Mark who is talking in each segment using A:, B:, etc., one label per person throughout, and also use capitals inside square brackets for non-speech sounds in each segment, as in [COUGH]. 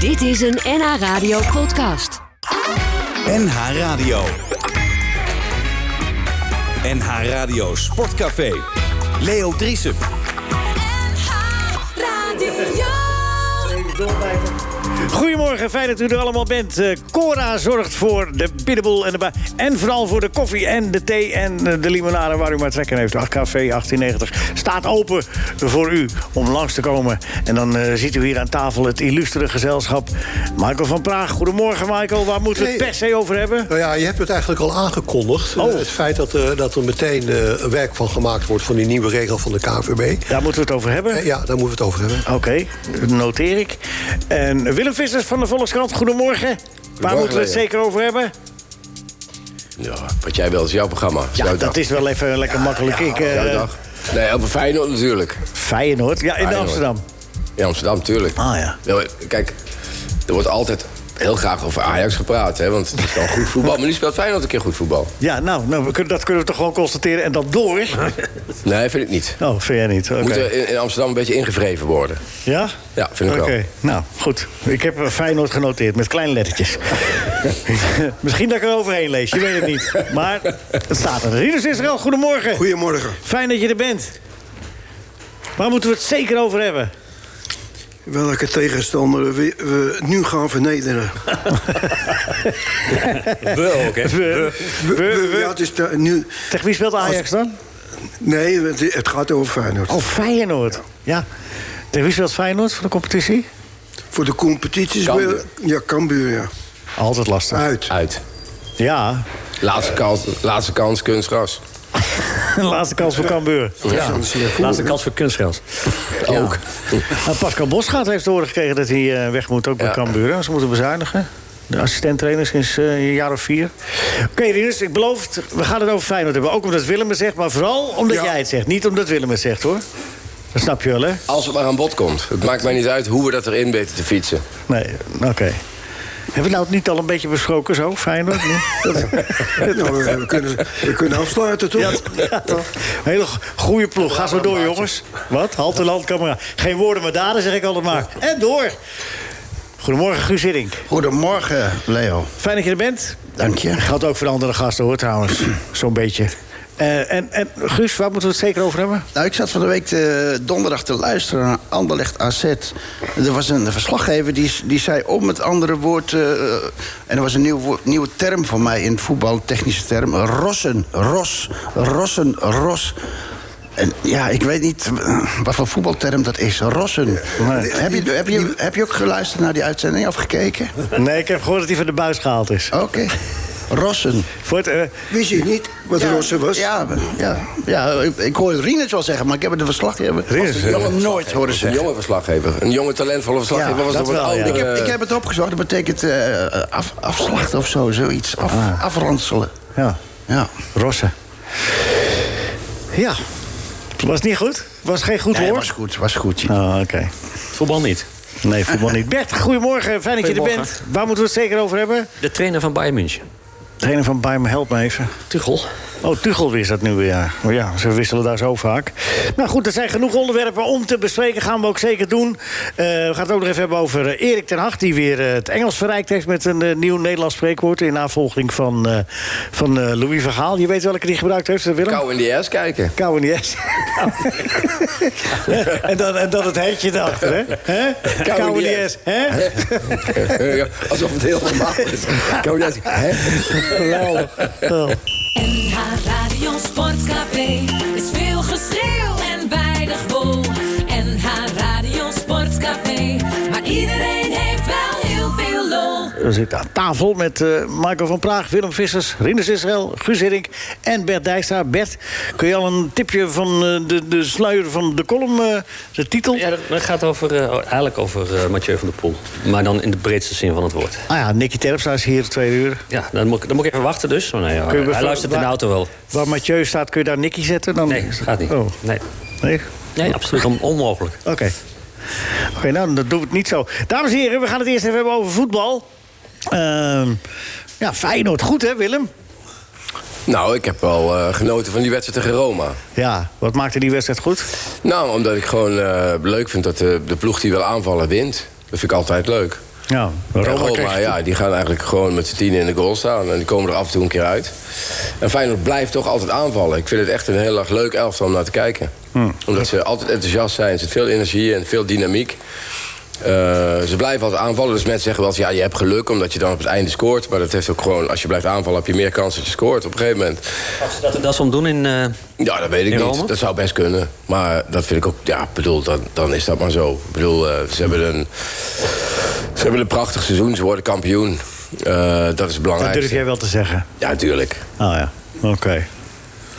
A: Dit is een NH Radio podcast.
B: NH Radio. NH Radio Sportcafé. Leo Driessen.
C: Goedemorgen, fijn dat u er allemaal bent. Eh, Cora zorgt voor de binnenboel en de ba- En vooral voor de koffie en de thee en eh, de limonade waar u maar trekken heeft. Ach, Café 1890 staat open voor u om langs te komen. En dan eh, ziet u hier aan tafel het illustere gezelschap. Michael van Praag, goedemorgen Michael. Waar moeten we het
D: Hey.
C: per se over hebben?
D: Nou ja, je hebt het eigenlijk al aangekondigd.
C: Oh.
D: Eh, Het feit dat, eh, dat er meteen eh, werk van gemaakt wordt van die nieuwe regel van de KNVB.
C: Daar moeten we het over hebben.
D: Eh, Ja, daar moeten we het over hebben.
C: Oké, noteer ik. En Willem Vissers van de Volkskrant, goedemorgen. Waar moeten we het
E: Leo.
C: zeker over hebben?
E: Ja, wat jij wil is jouw programma.
C: Ja, dat is wel even lekker makkelijk. Ik, eh,
E: jouw dag. Nee, over Feyenoord natuurlijk.
C: Feyenoord, ja, in
E: Feyenoord.
C: Amsterdam.
E: In Amsterdam, natuurlijk.
C: Ah, ja.
E: maar Kijk, er wordt altijd heel graag over Ajax gepraat, hè, want het is dan goed
C: [LAUGHS]
E: voetbal. Maar nu speelt Feyenoord een keer goed voetbal.
C: Ja, nou, nou we kunnen, dat kunnen we toch gewoon constateren. En dan door.
E: Nee, vind ik niet.
C: Oh, vind jij niet? Oké.
E: Moet er in in Amsterdam een beetje ingevreven worden.
C: Ja?
E: Ja, vind ik
C: Oké,
E: wel.
C: nou, goed. Ik heb eh, Feyenoord genoteerd met kleine
E: [LAUGHS]
C: lettertjes. Misschien dat ik er overheen lees, je weet het niet. Maar het staat er. Rinus Israël, goedemorgen.
F: Goedemorgen.
C: Fijn dat je er bent. Waar moeten we het zeker over hebben?
F: Welke tegenstander we, we nu gaan vernederen.
E: Wel, oké.
F: We,
C: we-
F: we- ja, het is te- nu,
C: Tegen wie speelt Ajax dan?
F: nee, het, het gaat over Feyenoord.
C: Oh, Feyenoord. Ja. Tegen wie speelt Feyenoord voor de competitie?
F: Voor de competities...
E: Cambuur.
F: wil- ja, Cambuur, ja.
C: Altijd lastig.
F: Uit.
E: Uit.
C: Ja,
E: Laatste kans, laatste kans
C: [LAUGHS]
E: kunstgras.
C: laatste kans voor Cambuur.
E: Ja.
G: Laatste kans voor kunstgras.
E: Ook.
C: Nou, Pascal Bosgaard heeft te horen gekregen dat hij eh, weg moet, ook bij
E: Ja.
C: Cambuur. hè. Ze moeten bezuinigen. De assistent-trainer sinds eh, een jaar of vier. Oké, Rinus, ik beloof het. We gaan het over Feyenoord hebben. Ook omdat Willem het zegt, maar vooral omdat
F: Ja.
C: jij het zegt. Niet omdat Willem het zegt, hoor. Dat snap je wel, hè?
E: Als het maar aan bod komt. Het maakt mij niet uit hoe we dat erin weten te fietsen.
C: Nee, oké. Hebben we nou het niet al een beetje besproken, zo,
E: [LAUGHS]
C: Feyenoord? Nee?
F: Nou, we, we kunnen, we kunnen afsluiten, toch?
C: Ja, toch? Hele go- goede ploeg. Ga zo door, jongens. Wat? Halte land, camera. Geen woorden, maar daden, zeg ik altijd maar. En door. Goedemorgen, Guus Hiddink.
H: Goedemorgen, Leo.
C: Fijn dat je er bent.
H: Dank je.
C: Geldt ook voor de andere gasten, hoor, trouwens. [CLEARS THROAT] Zo'n beetje. Eh, en, en Guus, waar moeten we het zeker over hebben?
H: Nou, ik zat van de week eh, donderdag te luisteren naar Anderlecht AZ. Er was een verslaggever die, die zei om het andere woord... eh, en er was een nieuw, woord- nieuwe term voor mij in het voetbal, technische term. Rossen, ros, rossen, ros. En ja, ik weet niet eh, wat voor voetbalterm dat is. Rossen. Heb, je, heb, je, heb je ook geluisterd naar die uitzending of gekeken?
C: Nee, ik heb gehoord dat hij van de buis gehaald is.
H: Oké. Rossen.
C: Voor het, eh,
F: Wist je niet wat
H: Ja,
F: Rosse was?
H: Ja, ja, ja ik, ik hoor Rienert wel zeggen, maar ik heb het een verslag. Ik heb het
C: Rienert,
H: ik heb het nooit horen
E: Een
H: zeggen.
E: jonge verslaggever. Een jonge talentvolle verslaggever was
C: dat
E: toch wat
C: wel, ja.
E: ouder.
H: Ik heb,
E: eh,
H: ik heb het opgezocht, dat betekent eh, af, afslachten of zo, zoiets. Af, Afranselen.
C: Ah. ja,
H: Ja.
C: Rossen. Ja. Was niet goed? Was geen goed
H: Nee,
C: woord?
H: was goed, was goed.
C: Oh, oké.
G: Voetbal niet.
C: Nee, voetbal niet. Bert, goedemorgen. Fijn dat je er bent.
G: Goedemorgen.
C: Waar moeten we het zeker over hebben?
G: De trainer van Bayern München.
C: Trainer van Bayern, help me even.
G: Tuchel.
C: Oh, Tuchel is dat nu weer. ja. Maar ja, ze wisselen daar zo vaak. Nou goed, er zijn genoeg onderwerpen om te bespreken. Gaan we ook zeker doen. Eh, we gaan het ook nog even hebben over eh, Erik ten Hag... die weer eh, het Engels verrijkt heeft met een eh, nieuw Nederlands spreekwoord... in navolging van, eh, van eh, Louis Vergaal. Je weet welke die gebruikt heeft, eh, Willem?
E: Kou in de S
C: [LAUGHS]
E: kijken.
C: Kou in die S. en, dan, en dan het heetje erachter, hè? hè?
E: Kou in
C: Kou in
E: die
C: die
E: S.
C: S, hè?
E: Ja, Alsof het heel normaal is. Kou in de S. Hè?
C: Geweldig. Oh.
I: NH Radio Sportcafé is veel geschreeuw en weinig wol. NH Radio Sportcafé, maar iedereen heeft wel heel veel lol.
C: We zitten aan tafel met eh, Marco van Praag, Willem Vissers, Rinus Israël, Guus Hiddink en Bert Dijkstra. Bert, kun je al een tipje van eh, de, de sluier van de column, eh, de titel?
G: Ja, dat, dat gaat over, eh, eigenlijk over eh, Mathieu van der Poel. Maar dan in de breedste zin van het woord.
C: Ah ja, Nicky Terpstra is hier twee uur.
G: Ja, dan moet ik, dan moet ik even wachten dus. Maar nee,
C: Kun je
G: hij
C: bijvoorbeeld-
G: luistert in de
C: waar-
G: auto wel.
C: Waar Mathieu staat, kun je daar Nicky zetten? Dan...
G: Nee, dat gaat niet.
C: Oh,
G: Nee.
C: nee?
G: nee, absoluut on- onmogelijk.
C: Oké. Oké, nou, dan doen we het niet zo. Dames en heren, we gaan het eerst even hebben over voetbal. Ehm, ja, Feyenoord. Goed, hè, Willem?
E: Nou, ik heb wel eh, genoten van die wedstrijd tegen Roma.
C: Ja, wat maakte die wedstrijd goed?
E: Nou, omdat ik gewoon eh, leuk vind dat de, de ploeg die wil aanvallen wint. Dat vind ik altijd leuk.
C: Ja,
E: En
C: Roma
E: Roma,
C: krijgt-
E: ja, die gaan eigenlijk gewoon met z'n tienen in de goal staan. En die komen er af en toe een keer uit. En Feyenoord blijft toch altijd aanvallen. Ik vind het echt een heel erg leuk elftal om naar te kijken.
C: Hm,
E: Omdat ze altijd enthousiast zijn. Er zit veel energie en veel dynamiek. Eh, ze blijven altijd aanvallen. Dus mensen zeggen wel eens, ja, je hebt geluk omdat je dan op het einde scoort. Maar dat heeft ook gewoon, als je blijft aanvallen, heb je meer kans dat je scoort op een gegeven moment.
G: Als ze dat, dat zo doen in... eh,
E: Ja, dat weet ik
G: In
E: niet.
G: Rome?
E: Dat zou best kunnen. Maar dat vind ik ook... Ja, bedoel, dan, dan is dat maar zo. Ik bedoel, eh, ze, hebben een, ze hebben een prachtig seizoen. Ze worden kampioen. Eh, dat is
C: Dat
E: belangrijk.
C: durf jij wel te zeggen.
E: Ja, natuurlijk.
C: Oh ja, oké.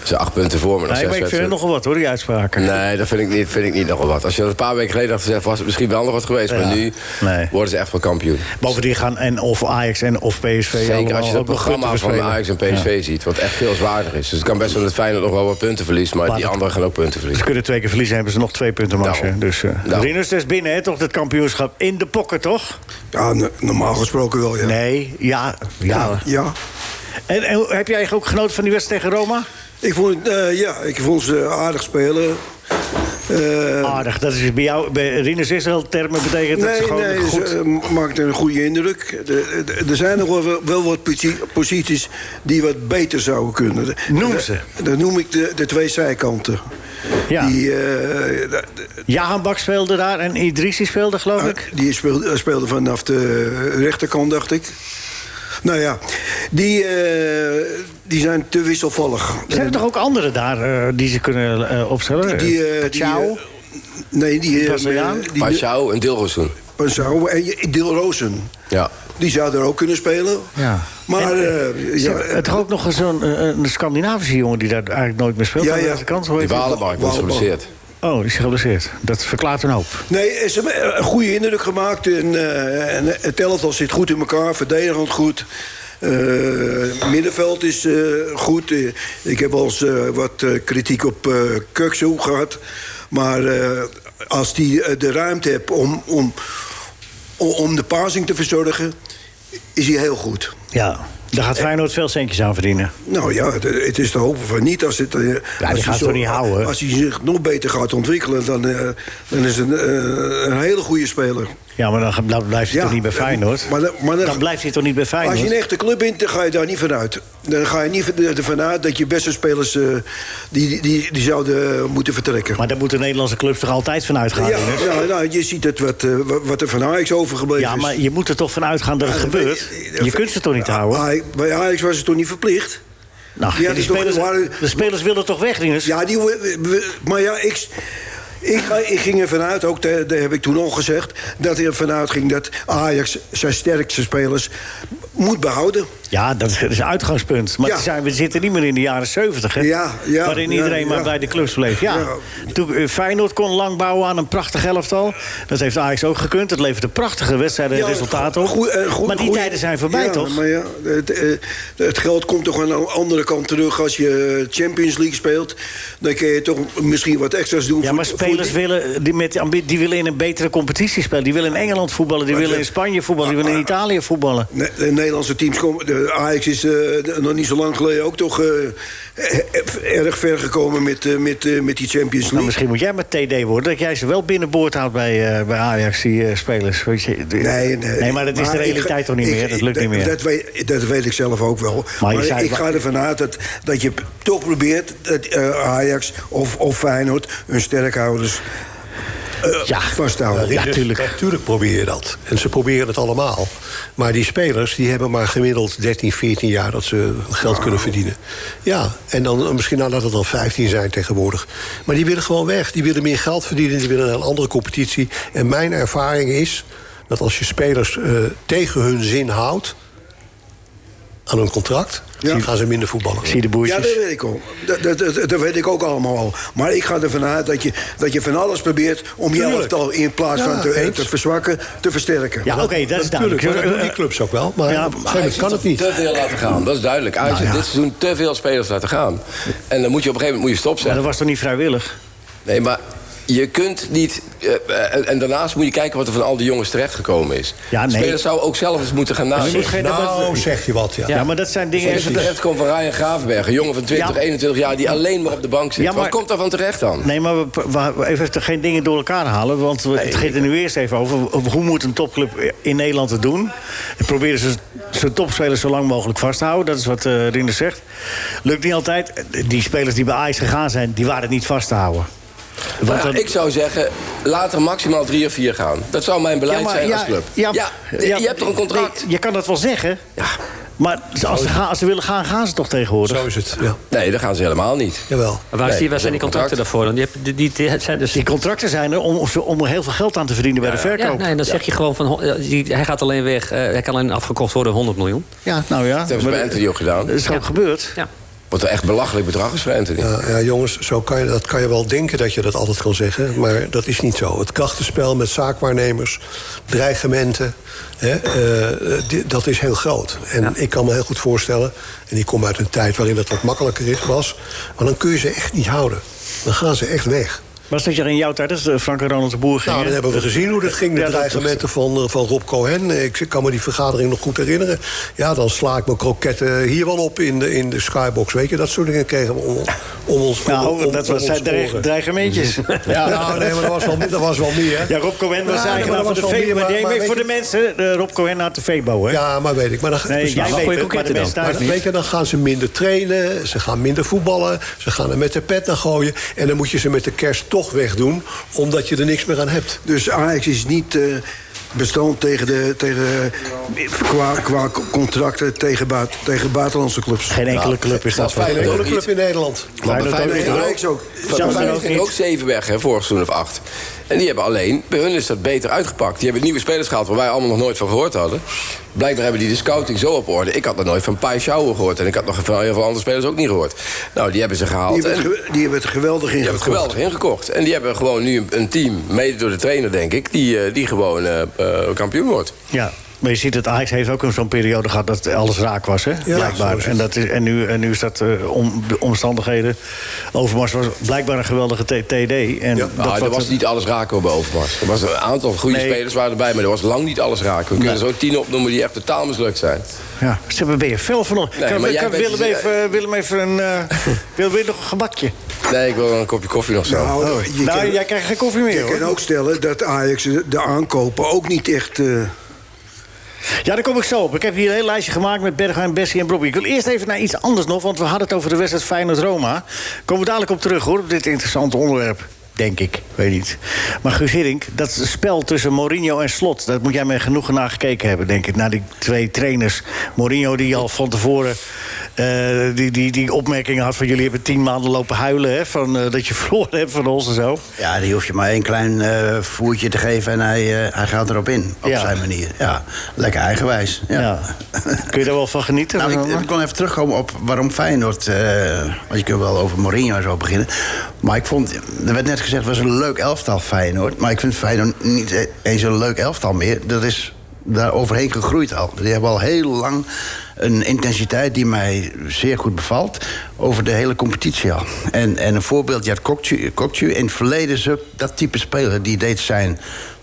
E: Ze zijn acht punten voor me. nog
C: Nee,
E: zes
C: maar ik vind er
E: wedstrijden.
C: nogal wat hoor, die uitspraken.
E: Nee, dat vind ik niet, vind ik niet nogal wat. Als je dat een paar weken geleden had gezegd, was het misschien wel nog wat geweest.
C: Ja.
E: Maar nu
C: Nee.
E: worden ze echt wel kampioen.
C: Bovendien gaan en of Ajax en of PSV
E: Zeker
C: allemaal
E: als je dat
C: ook nog
E: programma
C: punten
E: van
C: verspelen.
E: Ajax en PSV ziet, wat echt veel zwaarder is. Dus het kan best wel dat Feyenoord nog wel wat punten verliest, maar,
C: Maar
E: die
C: dat-
E: anderen gaan ook punten
C: Ze
E: verliezen.
C: kunnen twee keer verliezen, hebben ze nog twee punten marge.
E: Daarom.
C: Dus eh
E: Daarom.
C: Rinus, dat is binnen, hè, toch? Dat kampioenschap in de pocket, toch?
F: Ja, no- normaal gesproken wel, ja.
C: Nee, ja. ja.
F: Ja.
C: En, en heb jij ook genoten van die wedstrijd tegen Roma?
F: Ik vond, het, eh, ja, ik vond ze aardig spelen. Eh,
C: Aardig, dat is bij jou, bij Rinus Israël termen betekent dat ze
F: nee,
C: gewoon
F: nee,
C: goed...
F: ze eh, maakte een goede indruk. De- de- Er zijn nog wel, wel wat posi- posities die wat beter zouden kunnen.
C: Noem ze.
F: Dan, noem ik de, de twee zijkanten.
C: Ja.
F: Die, eh, da- da-
C: Jahan Bak speelde daar en Idrissi speelde, geloof ik.
F: Ah, die speelde, eh, speelde vanaf de rechterkant, dacht ik. Nou ja, die, eh, die zijn te wisselvallig.
C: Zijn er
F: En-
C: toch ook anderen daar eh, die ze kunnen eh,
E: Oh
C: opstellen?
F: Die, eh, die,
C: Pachau?
F: eh, nee, die... eh,
C: Braziliaan?
F: die-
E: Maar jou en Dilrosun.
F: Pachau en je- Dil Rozen.
E: Ja.
F: Die zou er ook kunnen spelen.
C: Ja.
F: Maar eh,
C: Ze-
F: ja,
C: het had ook nog eens zo'n eh, een Scandinavische jongen die daar eigenlijk nooit meer speelt.
F: Ja,
C: aan de
F: ja.
C: rechterkant. Hoe
E: Die
C: heet die?
E: Walenmark was
F: Walenmark.
E: geblesseerd.
C: Oh, die is geblesseerd. Dat verklaart een hoop.
F: nee, ze hebben eh, een goede indruk gemaakt. En, eh, en het elftal zit goed in elkaar, verdedigend goed. Eh, middenveld is eh, goed. Eh, ik heb al eens eh, wat eh, kritiek op eh Kukzu gehad. Maar eh, als die eh, de ruimte hebt om, om, om de passing te verzorgen, is hij heel goed.
C: Ja, daar gaat Feyenoord veel centjes aan verdienen.
F: Nou ja, het, het is te hopen van niet. Als, het, eh, als
C: gaat
F: hij
C: het toch niet houden?
F: Als hij zich nog beter gaat ontwikkelen, dan, eh, dan is het een, eh, een hele goede speler.
C: Ja, maar dan, dan blijft hij
F: Ja, eh,
C: toch niet bij Feyenoord?
F: maar dan- maar dan-
C: dan blijft hij toch niet bij Feyenoord?
F: Als je een echte club bent, dan ga je daar niet vanuit. Dan ga je niet ervan uit dat je beste spelers eh, die, die, die, die zouden eh, moeten vertrekken.
C: Maar daar moeten Nederlandse clubs toch altijd van uitgaan?
F: ja,
C: Rinus?
F: ja, nou, je ziet het wat, eh, wat- wat er van Ajax overgebleven
C: ja,
F: is.
C: maar je moet er toch van uitgaan dat het
F: Eh,
C: gebeurt? Je kunt ze toch niet houden?
F: Aj- Bij Ajax was het toch niet verplicht?
C: Nou,
F: die
C: die
F: hadden toch-
C: spelers,
F: waren-
C: de spelers willen toch weg, Rinus?
F: Ja, die, we- we- maar ja, ik, ik, ga- ik ging ervan uit, ook dat dat heb ik toen al gezegd... dat hij ervan uitging dat Ajax zijn sterkste spelers moet behouden.
C: Ja, dat is, dat is een uitgangspunt. Maar
F: Ja.
C: het zijn, we zitten niet meer in de jaren 70, hè?
F: Ja, ja,
C: waarin
F: ja,
C: iedereen maar
F: ja.
C: bij de clubs bleef. Ja.
F: Ja.
C: Toen, eh, Feyenoord kon lang bouwen aan een prachtig elftal. Dat heeft Ajax ook gekund. Het leverde prachtige wedstrijden en
F: Ja,
C: resultaten op.
F: goe- eh, goe-
C: maar die
F: goeie-
C: tijden zijn voorbij,
F: Ja,
C: toch?
F: Maar ja, het, eh, het geld komt toch aan de andere kant terug als je Champions League speelt. Dan kun je toch misschien wat extra's doen.
C: Ja, maar
F: voor-
C: spelers
F: voor die-
C: willen, die, met, die ambi- die willen in een betere competitie spelen. Die willen in Engeland voetballen, die
F: Maar
C: willen in
F: de-
C: Spanje voetballen... die willen in Italië voetballen.
F: Ne- De Nederlandse teams komen. de Ajax is eh, de- nog niet zo lang geleden ook toch eh, eh, eh, erg ver gekomen met, eh, met, eh, met die Champions
C: Nou,
F: League.
C: misschien moet jij maar TD worden, dat jij ze wel binnenboord houdt bij, eh, bij Ajax, die eh, spelers. Weet je, de-
F: Nee, nee,
C: maar dat is de
F: ik
C: realiteit
F: ga-
C: toch niet
F: ik-
C: meer? Dat lukt niet meer.
F: Dat weet, dat weet ik zelf ook wel.
C: Maar
F: Maar,
C: je zei-
F: ik ga ervan uit dat, dat je toch probeert... dat eh, Ajax of, of Feyenoord hun sterkhouders eh,
C: Ja.
F: vasthouden.
C: nou, Ja, tuurlijk.
D: Natuurlijk probeer je dat. En ze proberen het allemaal. Maar die spelers die hebben maar gemiddeld 13, 14 jaar dat ze geld kunnen verdienen. Ja, en dan eh, misschien nou dat het dan 15 zijn tegenwoordig. Maar die willen gewoon weg. Die willen meer geld verdienen. Die willen een andere competitie. En mijn ervaring is dat als je spelers eh, tegen hun zin houdt aan hun contract, dan gaan ze minder voetballen.
C: Zie de boertjes.
F: Ja, dat weet ik al. Dat, dat, dat, dat weet ik ook allemaal al. Maar ik ga ervan uit dat je, dat je van alles probeert... om je
D: Tuurlijk.
F: elftal in plaats
D: Ja,
F: van te,
D: eens.
F: te verzwakken, te versterken.
C: Ja, oké, dat is
D: Natuurlijk,
C: duidelijk. Eh,
D: maar dat doen die clubs ook wel. Maar
C: Ja,
D: op een gegeven moment kan het niet.
E: Te veel laten gaan, dat is duidelijk. Ajax
C: Nou
E: heeft dit seizoen te veel spelers laten gaan. En dan moet je op een gegeven moment moet je
C: Maar dat
E: stopzetten.
C: was toch niet vrijwillig?
E: Nee, maar je kunt niet... eh, eh, en, en daarnaast moet je kijken wat er van al die jongens terechtgekomen is.
C: Ja, nee.
E: Spelers zouden ook zelf eens moeten gaan nadenken.
C: moet geen-
D: Nou, zeg je wat, ja.
C: Ja, maar dat zijn dingen...
E: Is het terecht komt van Ryan Gravenberg, een jongen van 20,
C: Ja.
E: 21 jaar... die alleen maar op de bank zit.
C: Ja, maar-
E: Wat komt daar van terecht dan?
C: Nee, maar we, we- we- even geen dingen door elkaar halen. Want we- het gaat er nu eerst even over. Hoe moet een topclub in Nederland het doen? En proberen ze zijn topspelers zo lang mogelijk vast te houden. Dat is wat eh Rinus zegt. Lukt niet altijd. Die spelers die bij Ajax gegaan zijn, die waren het niet vast te houden. Want
E: Nou ja,
C: dan-
E: ik zou zeggen, laat er maximaal drie of vier gaan. Dat zou mijn beleid
C: Ja, maar-
E: zijn
C: ja,
E: als club.
C: ja,
E: je-
C: ja,
E: je hebt toch een contract?
C: nee, je kan dat wel zeggen. Maar als ze, gaan, als ze willen gaan, gaan ze toch tegenwoordig?
D: Zo is het, ja.
E: Nee, dat gaan ze helemaal niet.
D: Jawel.
G: Maar Waar, is die,
E: Nee,
G: waar zijn die
E: dat is
G: contracten
E: een
G: daarvoor? Want die, hebben- die, die, die zijn dus...
C: Die contracten zijn er om, om er heel veel geld aan te verdienen bij de
G: ja,
C: verkoop.
G: nee, dan zeg je gewoon van... ho- eh, die- hij gaat alleen weg, eh, hij kan alleen afgekocht worden 100 miljoen.
C: Ja, nou ja.
E: Dat hebben ze bij Anthony ook gedaan.
C: Dat is gewoon gebeurd.
G: Ja.
E: Wat een echt belachelijk bedrag is voor Anthony.
D: Ja, ja, jongens, zo kan je, dat kan je wel denken dat je dat altijd kan zeggen. Maar dat is niet zo. Het krachtenspel met zaakwaarnemers, dreigementen... Hè, eh, di- dat is heel groot. En ik kan me heel goed voorstellen... en ik kom uit een tijd waarin dat wat makkelijker is- was... maar dan kun je ze echt niet houden. Dan gaan ze echt weg.
C: Was dat je in jouw tijd, als eh, Frank en Ronald de Boer gingen?
D: Nou, dan hebben we gezien hoe dat ging. De
C: Ja, dat-
D: dreigementen van, eh, van Rob Cohen. Ik kan me die vergadering nog goed herinneren. Ja, dan sla ik mijn kroketten hier wel op in de, in de skybox. Weet je, dat soort dingen kregen we om, om ons om-
C: Nou,
D: om-
C: dat
D: om
C: was
D: ons
C: zijn dreig-
D: oren.
C: dreigementjes.
D: [LAUGHS] Ja, nou, nee, maar dat was wel, dat was wel meer, hè?
C: Ja, Rob Cohen was
D: Ja,
C: eigenlijk
D: maar dat
C: maar voor
D: was
C: de
D: wel
C: veebouw.
D: meer, maar-
C: Nee,
D: maar
C: maar
D: weet
C: voor de
D: je-
C: mensen, eh, Rob Cohen had de veebouw, hè?
D: Ja, maar weet ik. Maar dan,
C: nee,
D: precies.
C: jij
D: Maar-
G: gooi
C: weet
G: je
C: het, maar de
G: koketten
C: mensen
G: dan.
C: thuis
D: maar
C: niet.
D: weet je, dan gaan ze minder trainen, ze gaan minder voetballen... ze gaan er met de pet naar gooien... en dan moet je ze met de kerst toch wegdoen... omdat je er niks meer aan hebt.
F: Dus Ajax is niet eh, bestand tegen de, tegen, qua, qua contracten tegen, buit- tegen buitenlandse clubs.
C: Geen enkele club
E: dat
C: is dat
E: is
C: voor.
E: fijn.
D: De
E: ook
D: dode club
E: niet.
D: in Nederland.
E: Maar bij
C: Feyenoord
E: Feyenoord
C: ook
E: ging
C: niet.
E: ook, ook,
C: Zelfs ook
E: ging
C: niet.
E: ook zeven weg, hè, vorig seizoen of acht. En die hebben alleen, bij hun is dat beter uitgepakt. Die hebben nieuwe spelers gehaald waar wij allemaal nog nooit van gehoord hadden. Blijkbaar hebben die de scouting zo op orde. Ik had nog nooit van Pai Schouwer gehoord. En ik had nog van heel veel andere spelers ook niet gehoord. Nou, die hebben ze gehaald.
F: Die hebben,
E: en-
F: het, ge- die hebben het geweldig
E: Die
F: ingekocht.
E: hebben het geweldig ingekocht. En die hebben gewoon nu een- een team, mede door de trainer denk ik... die, eh, die gewoon eh, eh, kampioen wordt.
C: Ja. Maar je ziet dat Ajax heeft ook zo'n periode gehad dat alles raak was, hè?
D: zo
C: blijkbaar.
D: is het.
C: En, dat is, en, nu, en nu is dat eh, om de omstandigheden. Overmars was blijkbaar een geweldige T- TD. En
E: Ja,
C: wat
E: nou, er was
C: we-
E: niet alles raken bij Overmars. Er was een aantal goede
C: Nee.
E: spelers waren erbij, maar er was lang niet alles raken. We kunnen zo tien opnoemen die echt totaal mislukt zijn.
C: Ja, ze hebben ben je fel van.
E: Nee,
C: kan,
E: maar jij dus,
C: kan
E: weet-
C: Willem, even, Willem even
E: [LAUGHS]
C: een. eh, Willem, wil je nog een gebakje?
E: Nee, ik wil wel een kopje koffie nog zo.
F: Nou, je
C: nou,
F: kan,
C: jij krijgt geen koffie meer,
F: je
C: hoor.
F: kan ook stellen dat Ajax de aankopen ook niet echt... eh,
C: Ja, daar kom ik zo op. Ik heb hier een heel lijstje gemaakt met Bergwijn, Bessie en Bobby. Ik wil eerst even naar iets anders nog, want we hadden het over de wedstrijd Feyenoord-Roma. Komen we dadelijk op terug, hoor, op dit interessante onderwerp. Denk ik, weet niet. Maar Guus Hiddink, dat spel tussen Mourinho en Slot... dat moet jij met genoegen naar gekeken hebben, denk ik. Naar die twee trainers. Mourinho die al van tevoren eh, die, die, die opmerkingen had van... jullie hebben tien maanden lopen huilen, hè, van, eh, dat je [LAUGHS] verloren hebt van ons en zo.
H: Ja, die hoef je maar één klein eh, voertje te geven en hij, eh, hij gaat erop in. Op
C: Ja.
H: zijn manier. Ja, lekker eigenwijs.
C: Ja.
H: Ja.
C: Kun je daar wel van genieten?
H: Nou,
C: van
H: ik,
C: zo'n-
H: ik kon even terugkomen op waarom Feyenoord... eh, want je kunt wel over Mourinho en zo beginnen. Maar ik vond... Er werd net gezegd, het was een leuk elftal Feyenoord. Maar ik vind Feyenoord niet e- eens een leuk elftal meer. Dat is daar overheen gegroeid al. Die hebben al heel lang een intensiteit die mij zeer goed bevalt... over de hele competitie al. En, en een voorbeeld, Jad Kokcu- Kokcu. In het verleden is ook dat type speler. Die deed zijn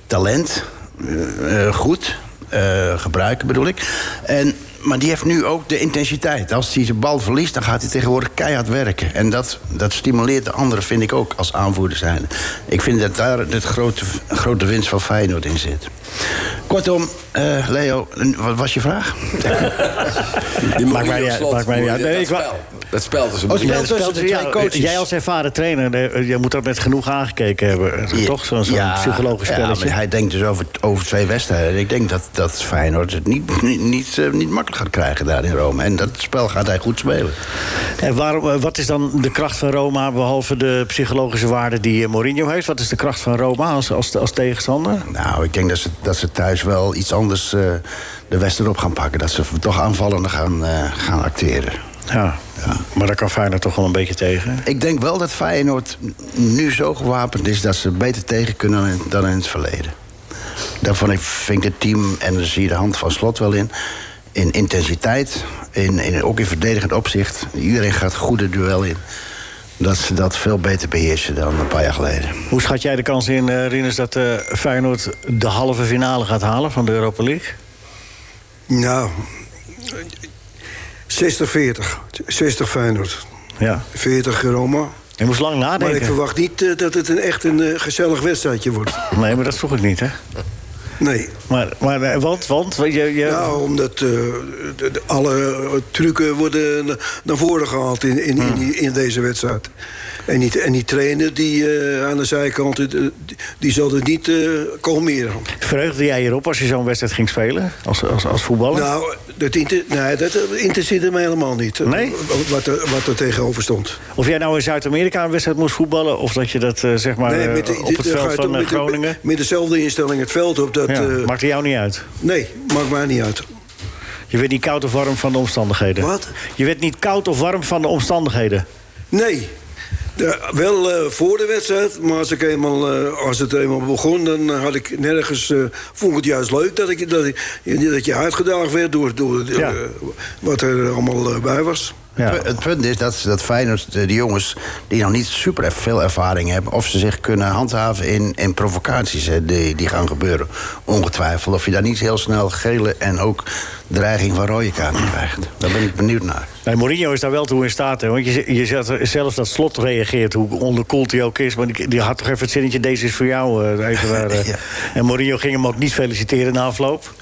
H: talent eh, eh, goed... Eh, gebruiken, bedoel ik. En, maar die heeft nu ook de intensiteit. Als hij zijn bal verliest, dan gaat hij tegenwoordig keihard werken. En dat, dat stimuleert de anderen, vind ik ook, als aanvoerder zijn. Ik vind dat daar de grote, grote winst van Feyenoord in zit. Kortom, eh, Leo, een- wat was je vraag?
E: Die
C: Maakt
E: Mourinho
C: mij niet uit,
E: slot,
C: maakt mij niet uit.
E: dat
C: Nee, ik wou-
E: spel. Dat spel tussen
H: Oh,
E: Mourinho-
H: spel tussen
C: Stel
H: de
C: dat
H: twee
C: jou-
H: coaches.
C: Jij als ervaren trainer, eh, je moet dat met genoeg aangekeken hebben.
H: Ja,
C: Toch zo'n zo'n
H: ja,
C: psychologisch
H: Ja,
C: spelletje.
H: maar hij denkt dus over, over twee wedstrijden. Ik denk dat, dat Feyenoord het niet, niet, niet, eh, niet makkelijk gaat krijgen daar in Rome. En dat spel gaat hij goed spelen.
C: En waarom, eh, wat is dan de kracht van Roma, behalve de psychologische waarde die eh, Mourinho heeft? Wat is de kracht van Roma als, als, als tegenstander?
H: Nou, ik denk dat ze, dat ze thuis wel iets anders eh, de Westen op gaan pakken. Dat ze toch aanvallender gaan, eh, gaan acteren.
C: Ja, maar daar kan Feyenoord toch wel een beetje tegen.
H: Ik denk wel dat Feyenoord nu zo gewapend is... dat ze beter tegen kunnen dan in- dan in het verleden. Daarvan ik- vind ik het team, en daar zie je de hand van Slot wel in... in intensiteit, in, in, ook in verdedigend opzicht. Iedereen gaat goede duel in. dat ze dat veel beter beheersen dan een paar jaar geleden.
C: Hoe schat jij de kans in, eh Rinus, dat eh Feyenoord de halve finale gaat halen van de Europa League?
F: Nou, 60-40. 60 Feyenoord.
C: Ja.
F: 40 Roma.
C: Je moest lang
F: Maar ik
C: nadenken.
F: verwacht niet eh, dat het een, echt een eh, gezellig wedstrijdje wordt.
C: Nee, maar dat vroeg ik niet, hè?
F: Nee.
C: Maar, maar eh, want, want, je, je...
F: Nou, omdat eh, de- de- alle trucken worden na- naar voren gehaald in, in,
C: Hmm.
F: in, die- in deze wedstrijd. En die, en die trainer die eh, aan de zijkant, eh, die, die zal het niet eh, kalmeren.
C: Vreugde jij hierop als je zo'n wedstrijd ging spelen? Als, als, als voetballer?
F: Nou, dat, inter- nee, dat interesseerde mij helemaal niet. eh,
C: Nee?
F: Wat er, wat er tegenover stond.
C: Of jij nou in Zuid-Amerika een wedstrijd moest voetballen... of dat je dat, eh, zeg maar,
F: nee,
C: eh,
F: de-
C: op het
F: dan ga
C: veld
F: je
C: van
F: toch
C: eh,
F: met de-
C: Groningen...
F: Met dezelfde instelling het veld op. Dat,
C: Ja,
F: eh,
C: maakte jou niet uit.
F: nee, maakt mij niet uit.
C: Je werd niet koud of warm van de omstandigheden.
F: Wat?
C: Je werd niet koud of warm van de omstandigheden.
F: Nee. De- wel eh, voor de wedstrijd, maar als, ik eenmaal, eh, als het eenmaal begon... dan had ik nergens... eh vond ik het juist leuk dat, ik, dat, ik, dat je uitgedaagd werd... door, door eh,
C: Ja.
F: wat er allemaal eh, bij was.
C: Ja.
H: Het punt is dat, dat Feyenoord, de, die jongens die nog niet super erg veel ervaring hebben... of ze zich kunnen handhaven in, in provocaties hè, die, die gaan gebeuren. Ongetwijfeld. Of je daar niet heel snel gele en ook dreiging van rode kaarten krijgt. Daar ben ik benieuwd naar.
C: Nee, Mourinho is daar wel toe in staat. Hè? Want je, je zegt zelfs dat slot reageert, hoe onderkoeld hij ook is. Maar die, die had toch even het zinnetje, deze is voor jou. eh, even
H: [LAUGHS]
C: waar, eh.
H: Ja.
C: En Mourinho ging hem ook niet feliciteren na afloop.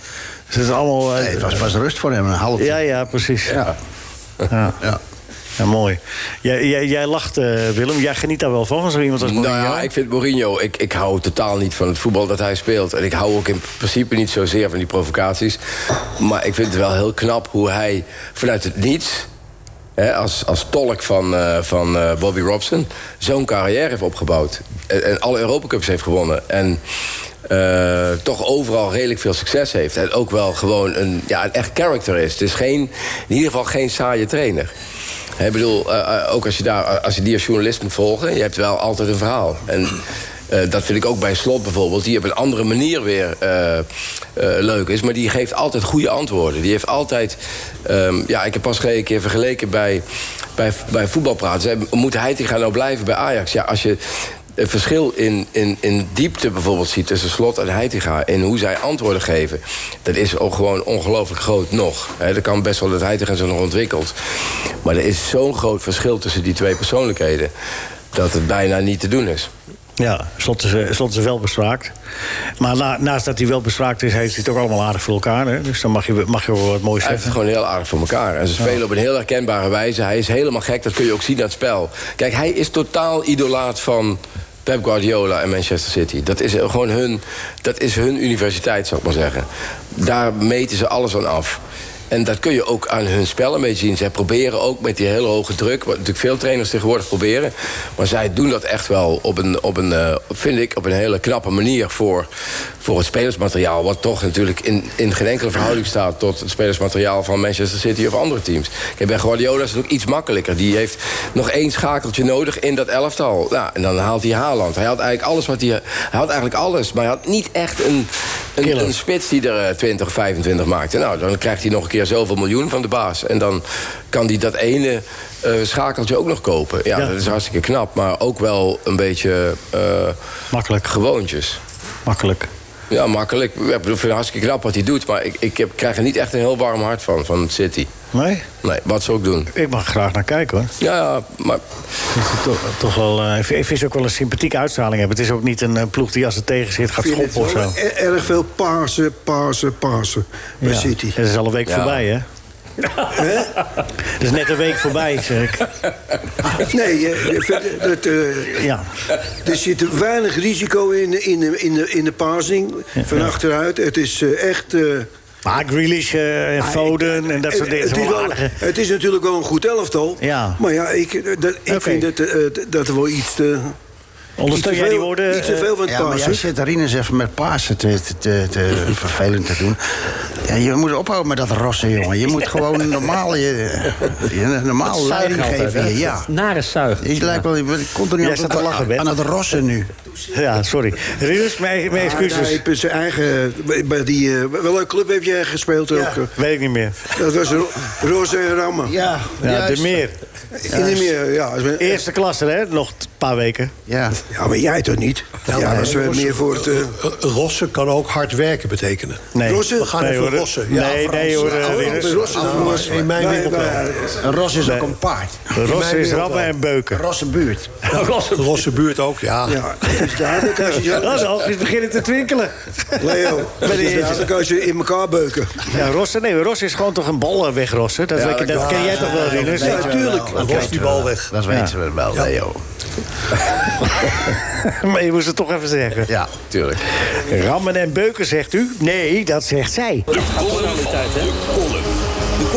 C: Dus het is allemaal... eh,
H: Nee, het was pas rust voor hem, een half
C: Ja, ja, precies.
H: Ja.
C: Ja.
H: Ja.
C: Ja, mooi. Jij, jij, jij lacht, eh, Willem. Jij geniet daar wel van, van zo iemand als Mourinho.
E: Nou ja, ik vind Mourinho, ik, ik hou totaal niet van het voetbal dat hij speelt. En ik hou ook in principe niet zozeer van die provocaties. Maar ik vind het wel heel knap hoe hij vanuit het niets... Hè, als, als tolk van, eh, van eh, Bobby Robson zo'n carrière heeft opgebouwd. En, en alle Europacups heeft gewonnen. En eh, toch overal redelijk veel succes heeft. En ook wel gewoon een, ja, een echt character is. Het is geen, in ieder geval geen saaie trainer. Ik bedoel, eh, eh, ook als je, daar, als je die als journalist moet volgen... je hebt wel altijd een verhaal. En eh, dat vind ik ook bij Slot bijvoorbeeld... die op een andere manier weer eh, eh, leuk is. Maar die geeft altijd goede antwoorden. Die heeft altijd... ehm, ja, ik heb pas een keer vergeleken bij, bij, bij voetbalpraat. Zij, moet gaan nou blijven bij Ajax? Ja, als je het verschil in, in, in diepte bijvoorbeeld ziet... tussen Slot en Heitinga en hoe zij antwoorden geven... dat is ook gewoon ongelooflijk groot nog. Hè, dat kan best wel dat Heitinga zich nog ontwikkelt. Maar er is zo'n groot verschil tussen die twee persoonlijkheden... dat het bijna niet te doen is.
C: Ja, slot is, eh, slot is wel bespraakt. Maar na- naast dat hij wel bespraakt is, heeft hij het ook allemaal aardig voor elkaar. Hè? Dus dan mag je, mag je wel wat moois
E: Hij heeft
C: zeggen.
E: het gewoon heel aardig voor elkaar. En ze spelen op een heel herkenbare wijze. Hij is helemaal gek, dat kun je ook zien aan het spel. Kijk, hij is totaal idolaat van Pep Guardiola en Manchester City. Dat is gewoon hun, dat is hun universiteit, zou ik maar zeggen. Daar meten ze alles aan af. En dat kun je ook aan hun spel een beetje zien. Zij proberen ook met die hele hoge druk... wat natuurlijk veel trainers tegenwoordig proberen... maar zij doen dat echt wel op een, op een, eh, vind ik, op een hele knappe manier... voor, voor het spelersmateriaal... wat toch natuurlijk in, in geen enkele verhouding staat... tot het spelersmateriaal van Manchester City of andere teams. Kijk, bij Guardiola is het ook iets makkelijker. Die heeft nog één schakeltje nodig in dat elftal. Nou, en dan haalt hij Haaland. Hij had eigenlijk alles wat hij... Hij had eigenlijk alles, maar hij had niet echt een... een,
C: Killer.
E: een spits die er eh, 20, 25 maakte. Nou, dan krijgt hij nog een keer zoveel miljoen van de baas. En dan kan hij dat ene eh, schakeltje ook nog kopen. Ja,
C: Ja.
E: dat is hartstikke knap. Maar ook wel een beetje eh,
C: Makkelijk,
E: gewoontjes.
C: makkelijk.
E: Ja, makkelijk. Ik bedoel, ik vind het hartstikke knap wat hij doet. Maar ik, ik heb, krijg er niet echt een heel warm hart van, van City.
C: Nee?
E: Nee, wat ze ook doen.
C: Ik mag er graag naar kijken hoor.
E: Ja, ja, maar
C: Het is toch, toch wel, eh, ik vind ook wel een sympathieke uitstraling hebben. Het is ook niet een eh, ploeg die als het tegen zit gaat
F: Ik vind
C: schoppen of
F: het wel
C: zo.
F: er- erg veel Pasen, Pasen, Pasen bij
C: Ja.
F: City.
C: Het is al een week
E: Ja.
C: voorbij hè? Het is net een week voorbij zeg ik.
F: Nee, eh, ik vind dat, eh,
C: Ja.
F: Er zit weinig risico in, in, de- in, de, in de passing van achteruit. Het is eh, echt... eh, Ah,
C: Maar Grealish eh, en Foden en dat soort dingen.
F: het, is wel-
C: aardige-
F: het is natuurlijk wel een goed elftal.
C: Ja.
F: Maar ja, ik, eh, dat, ik
C: Oké.
F: vind dat, eh, eh, dat er wel iets te...
C: Ondersteun
F: iets te
C: jij die
F: veel-
C: woorden?
F: Iets te
C: eh,
F: veel van het
H: Ja, maar jij
F: pasen.
H: zit daarin eens even met Pasen te, te, te,
F: [LAUGHS]
H: te vervelend te doen. Ja, je moet ophouden met dat rossen, jongen. Je moet
C: [LAUGHS]
H: gewoon normaal, je, je normaal leiding
G: Zuigen altijd,
H: geven.
G: hè?
H: hier, Ja.
G: Dat Nare zuigen.
H: Je lijkt wel je bent continu
C: Jij
H: aan,
C: staat te lachen,
H: aan,
C: Bert.
H: aan het rossen nu.
C: Ja, sorry. Rinus, mijn, mijn
F: Ah,
C: excuses.
F: nee, bij zijn eigen, bij die, eh, welke club heb jij gespeeld ook?
C: Weet ik niet meer.
F: Dat was Ro Roze en Rammen.
H: Ja,
C: Ja, de
H: juist.
C: meer.
F: In de meer, ja.
C: Eerste klasse, hè? Nog t- een paar weken.
H: Ja.
F: Ja, maar jij toch niet? ja, dat is eh, meer voor het... eh,
D: Rossen kan ook hard werken betekenen.
C: Nee.
D: We gaan
C: nee,
D: even
C: hoor.
D: rossen. Ja, oh,
C: Nee, nee hoor, eh,
F: Afrossen.
C: Rinus.
F: Afrossen. Afrossen.
D: in mijn
F: Wij-
D: wereld
F: wij-
H: Een ros is
C: Nee.
H: ook een paard.
C: Rossen is rammen en beuken. [LAUGHS]
H: Rossenbuurt.
D: Rosse, buurt ook, ja.
F: Ja, het is duidelijk
C: [LAUGHS]
F: als je...
C: Dat al, is beginnen te twinkelen. [LAUGHS]
F: Leo, het
C: de
F: is
C: eerste.
F: duidelijk als je in elkaar beuken.
C: Ja, rossen, nee, rossen is gewoon toch een bal eh, wegrossen. Dat, weet je- dat ken jij toch wel, Rinus?
F: Ja, tuurlijk.
D: Dan was die bal weg.
H: Dat weten we wel, Leo.
C: [LAUGHS] maar je moest het toch even zeggen.
H: Ja.
E: Tuurlijk.
C: Rammen en beuken, zegt u? Nee, dat zegt zij.
B: De column. De column. De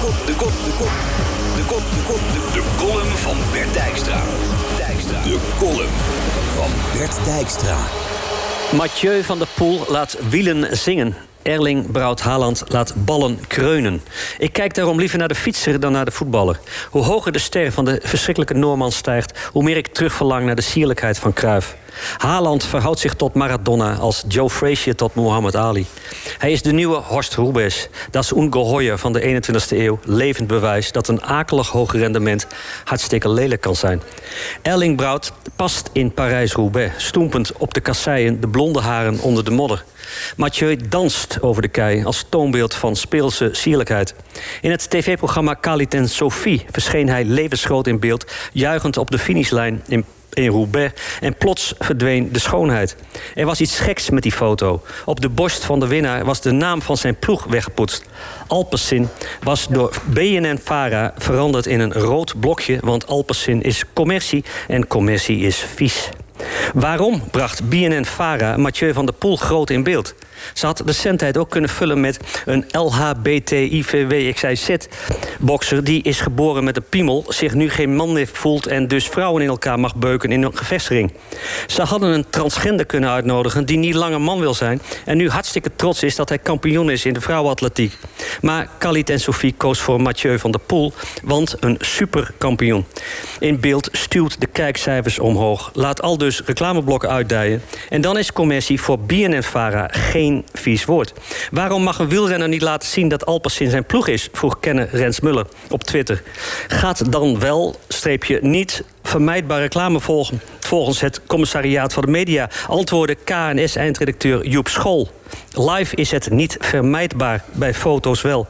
B: kop. De kop. De kop. De kop. De kop. De, de column van Bert Dijkstra. Dijkstra. De column van Bert Dijkstra.
G: Mathieu van der Poel laat wielen zingen. Erling Braut Haaland laat ballen kreunen. Ik kijk daarom liever naar de fietser dan naar de voetballer. Hoe hoger de ster van de verschrikkelijke Noorman stijgt... hoe meer ik terugverlang naar de sierlijkheid van Cruijff. Haaland verhoudt zich tot Maradona als Joe Frazier tot Muhammad Ali. Hij is de nieuwe Horst Rubesch. Dat is Ungeheuer van de 21e eeuw. Levend bewijs dat een akelig hoog rendement hartstikke lelijk kan zijn. Erling Braut past in Parijs-Roubaix. Stoempend op de kasseien, de blonde haren onder de modder. Mathieu danst over de kei als toonbeeld van speelse sierlijkheid. In het tv-programma Khalid en Sophie verscheen hij levensgroot in beeld... juichend op de finishlijn in in Roubaix en plots verdween de schoonheid. Er was iets geks met die foto. Op de borst van de winnaar was de naam van zijn ploeg weggepoetst. Alpecin was door BNN-Vara veranderd in een rood blokje... want Alpecin is commercie en commercie is vies. Waarom bracht BNN-Vara Mathieu van der Poel groot in beeld? Ze had de centheid ook kunnen vullen met een LHBTIVWXIZ-bokser... die is geboren met een piemel, zich nu geen man meer voelt... en dus vrouwen in elkaar mag beuken in een gevestiging. Ze hadden een transgender kunnen uitnodigen die niet langer man wil zijn... en nu hartstikke trots is dat hij kampioen is in de vrouwenatletiek. Maar Khalid en Sophie koos voor Mathieu van der Poel... want een superkampioen. In beeld stuwt de kijkcijfers omhoog. Laat al dus reclameblokken uitdijen. En dan is commercie voor BNNVARA geen vies woord. Waarom mag een wielrenner niet laten zien dat Alpecin zijn ploeg is? Vroeg kenner Rens Muller op Twitter. Gaat dan wel, streepje niet, vermijdbaar reclame volgen... volgens het commissariaat van de media... antwoordde KNS-eindredacteur Joep Schol. Live is het niet vermijdbaar, bij foto's wel.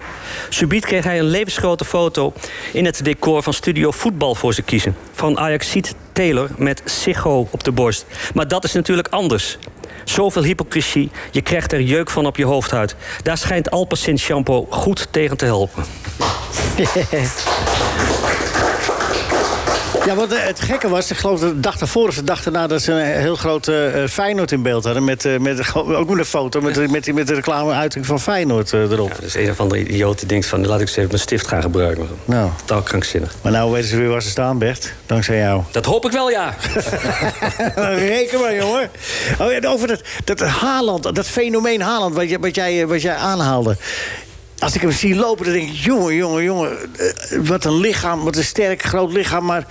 G: Subiet kreeg hij een levensgrote foto in het decor van Studio Voetbal voor zijn kiezen. Van Ajaxiet Taylor met Sigo op de borst. Maar dat is natuurlijk anders. Zoveel hypocrisie, je krijgt er jeuk van op je hoofdhuid. Daar schijnt Alpacin shampoo goed tegen te helpen.
C: Ja, want eh, het gekke was, ik geloof de dag daarvoor of de dag daarna... dat ze een heel groot eh, eh, Feyenoord in beeld hadden. Met, eh, met, gewoon- ook met een foto, met, met, die- met de reclameuiting van Feyenoord eh, erop.
G: dus een of andere idioot die denkt van laat ik eens even mijn stift gaan gebruiken.
C: Nou.
G: Totaal krankzinnig.
C: Maar nou weten ze weer waar ze staan, Bert. Dankzij jou.
G: Dat hoop ik wel, ja.
C: [LAUGHS] Reken maar, jongen. Oh, en over dat, dat Haaland, dat fenomeen Haaland, wat, jij- wat, jij, eh, wat jij aanhaalde. Als ik hem zie lopen, dan denk ik, jongen, jongen, jongen. eh, Wat een lichaam, wat een sterk, groot lichaam. Maar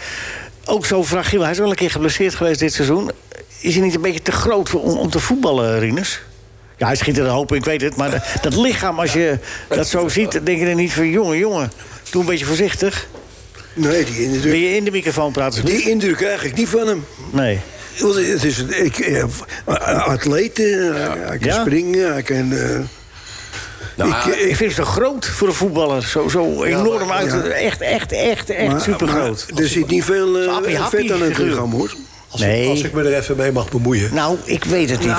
C: ook zo fragiel. Hij is wel een keer geblesseerd geweest dit seizoen. Is hij niet een beetje te groot voor- om, om te voetballen, eh, Rinus? Ja, hij schiet er een hoop in, ik weet het. Maar dat, dat lichaam, als je dat zo ziet, dan denk je er niet van... jongen, jongen, doe een beetje voorzichtig.
F: Nee, die
C: Wil
F: indruk,
C: je in de microfoon praten? alsjeblieft?
F: die indruk krijg ik niet van hem.
C: [LAUGHS] Nee.
F: Want Het is een ik, eh, atleet, eh, hij kan
C: Ja.
F: springen, hij kan... eh,
E: Nou,
F: ik, eh,
C: Ik vind het zo groot voor een voetballer. Zo, zo enorm uit.
F: ja.
C: Echt, echt, echt, echt
F: maar-
C: supergroot.
F: maar Er zit niet veel eh,
C: Zo'n happy, happy
F: vet aan het
C: figuur.
F: lichaam, hoor.
D: Als,
C: Nee.
D: ik, als ik me er even mee mag bemoeien. nou.
C: Nou, ik weet het niet.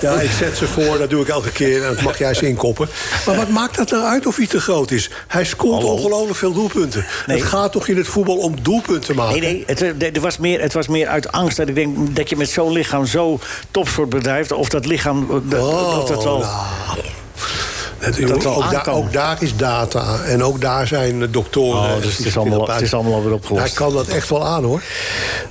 D: Ja, ik zet ze voor, dat doe ik elke keer. En dat mag jij eens inkoppen. Maar wat maakt dat nou uit of hij te groot is? Hij scoort ongelooflijk veel doelpunten. Het gaat toch in het voetbal om doelpunten maken?
C: Nee, nee, het, eh, de- er was meer, het was meer uit angst dat ik denk dat je met zo'n lichaam zo topsport bedrijft. Of dat lichaam. eh, dat-
D: Oh,
C: dat dat wel.
D: nou. Dat, jongen,
C: wel
D: ook, daar-
C: aankomen.
D: ook daar is data. En ook daar zijn eh, doktoren.
C: Oh,
D: en
C: dus het is
D: fysiotherapeuten.
C: allemaal- het is allemaal alweer opgelost.
D: Hij kan dat echt wel aan, hoor.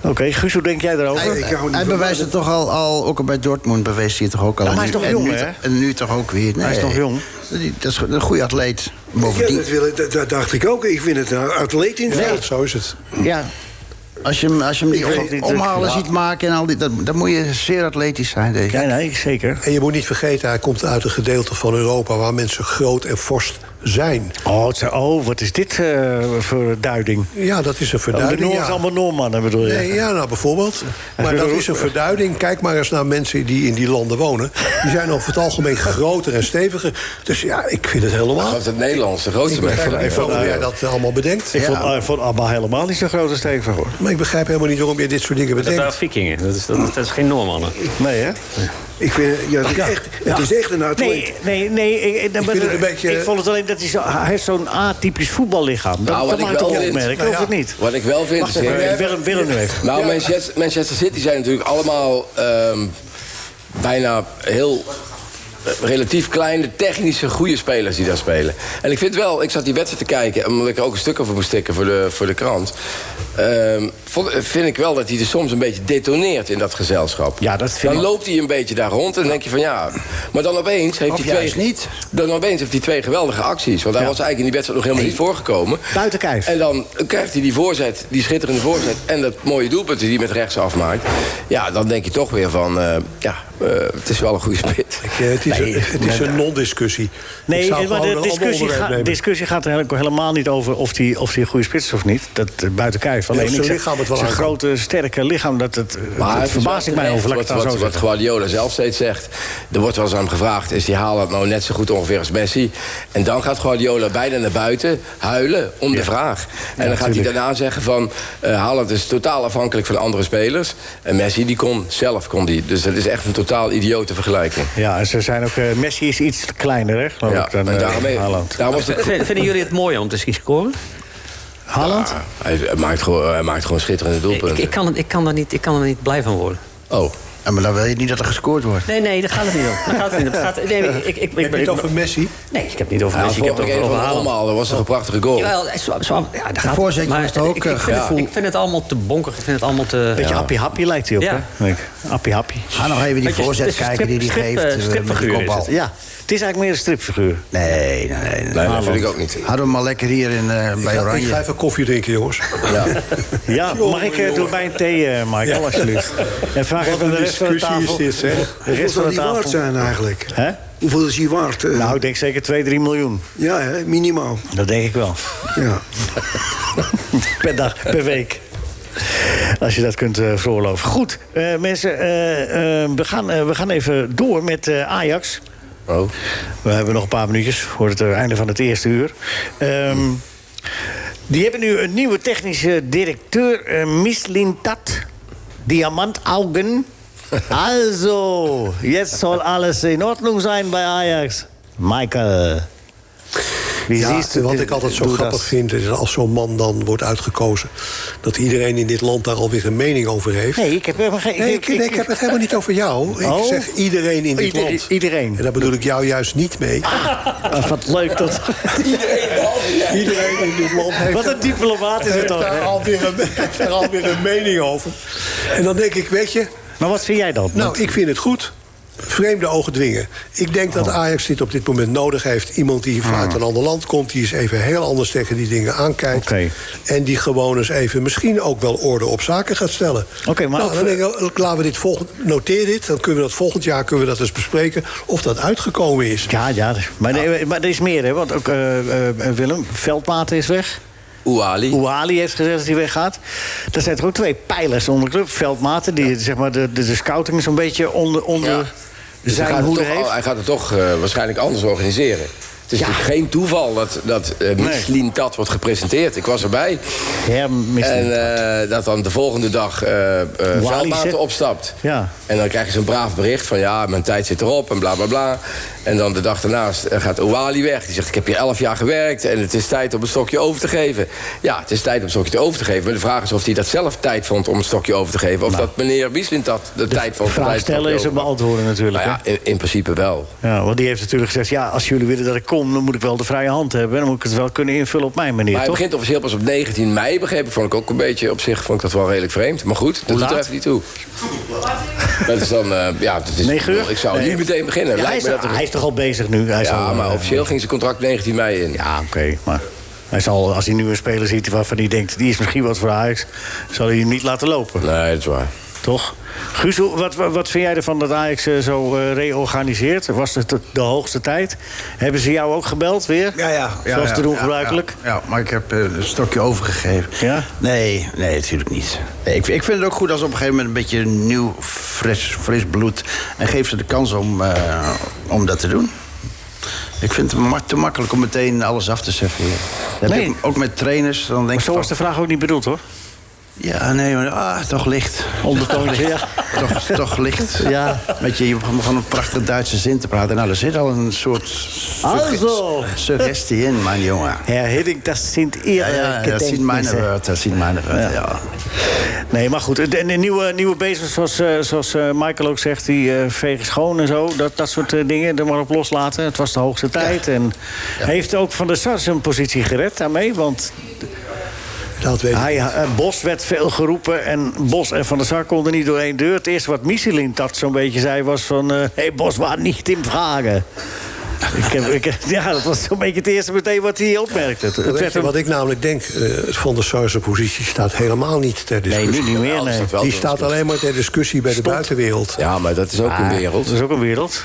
C: Oké, Guus, hoe denk jij daarover?
F: Ik hou niet
H: Hij
F: van-
H: bewijst het toch al, al, ook al bij Dortmund bewees hij het toch ook al.
C: Ja, maar
H: En
C: hij is
H: nu-
C: toch
H: en
C: jong,
H: nu-
C: hè?
H: En nu toch ook weer. Nee.
C: is toch jong?
H: Die- Dat is een goede atleet.
F: Ja, dat,
H: Bovendien,
F: wil ik- dat- dat dacht ik ook. Ik vind het een atleet in het veld.
D: Zo is het.
C: ja.
H: Als je hem, als je hem
C: Ik
H: die
C: weet
H: om-
C: niet, ik-
H: omhalen
C: ja.
H: ziet maken en al die... Dan, dan moet je zeer atletisch zijn, denk ik.
C: Ja, nee, zeker.
D: En je moet niet vergeten, hij komt uit een gedeelte van Europa... waar mensen groot en fors zijn.
C: Oh, het zijn- oh wat is dit eh, voor duiding? Oh,
D: Ja, dat is een
C: De
D: verduiding.
C: Noors
D: ja.
C: allemaal Noormannen, bedoel je?
D: Nee, ja, nou bijvoorbeeld. Maar dat is een verduiding. Kijk maar eens naar mensen die in die landen wonen. Die zijn over het algemeen groter en steviger. Dus ja, ik vind het
E: Ik
D: helemaal.
E: geloof dat Nederlands de grootste
D: Ik begrijp
E: merk
D: niet
E: van
D: waarom
E: de
D: jij
E: wereld.
D: dat allemaal bedenkt.
C: Ik
D: Ja.
C: vond, eh, vond Abba helemaal niet zo'n grote steek van, hoor.
D: Maar ik begrijp helemaal niet waarom je dit soort dingen
G: Dat waren
D: bedenkt.
G: vikingen. Dat is, dat, dat is geen Noormannen.
C: Nee, hè?
F: Ik vind, ja, het, is echt, het is echt een atleet.
C: Nee, nee, nee. Ik, ik,
D: vind het een beetje-
C: ik vond het alleen dat hij, zo, hij heeft zo'n atypisch voetballichaam. Dat,
E: Nou, wat
C: dat
E: ik
C: maakt
E: wel
C: het
E: vind-
C: opmerk,
D: nou
C: of
D: ja.
C: het niet?
E: Wat ik wel vind
C: Wacht
E: is-
C: even, eh, Willem, Willem nu even.
E: Nou, Manchester, Manchester City zijn natuurlijk allemaal ehm, bijna heel eh, relatief kleine, technische, goede spelers die daar spelen. En ik vind wel, ik zat die wedstrijd te kijken, omdat ik er ook een stuk over moest stikken voor de, voor de krant. ehm, vond- vind ik wel dat hij er soms een beetje detoneert in dat gezelschap.
C: Ja, dat vind
E: dan
C: ik-
E: loopt hij een beetje daar rond en dan denk je van ja. Maar dan opeens heeft
H: Of
E: hij twee.
H: juist niet.
E: Dan opeens heeft hij twee geweldige acties. Want hij was eigenlijk in die wedstrijd nog helemaal niet voorgekomen.
C: Buiten kijf.
E: En dan krijgt hij die voorzet, die schitterende voorzet... en dat mooie doelpunt die hij met rechts afmaakt. Ja, dan denk je toch weer van... eh, ja, eh, het is wel een goede spit.
D: Ja,
C: eh,
D: Eh, het is,
C: Nee,
D: het is een non-discussie. Ik
C: Nee,
D: zou
C: maar
D: gewoon een
C: de
D: ander
C: discussie,
D: onderwerp
C: ga-
D: nemen.
C: discussie gaat er eigenlijk helemaal niet over of hij of die een goede spits is of niet. Dat eh, buiten kijf. Alleen
D: of zijn
C: ik zeg,
D: lichaam het wel
C: zijn
D: aankan.
C: grote, sterke lichaam, dat het,
E: het
C: het
E: is wel
C: verbaast ik mij
E: terecht
C: over. Laat ik
E: Wat,
C: het dan
E: wat,
C: zo
E: wat
C: zeggen.
E: Guardiola zelf steeds zegt. Er wordt wel eens aan hem gevraagd. Is die Haaland nou net zo goed ongeveer als Messi? En dan gaat Guardiola bijna naar buiten huilen om de vraag. En dan gaat hij
C: tuurlijk.
E: daarna zeggen van... eh Haaland is totaal afhankelijk van andere spelers. En Messi die kon zelf. Kon die. Dus dat is echt een totaal idiote vergelijking.
C: Ja, en ze zijn ook. eh, Messi is iets kleiner, hè? Geloof
E: Ja,
C: ik, dan
E: en
C: eh,
E: daarmee,
C: Haaland.
E: daarom was het
G: V- Vinden jullie het mooi om te zien scoren?
C: Haaland?
E: Ja, hij, hij maakt gewoon, hij maakt gewoon schitterende
G: Ik,
E: doelpunten.
G: ik, kan, het- ik, kan er niet, ik kan er niet blij van worden.
E: Oh,
H: Ja, maar dan wil je niet dat er gescoord wordt.
G: Nee, nee, daar gaat het niet om. Daar gaat het niet om. Het gaat, nee, ik, ik, ik,
D: Heb je
G: ik-
D: het over Messi?
G: nee, ik heb het niet over
E: hij had
G: Messi, ik heb het
E: vorige keer
G: over,
E: van
G: over Haaland.
E: allemaal. Dat was toch een prachtige goal.
G: Jawel, eh, zo, zo, ja, daar
H: De
G: gaat
H: voorzetje
G: maar
H: was er ook,
G: ik,
H: eh,
G: ik, vind-
H: gevoel.
G: ik vind het allemaal te bonkig. Ik vind het allemaal te...
C: Beetje
E: Ja.
C: appie-happie lijkt hij op,
G: eh, Ja.
C: hè? Denk ik. Appie-happie.
H: Ga nog even die
G: Het is-
H: voorzet
G: het is een
H: kijken die
G: strip-
H: die
G: strip,
H: geeft.
G: eh,
H: eh, met die
G: stripfiguur is
H: kopbal.
G: het.
C: Ja, het is eigenlijk meer een stripfiguur.
H: Nee, nee, nee. nee.
E: Nee, dat vind ik ook niet.
H: Hadden we hem al lekker hier in, eh, bij
D: Ja, ik
H: Oranje.
D: ga even koffie drinken, jongens.
C: Ja, mag ik eh, door bij een thee, eh, Michael, alsjeblieft? En vraag
D: Wat
C: even
D: een
C: de rest van de
D: discussie
C: tafel.
D: is dit, hè?
C: De
F: Hoeveel
C: rest van
F: zou
C: de
F: die waard
C: tafel.
F: zijn eigenlijk?
C: Hè?
F: Hoeveel is die waard? Eh,
C: Nou, ik denk zeker 2, 3 miljoen.
F: ja, hè, minimaal.
C: Dat denk ik wel.
F: Ja.
C: [LAUGHS] per dag, per week. Als je dat kunt eh, veroorloven. Goed, eh, mensen, eh, eh, we, gaan, eh, we gaan even door met eh, Ajax.
E: Oh.
C: We hebben nog een paar minuutjes voor het eh, einde van het eerste uur. Ehm, die hebben nu een nieuwe technische directeur, eh, Mislintat
D: [LAUGHS]
C: Diamantaugen. Also, jetzt soll alles in Ordnung zijn bij Ajax. Michael. Wie
D: Ja,
C: siehst du
D: wat
C: denn-
D: ik altijd zo
C: du
D: grappig
C: das?
D: vind, is dat als zo'n man dan wordt uitgekozen... dat iedereen in dit land daar alweer een mening over heeft.
C: Nee, ik heb helemaal geen...
D: Nee, ik, nee, ik heb het helemaal niet over jou. Ik
C: Oh.
D: zeg iedereen in dit
C: Ieder-
D: land.
C: iedereen.
D: En daar bedoel ik jou juist niet mee.
C: [LAUGHS] Ah, wat leuk dat.
D: Iedereen in dit land heeft,
C: Wat een diplomaat is het
D: heeft
C: toch?
D: daar
C: hè?
D: alweer een, heeft daar alweer een mening over. En dan denk ik, weet je...
C: Maar wat vind jij dan?
D: Nou, ik vind het goed. Vreemde ogen dwingen. Ik denk
C: Oh.
D: dat Ajax dit op dit moment nodig heeft. Iemand die
C: Ah.
D: vanuit een ander land komt, die is even heel anders tegen die dingen aankijkt.
C: Oké.
D: En die gewoon eens even misschien ook wel orde op zaken gaat stellen.
C: Oké, maar-
D: nou, dan denk ik, laten we dit volgend, noteer dit. Dan kunnen we dat volgend jaar kunnen we dat eens bespreken of dat uitgekomen is. Eh,
C: Ja, ja. Maar, nee, maar er is meer, hè? Want ook eh, eh, Willem, Veldmaten is weg.
E: Ouali.
C: Ouali heeft gezegd dat hij weggaat. Er zijn toch ook twee pijlers onder de club. Veldmaten, die zeg maar de, de, de scouting zo'n beetje onder, onder
E: Ja. Dus hij,
C: zijn
E: gaat het
C: hoede
E: toch,
C: heeft.
E: al- hij gaat het toch eh, waarschijnlijk anders organiseren. Het is
C: Ja.
E: natuurlijk geen toeval dat, dat eh Michelin Tat wordt gepresenteerd. Ik was erbij.
C: Ja, misschien.
E: En eh, dat dan de volgende dag eh eh Veldmaten
C: zit-
E: opstapt.
C: Ja.
E: En dan krijg je zo'n braaf bericht van ja, mijn tijd zit erop en bla bla bla. En dan de dag daarnaast eh, gaat Ouali weg. Die zegt ik heb hier elf jaar gewerkt en het is tijd om het stokje over te geven. Ja, het is tijd om het stokje te over te geven. Maar de vraag is of hij dat zelf tijd vond om het stokje over te geven. Of dat meneer Wieslint dat de, tijd vond. om
C: Nou. vraag
E: het stokje
C: stellen is
E: over
C: het
E: te geven.
C: beantwoorden natuurlijk,
E: Nou ja, in, in principe wel.
C: Ja, want die heeft natuurlijk gezegd... ja, als jullie willen dat ik kom, dan moet ik wel de vrije hand hebben. Dan moet ik het wel kunnen invullen op mijn manier,
E: Maar hij
C: toch?
E: begint officieel pas op 19 mei, begreep ik. Vond ik ook een beetje op zich vond ik dat wel redelijk vreemd. Maar goed, dat doet er
C: laat?
E: even niet toe. Dat is dan, eh, ja, dat is,
C: Negen uur?
E: Ik zou
C: Nee.
E: niet meteen beginnen.
C: Ja, hij,
E: Lijkt
C: is,
E: me dat er-
C: hij is toch al bezig nu? Hij is
E: ja,
C: al,
E: maar
C: eh,
E: officieel ging zijn contract 19 mei in.
C: Ja, oké, maar... Hij zal, als hij nu een speler ziet waarvan hij denkt... die is misschien wat voor Ajax, zal hij hem niet laten lopen.
E: Nee, dat is waar.
C: Toch? Guus, hoe- wat, wat wat vind jij ervan dat Ajax eh, zo eh, reorganiseert? Was het de, de hoogste tijd? Hebben ze jou ook gebeld weer?
H: Ja, ja. ja
C: Zoals
H: ja,
C: te doen
H: ja,
C: gebruikelijk?
H: Ja, ja, maar ik heb eh, een stokje overgegeven.
C: Ja?
H: Nee, nee, natuurlijk niet. Nee, ik, ik vind het ook goed als op een gegeven moment een beetje nieuw, fris, fris bloed... en geef ze de kans om, eh, om dat te doen. Ik vind het ma- te makkelijk om meteen alles af te zetten. hier. Dat
C: Nee.
H: heb ik ook met trainers, dan denk
C: Maar
H: ik
C: zo
H: van-
C: was de vraag ook niet bedoeld, hoor.
H: Ja, nee, maar ah, toch licht.
C: Ondertoontje, ja.
H: [LAUGHS] Toch, toch licht.
C: Ja.
H: Met je, je begon gewoon een prachtig Duitse zin te praten. Nou, er zit al een soort
C: Also.
H: sugge- suggestie in, mijn jongen.
C: Ja, Hiddink, dat sind
H: Ja,
C: ihre
H: ja, dat ziet mijn
C: Gedenknisse.
H: woord, dat ziet mijn woord, ja.
C: Nee, maar goed. En de nieuwe, nieuwe bezels, zoals, eh, zoals eh, Michael ook zegt, die eh, vegen schoon en zo. Dat, dat soort eh, dingen er maar op loslaten. Het was de hoogste tijd. En heeft ook Van der Sar zijn positie gered daarmee. Want
D: Dat weet ik.
C: hij, eh, Bos werd veel geroepen. En Bos en Van der Sar konden niet door één deur. Het eerste wat Michelin dat zo'n beetje zei was van... eh, Hé, hey, Bos, waar niet in vragen. ik heb, ik, heb- [LAUGHS] ja, dat was zo'n beetje het eerste meteen wat hij opmerkte. Het
D: Weet
C: werd
D: je
C: hem-
D: wat ik namelijk denk, eh, Van der Sar zijn positie staat helemaal niet ter
C: Nee,
D: discussie.
C: nu niet meer,
E: Ja, dat
C: nee.
E: staat wel
D: Die
E: te
D: staat
E: discussiëren.
D: alleen maar ter discussie bij de buitenwereld.
E: Ja, maar dat is ook een wereld.
C: Dat is ook een wereld.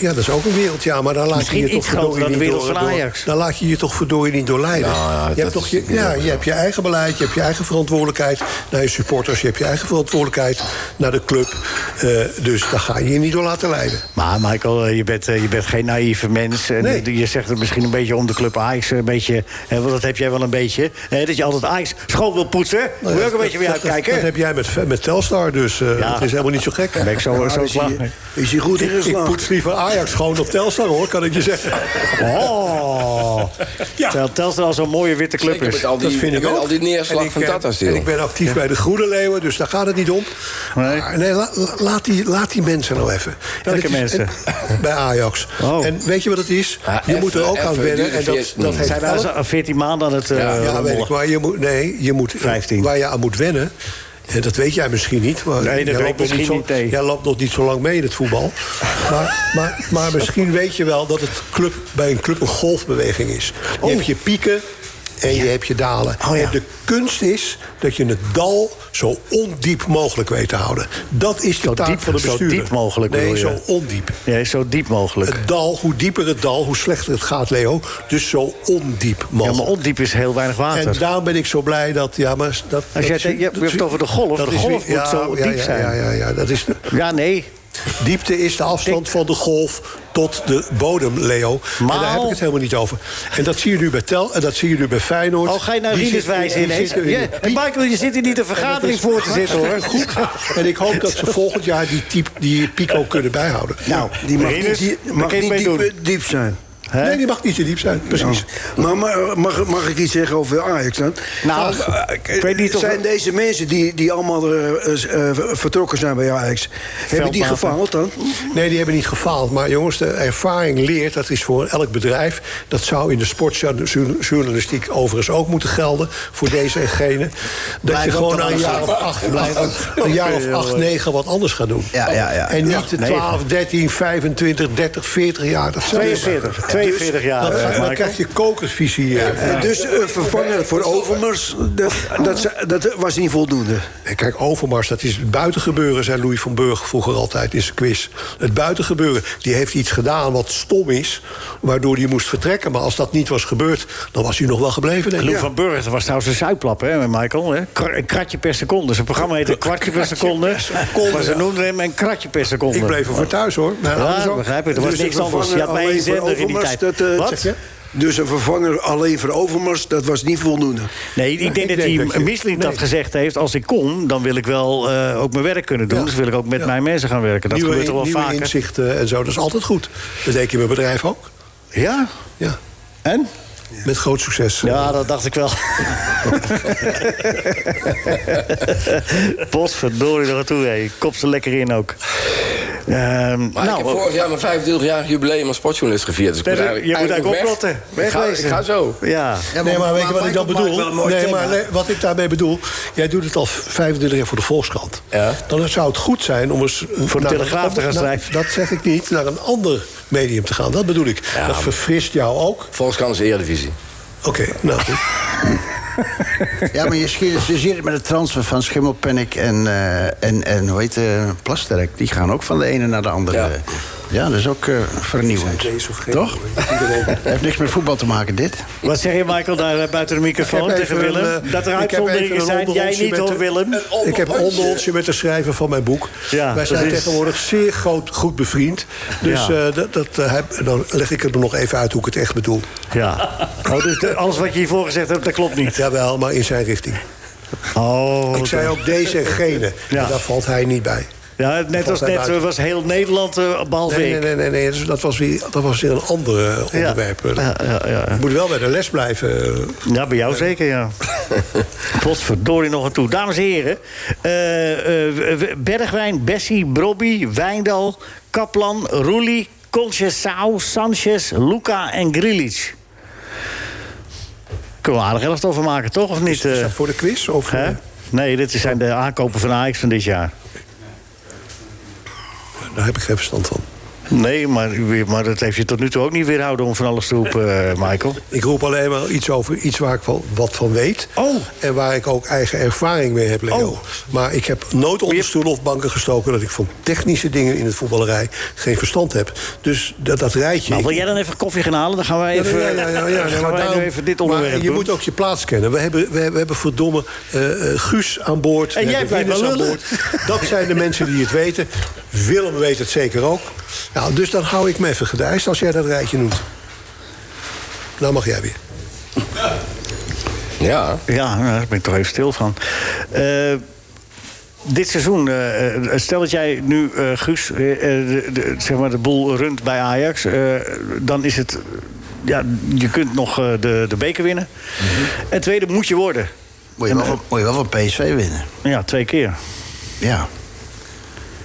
D: Ja, dat is ook een wereld, ja, maar daar laat
C: Misschien
D: je je toch
C: iets groter
D: verdorie
C: dan de
D: niet
C: wereld
D: door-
C: van
D: door-
C: Ajax.
D: Daar laat je je toch verdorie niet door leiden.
E: Nou ja,
D: je
E: dat
D: hebt toch
E: is
D: je,
E: niet
D: ja,
E: zo.
D: je hebt je eigen beleid, je hebt je eigen verantwoordelijkheid naar je supporters, je hebt je eigen verantwoordelijkheid naar de club. Eh, dus daar ga je je niet door laten leiden.
C: Maar Michael, eh, je bent, eh, je bent geen naïeve mens. En
D: Nee.
C: Je zegt het misschien een beetje om de club Ajax. Een beetje, hè, want dat heb jij wel een beetje. Hè, dat je altijd Ajax schoon wil poetsen. Moet je ook een beetje weer
D: Nou Dat- dat-
C: uitkijken.
D: Dat, heb jij met, met Telstar, dus eh,
C: Ja.
D: het is helemaal niet zo gek.
C: Dan ben ik zo, zo
F: is,
C: klaar.
F: hij, is hij goed
D: Ik, ik
F: ingeslaagd?
D: poets liever Ajax gewoon op Telstar, hoor, kan ik je zeggen.
C: Oh!
D: [LAUGHS] Ja.
C: Terwijl Telstra al zo'n mooie witte club
E: Zeker
C: is.
E: met al die,
D: dat vind ik
E: met
D: ook.
E: al die neerslag
D: En ik,
E: van
D: eh,
E: Tata's
D: En ik ben actief bij de Groene Leeuwen, dus daar gaat het niet om.
C: Nee.
D: Maar nee, la- la- laat, die, laat die mensen nou even. En
C: Welke
D: het is-
C: mensen?
D: en- [LAUGHS] bij Ajax.
C: Oh.
D: En weet je wat het is?
E: Ja,
D: je
E: even-
D: moet er ook aan
E: even
D: wennen.
E: die
D: En dat,
E: veertien.
D: dat heeft
C: Zijn wij
D: elk-
C: al 14 maanden aan het eh,
D: ja,
C: rommelen.
D: weet ik. Maar je moet, nee, je moet,
C: 15.
D: waar je aan moet wennen. En dat weet jij misschien niet. Maar
C: Nee,
D: jij
C: dat weet
D: loopt
C: ik
D: nog
C: misschien
D: zo,
C: niet, nee.
D: Jij loopt nog niet zo lang mee in het voetbal. maar, maar, maar misschien weet je wel dat het club, bij een club een golfbeweging is. Je
C: Oh.
D: hebt je pieken en je hebt je dalen. En de kunst is dat je het dal zo ondiep mogelijk weet te houden. Dat is de
C: Zo
D: taak
C: diep-
D: van de
C: zo
D: bestuurder.
C: diep mogelijk
D: Nee,
C: bedoel je?
D: zo ondiep.
C: Nee, zo diep mogelijk.
D: Het dal, hoe dieper het dal, hoe slechter het gaat, Leo. Dus zo ondiep
C: Ja,
D: mogelijk.
C: maar ondiep is heel weinig water.
D: En daarom ben ik zo blij dat... Ja, maar dat,
C: Als jij
D: dat-
C: denkt, je hebt- je hebt het over de golf.
D: dat
C: De
D: is
C: golf
D: weer-
C: moet zo diep
D: ja,
C: zijn.
D: Ja, ja, ja, dat is,
C: Ja, nee.
D: diepte is de afstand van de golf tot de bodem, Leo. En daar heb ik
C: Maal.
D: het helemaal niet over. En dat zie je nu bij Tel en dat zie je nu bij Feyenoord.
C: Oh, ga je nou
D: Die zitten-
C: riedeswijze
D: die
C: ineens?
D: zitten in
C: Ja,
D: de
C: en Michael, je zit hier niet een vergadering voor te zitten, hoor.
D: Goed. En ik hoop dat ze volgend jaar die, type, die pico kunnen bijhouden.
F: Nou, die mag niet,
C: Rinus,
F: die, Oh.
C: daar
F: mag
C: kun je
F: niet
C: het mee
F: diep,
C: doen.
F: diep zijn.
C: Hè?
D: Nee, die mag niet te diep zijn. Precies.
F: Maar, maar mag, mag ik iets zeggen over Ajax dan? eh,
C: Nou, ik weet niet of-
F: zijn deze mensen die, die allemaal eh, eh, eh, vertrokken zijn bij Ajax... hebben die
C: Veldmaten.
F: gefaald dan?
D: Nee, die hebben niet gefaald. Maar jongens, de ervaring leert, dat is voor elk bedrijf. Dat zou in de sportjournalistiek overigens ook moeten gelden. Voor deze en gene. Dat je
H: op
D: gewoon
H: de
D: na een jaar of
H: andere
D: acht, een jaar of acht, negen wat anders gaat doen.
H: Ja, ja, ja.
D: En niet de
C: negen.
D: 12, 13, 25, 30, 40 jaar. Dat zou-
C: 42, 42 jaar,
D: Dan,
F: Dus,
C: eh,
D: dan
C: Michael.
D: krijg je kokersvisie. eh.
F: En dus eh, vervangen voor Overmars, dat, dat, ze- dat was niet voldoende.
D: En Kijk, Overmars, dat is het buitengebeuren, zei Louis van Burg vroeger altijd in zijn quiz. Het buitengebeuren, die heeft iets gedaan wat stom is, waardoor hij moest vertrekken. Maar als dat niet was gebeurd, dan was hij nog wel gebleven. Denk ik.
C: Lou van Burg, dat was trouwens een zuiplap, hè, met Michael? Hè? Kra- een kratje per seconde. Zijn programma heette een kwartje per seconde. Maar ze noemden hem een kratje per seconde.
D: Ik bleef er voor thuis, hoor. Nou, Mijn ouders
C: Ja,
D: ook.
C: begrijp ik. Er was
F: Dus een
C: niks anders. Je
F: vervanger
C: had maar één
F: alleen voor
C: zender in die
F: Overmars,
C: tijd.
F: dat, eh, zeg
C: Wat?
F: je? Dus een vervanger alleen voor Overmars, dat was niet voldoende.
C: Nee, ik denk
D: ik
C: dat
D: denk
C: die
D: dat je-
C: Misselin dat
D: nee.
C: gezegd heeft. Als ik kom, dan wil ik wel eh, ook mijn werk kunnen doen.
D: Ja.
C: Dus wil ik ook met
D: Ja.
C: mijn mensen gaan werken. Dat
D: nieuwe
C: gebeurt er wel
D: nieuwe
C: vaker.
D: inzichten en zo, dat is altijd goed. Dat deed ik in mijn bedrijf ook.
C: Ja?
D: Ja,
C: En?
D: met groot succes.
C: Ja, dat dacht ik
D: [LAUGHS]
C: wel. [LAUGHS] Potverdorie, daar naartoe. hé. Kop ze lekker in ook. Ehm,
E: Maar ik heb vorig jaar mijn 25 jaar jubileum als sportjournalist gevierd. Dus ik
C: Nee,
E: moet
C: nee, je moet eigenlijk
E: weg.
C: oplotten.
E: Ik ga, ik
C: Wegwezen.
E: ga zo.
C: Ja.
D: nee, maar weet je wat ik
H: Michael
D: dan
H: maakt wel een
D: bedoel?
H: mooi
D: Nee,
H: thema.
D: maar nee, wat ik daarmee bedoel, jij doet het al 25 jaar voor de Volkskrant.
E: Ja.
D: Dan zou het goed zijn om eens...
C: Voor de
D: naar een
C: Telegraaf te gaan
D: ander-
C: schrijven.
D: naar- Dat zeg ik niet, naar een ander medium te gaan. Dat bedoel ik.
E: Ja,
D: dat
E: maar-
D: verfrist jou ook.
E: Volgens kan is de Eredivisie.
D: Oké, nou goed.
H: Ja, maar je schi- je ziet het met de transfer van Schimmelpennik en, eh, en, en hoe heet eh Plasterk. Die gaan ook van de ene naar de andere. Ja, dat is ook eh, vernieuwend. Toch? [LAUGHS] heeft niks met voetbal te maken, dit.
C: Wat zeg je, Michael, daar eh, buiten de microfoon
D: Ik heb
C: tegen
D: even
C: Willem?
D: een, eh,
C: dat er
D: ik heb even
C: uitzonderingen
D: een
C: zijn. Jij
D: onderhondje
C: niet
D: met
C: hoor,
D: de-
C: Willem.
D: Ik heb onderhondje met de schrijver van mijn boek.
C: Ja,
D: Wij zijn
C: dat is-
D: tegenwoordig zeer groot, goed bevriend. Dus
C: Ja.
D: eh, dat, dat, eh, heb- dan leg ik er nog even uit hoe ik het echt bedoel.
C: Ja. Oh, dus de- alles wat je hiervoor gezegd hebt, dat klopt niet.
D: Jawel, maar in zijn richting.
C: Oh,
D: ik zei ook deze en gene.
C: Ja.
D: En daar valt hij niet bij.
C: ja, net als
D: Valt hij
C: net eh,
D: buiten.
C: was heel Nederland, eh, behalve
D: Nee, nee,
C: ik.
D: nee, nee, nee, dus Dat, was weer, dat was weer een ander eh,
C: Ja.
D: onderwerp.
C: Ja, ja, ja, ja.
D: Je moet wel bij de les blijven. eh.
C: Ja, bij jou zeker,
D: [LAUGHS]
C: ja. Potverdorie nog aan toe. Dames en heren, eh, eh, Bergwijn, Bessie, Brobby, Wijndal, Kaplan, Roelie, Conchessau, Sanchez, Luca en Grilic. Kunnen we aardig elftal van maken, toch? Of niet?
D: Is
C: eh?
D: dat voor de quiz? Of, eh?
C: hè? Nee, dit zijn de aankopen van Ajax van dit jaar.
D: Daar heb ik geen verstand van.
C: Nee, maar, maar dat heeft je tot nu toe ook niet weerhouden om van alles te roepen, eh, Michael.
D: Ik roep alleen maar iets over iets waar ik wel wat van weet.
C: Oh.
D: En waar ik ook eigen ervaring mee heb, Leo.
C: Oh.
D: Maar ik heb nooit onder stoelen of banken gestoken... dat ik van technische dingen in het voetballerij geen verstand heb. Dus dat, dat rijtje...
C: Nou,
D: ik-
C: wil jij dan even koffie gaan halen? Dan gaan wij even,
D: Ja, ja, ja, ja,
C: [LAUGHS]
D: ja,
C: gaan
D: maar
C: wij
D: daarom-
C: nu even dit
D: maar
C: onderwerp
D: Je
C: doen.
D: moet ook je plaats kennen. We hebben, we, hebben- we hebben verdomme eh, eh, Guus aan boord.
C: En
D: we
C: jij
D: hebben
C: blijft
D: Rinus
C: maar
D: Dat zijn de mensen die het weten. Willem weet het zeker ook. Nou, dus dan hou ik me even gedijst als jij dat rijtje noemt. Nou mag jij weer.
E: Ja.
C: Ja, nou, daar ben ik toch even stil van. Eh, dit seizoen, eh, eh, stel dat jij nu eh, Guus, eh, eh, de, de- zeg maar de boel runt bij Ajax, eh, dan is het. Ja, je kunt nog eh, de, de beker winnen.
D: Mhm.
C: En tweede moet je worden. eh,
H: Moet je, wel, van- moet je wel van PSV winnen.
C: Ja, twee keer.
H: Ja.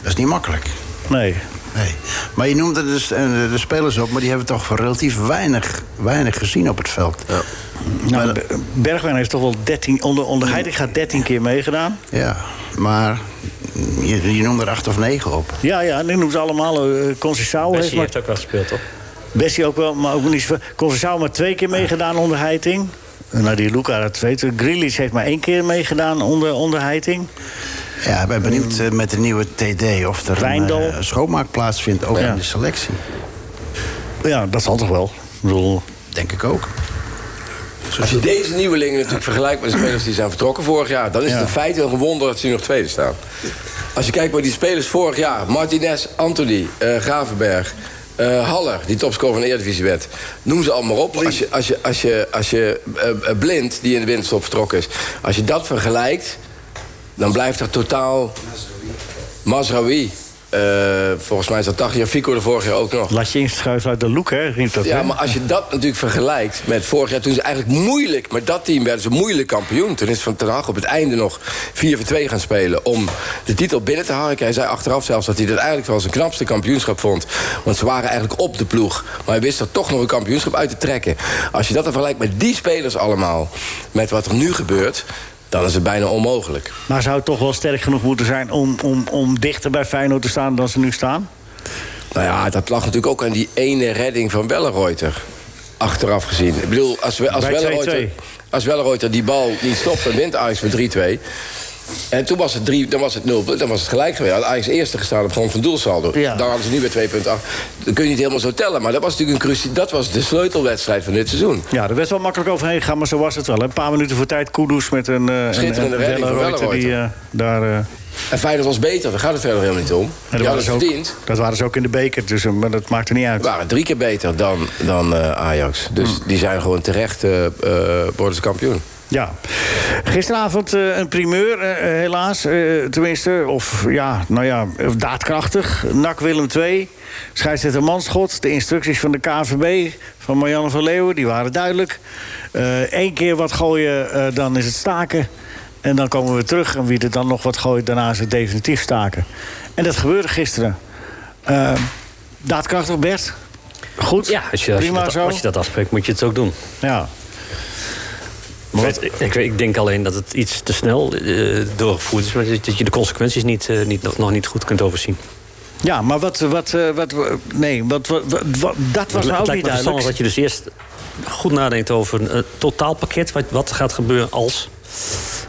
H: Dat is niet makkelijk.
C: Nee.
H: Nee. Maar je noemde dus, eh, de, de spelers op, maar die hebben toch relatief weinig, weinig gezien op het veld. Ja.
C: Nou, Be- Bergwijn heeft toch wel 13, onder, onder Heidig gaat 13 keer meegedaan.
H: Maar je, je noemde er acht of negen op.
C: Ja, ja, en nu noemen ze allemaal. eh Concessao heeft
G: Messi
C: maar
G: heeft ook wel gespeeld, toch?
C: Bessie ook wel, maar ook niet zoveel. Concessao maar twee keer meegedaan onder Heiting. Nou, die Luca, dat weet ik. Grealish heeft maar één keer meegedaan onder, onder Heiting.
H: Ja, ik ben benieuwd eh, met de nieuwe TD of er een
C: Mm. Wijndal.
H: eh, schoonmaak plaatsvindt, ook
C: Ja.
H: in de selectie.
C: Ja, dat zal toch wel. Ik bedoel,
H: Denk ik ook.
E: Als je deze nieuwelingen natuurlijk vergelijkt met de spelers die zijn vertrokken vorig jaar, dan is
C: Ja.
E: het een feit en een wonder dat ze hier nog tweede staan. Als je kijkt bij die spelers vorig jaar, Martinez, Anthony, eh, Gravenberg, eh, Haller, die topscorer van de Eredivisie werd. Noem ze allemaal op. Als je, als je, als je, als je eh, eh, blind, die in de winterstop vertrokken is, als je dat vergelijkt, dan blijft er totaal Masraoui. eh, volgens mij is dat Tagliafico er vorig jaar ook nog.
C: laat je inschuiven uit de Luca, hè? Niet dat,
E: Ja,
C: hè?
E: maar als je dat natuurlijk vergelijkt met vorig jaar... toen ze eigenlijk moeilijk, met dat team werden ze moeilijk kampioen. Toen is Van Ten Hag op het einde nog 4 voor 2 gaan spelen... om de titel binnen te harken. Hij zei achteraf zelfs dat hij dat eigenlijk wel zijn knapste kampioenschap vond. Want ze waren eigenlijk op de ploeg. Maar hij wist er toch nog een kampioenschap uit te trekken. Als je dat dan vergelijkt met die spelers allemaal... met wat er nu gebeurt, dan is het bijna onmogelijk.
C: Maar zou het toch wel sterk genoeg moeten zijn om, om, om dichter bij Feyenoord te staan dan ze nu staan?
E: Nou ja, dat lag natuurlijk ook aan die ene redding van Wellenreuter. Achteraf gezien. Ik bedoel, als, we, als,
C: Bij
E: Wellenreuter,
C: 2-2.
E: als Wellenreuter die bal niet stopt, dan wint Ajax met 3-2. En toen was het, drie, dan was het 0, dan was het gelijk geweest. Had Ajax eerste gestaan op grond van doelsaldo.
C: Ja.
E: Dan hadden ze nu weer 2,8. Dan kun je niet helemaal zo tellen. Maar dat was natuurlijk een cruci- dat was de sleutelwedstrijd van dit seizoen.
C: Ja, er werd wel makkelijk overheen gegaan, maar zo was het wel. hè. Een paar minuten voor tijd, Kudus met een... eh, een-
E: Schitterende
C: een
E: redding van
C: Wellenreuter Die eh, daar... eh,
E: En Feyenoord was beter, daar gaat het verder helemaal niet om.
C: en
E: Die
C: dat,
E: hadden
C: waren ze
E: het
C: ook,
E: verdiend.
C: dat waren ze ook in de beker, dus, eh, maar dat maakt er niet uit.
E: We waren drie keer beter dan, dan eh, Ajax. Dus
C: Hmm.
E: die zijn gewoon terecht eh eh, worden ze kampioen.
C: Ja. Gisteravond eh, een primeur, eh, eh, helaas. eh, tenminste, of ja, nou ja, eh, daadkrachtig. NAC Willem II, scheidsrechter Manschot. De instructies van de KNVB, van Marianne van Leeuwen, die waren duidelijk. Eén keer wat gooien, eh, dan is het staken. En dan komen we terug. En wie er dan nog wat gooit, daarna is het definitief staken. En dat gebeurde gisteren. Eh, daadkrachtig, Bert. Goed,
G: Ja, als je, als, je
C: prima
G: dat,
C: zo.
G: als je dat afspreekt, moet je het ook doen.
C: Ja.
G: Ik, weet- ik, weet- ik denk alleen dat het iets te snel eh, doorgevoerd is... maar dat je de consequenties niet, eh, niet, nog niet goed kunt overzien.
C: Ja, maar wat. wat, eh, wat nee, wat, wat, wat- wat- dat was
G: Het
C: nou
G: lijkt
C: ook
G: me
C: niet
G: verstandig
C: duidelijk.
G: dat je dus eerst goed nadenkt over een eh, totaalpakket. Wat, wat gaat gebeuren als.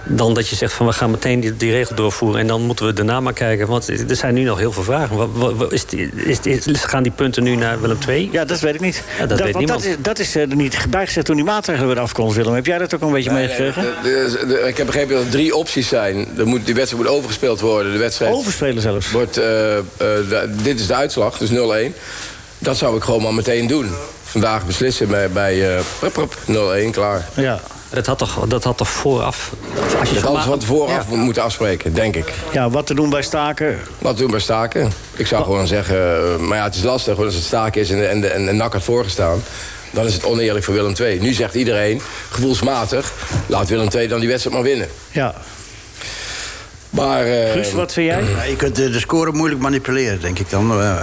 G: Dan dat je zegt van we gaan meteen die, die regel doorvoeren. En dan moeten we daarna maar kijken. Want er zijn nu nog heel veel vragen. Wat, wat- wat- is, die- is, is, gaan die punten nu naar Willem II?
C: Ja, dat weet ik niet.
G: Ja, dat weet
C: want
G: niemand.
C: dat is, dat is eh, er niet bijgezet toen die maatregelen weer afkomt, Willem. Heb jij dat ook een beetje meegekregen?
E: Nee, de- de- de- ik heb begrepen dat er drie opties zijn. Er moet, die wedstrijd moet overgespeeld worden. De wedstrijd
C: Overspelen zelfs.
E: wordt, eh, eh, de- dit is de uitslag, dus 0-1. Dat zou ik gewoon maar meteen doen. Vandaag beslissen bij, bij eh, prop, prop, 0-1, klaar.
C: Ja.
G: Dat had toch, dat had toch vooraf. Als je
E: Dat hadden ze van tevoren af
G: Ja.
E: moeten afspreken, denk ik.
C: ja, wat te doen bij staken.
E: Wat doen bij staken? Ik zou gewoon zeggen, eh, maar ja, het is lastig. Want als het staken is en, de- en, de- en, en NAC had voorgestaan... dan is het oneerlijk voor Willem II. Nu zegt iedereen, gevoelsmatig... laat Willem II dan die wedstrijd maar winnen.
C: Ja.
E: Maar... eh,
C: Guus, wat vind jij?
H: Ja, je kunt de, de score moeilijk manipuleren, denk ik dan. Eh,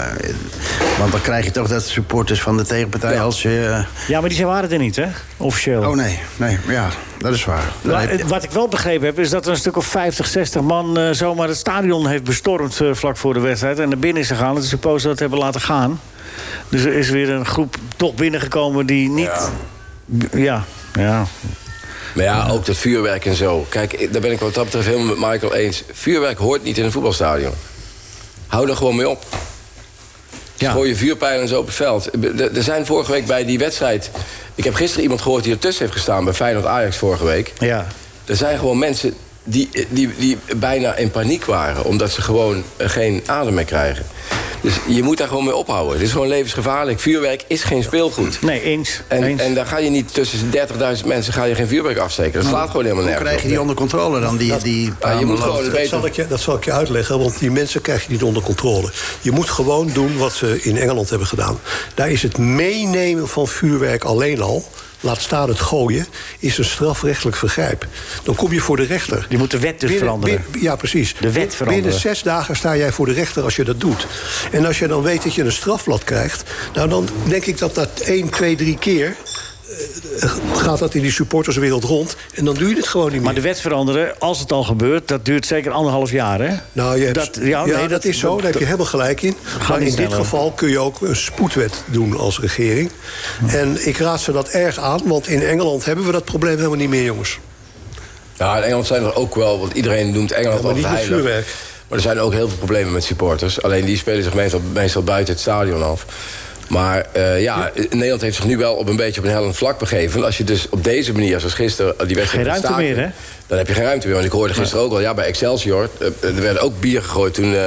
H: Want dan krijg je toch dat supporters van de tegenpartij als je... eh,
C: Ja, maar die zijn waren er niet, hè? Officieel.
H: Oh nee, nee, ja, dat is waar. Dan
C: Maar,
H: heb-
C: eh, wat ik wel begrepen heb, is dat er een stuk of 50, 60 man eh, zomaar het stadion heeft bestormd eh, vlak voor de wedstrijd. En naar binnen is gegaan. Dat is suppose dat hebben laten gaan. Dus er is weer een groep toch binnengekomen die niet. B- Ja, ja.
E: Maar ja, ook dat vuurwerk en zo. Kijk, ik- daar ben ik wat dat betreft helemaal met Michael eens. Vuurwerk hoort niet in een voetbalstadion. Hou er gewoon mee op. Gooi je vuurpijlen en zo op het veld. Er er zijn vorige week bij die wedstrijd... Ik heb gisteren iemand gehoord die ertussen heeft gestaan... bij Feyenoord-Ajax vorige week.
C: ja.
E: Er zijn gewoon mensen die, die, die bijna in paniek waren... omdat ze gewoon eh, geen adem meer krijgen. Dus je moet daar gewoon mee ophouden. Het is gewoon levensgevaarlijk. Vuurwerk is geen speelgoed.
C: Nee, eens.
E: En,
C: eens.
E: en daar ga je niet tussen 30.000 mensen ga je geen vuurwerk afsteken. Dat slaat gewoon helemaal
H: Hoe
E: nergens
H: krijg je die
E: op.
H: onder controle dan? Die, die
E: Ah, je moet gewoon het
D: Dat zal,
E: weten.
D: ik je, dat zal ik je uitleggen, want die mensen krijg je niet onder controle. Je moet gewoon doen wat ze in Engeland hebben gedaan. Daar is het meenemen van vuurwerk alleen al, laat staan het gooien, is een strafrechtelijk vergrijp. Dan kom je voor de rechter.
C: Je moet de wet dus veranderen.
D: binnen- ja, precies.
C: De wet veranderen.
D: Binnen zes dagen sta jij voor de rechter als je dat doet. En als je dan weet dat je een strafblad krijgt, nou dan denk ik dat dat één, twee, drie keer eh, gaat dat in die supporterswereld rond. En dan doe je het gewoon niet meer.
C: Maar de wet veranderen, als het al gebeurt, dat duurt zeker anderhalf jaar, hè?
D: Nou, je hebt-
C: Dat- ja,
D: ja,
C: nee,
D: dat,
C: dat-
D: is zo, daar heb je helemaal gelijk in. Maar
C: niet
D: in dit
C: sneller.
D: geval kun je ook een spoedwet doen als regering.
C: Hm.
D: En ik raad ze dat erg aan, want in Engeland hebben we dat probleem helemaal niet meer, jongens.
E: Ja, in Engeland zijn er ook wel, want iedereen noemt Engeland
D: Ja,
E: altijd
D: maar niet met
E: heilig.
D: vuurwerk.
E: Maar er zijn ook heel veel problemen met supporters. Alleen die spelen zich meestal, meestal buiten het stadion af. Maar eh, ja, Nederland heeft zich nu wel op een beetje op een hellend vlak begeven. Want als je dus op deze manier, zoals gisteren, die wedstrijd
C: Geen
E: gaat
C: ruimte
E: staken,
C: meer, hè?
E: Dan heb je geen ruimte meer. Want ik hoorde gisteren ook al, ja, bij Excelsior... eh, er werden ook bier gegooid toen, eh,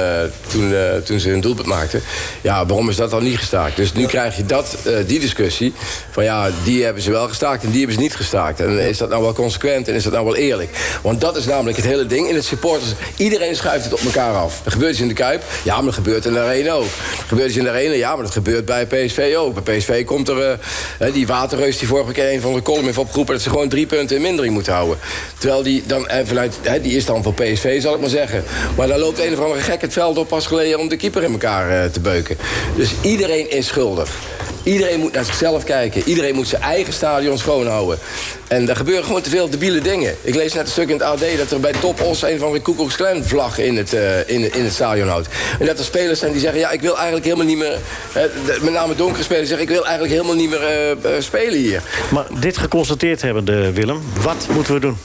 E: toen, eh, toen ze hun doelpunt maakten. Ja, waarom is dat dan niet gestaakt? Dus nu krijg je dat, eh, die discussie van ja, die hebben ze wel gestaakt... en die hebben ze niet gestaakt. En is dat nou wel consequent en is dat nou wel eerlijk? Want dat is namelijk het hele ding in het supporters. Iedereen schuift het op elkaar af. Er gebeurt iets in de Kuip, ja, maar dat gebeurt in de Arena ook. Er gebeurt iets in de Arena, ja, maar dat gebeurt bij PSV ook. Bij PSV komt er eh, hè, die waterreus die vorige keer een van de column heeft opgeroepen... dat ze gewoon drie punten in mindering moeten houden. Terwijl die dan eh, vanuit, hè, die is dan voor PSV, zal ik maar zeggen. Maar daar loopt een of andere gek het veld op pas geleden... om de keeper in elkaar eh, te beuken. Dus iedereen is schuldig. Iedereen moet naar zichzelf kijken. Iedereen moet zijn eigen stadion schoonhouden. En daar gebeuren gewoon te veel debiele dingen. Ik lees net een stuk in het AD dat er bij Top Os... een van de Koekoeks vlag in het, eh, in, in het stadion houdt. En dat er spelers zijn die zeggen... ja, ik wil eigenlijk helemaal niet meer... eh, de- met name donkere spelers zeggen... ik wil eigenlijk helemaal niet meer eh, eh, spelen hier.
C: Maar dit geconstateerd hebbende, Willem, wat moeten we doen?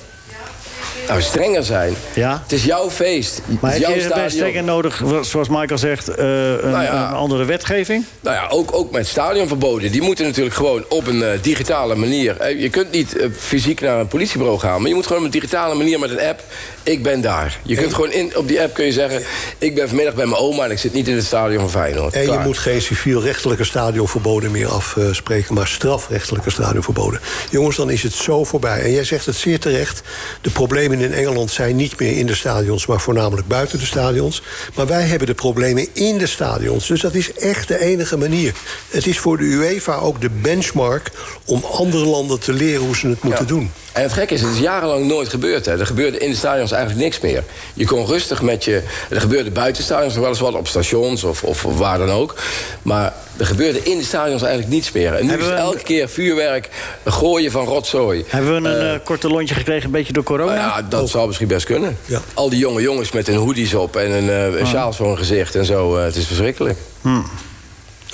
E: Nou, strenger zijn.
C: Ja?
E: Het is jouw feest.
C: Maar
E: het
C: heb
E: is jouw
C: je bij strekken nodig, zoals Michael zegt, eh, een,
E: Nou ja.
C: een andere wetgeving?
E: Nou ja, ook, ook met stadionverboden. Die moeten natuurlijk gewoon op een eh, digitale manier. Eh, je kunt niet eh, fysiek naar een politiebureau gaan, maar je moet gewoon op een digitale manier met een app. Ik ben daar. Je kunt gewoon in, op die app kun je zeggen: ik ben vanmiddag bij mijn oma en ik zit niet in het stadion van Feyenoord.
D: En je
E: Klaar.
D: moet geen civielrechtelijke stadionverboden meer afspreken, maar strafrechtelijke stadionverboden. Jongens, dan is het zo voorbij. En jij zegt het zeer terecht. De problemen in Engeland zijn niet meer in de stadions, maar voornamelijk buiten de stadions. Maar wij hebben de problemen in de stadions. Dus dat is echt de enige manier. Het is voor de UEFA ook de benchmark om andere landen te leren hoe ze het moeten
E: Ja.
D: doen.
E: En het gekke is, het is jarenlang nooit gebeurd. Hè. Er gebeurde in de stadions eigenlijk niks meer. Je kon rustig met je... Er gebeurde buiten stadions nog wel eens wat, op stations of, of waar dan ook. Maar Er gebeurde in de stadions eigenlijk niets meer. En nu
C: Hebben
E: is het
C: we een-
E: elke keer vuurwerk, gooien van rotzooi.
C: Hebben we een eh, korte lontje gekregen, een beetje door corona?
E: Nou ja, dat zou misschien best kunnen.
D: Ja.
E: Al die jonge jongens met hun hoodies op en een eh, sjaals voor hun gezicht en zo. eh, het is verschrikkelijk.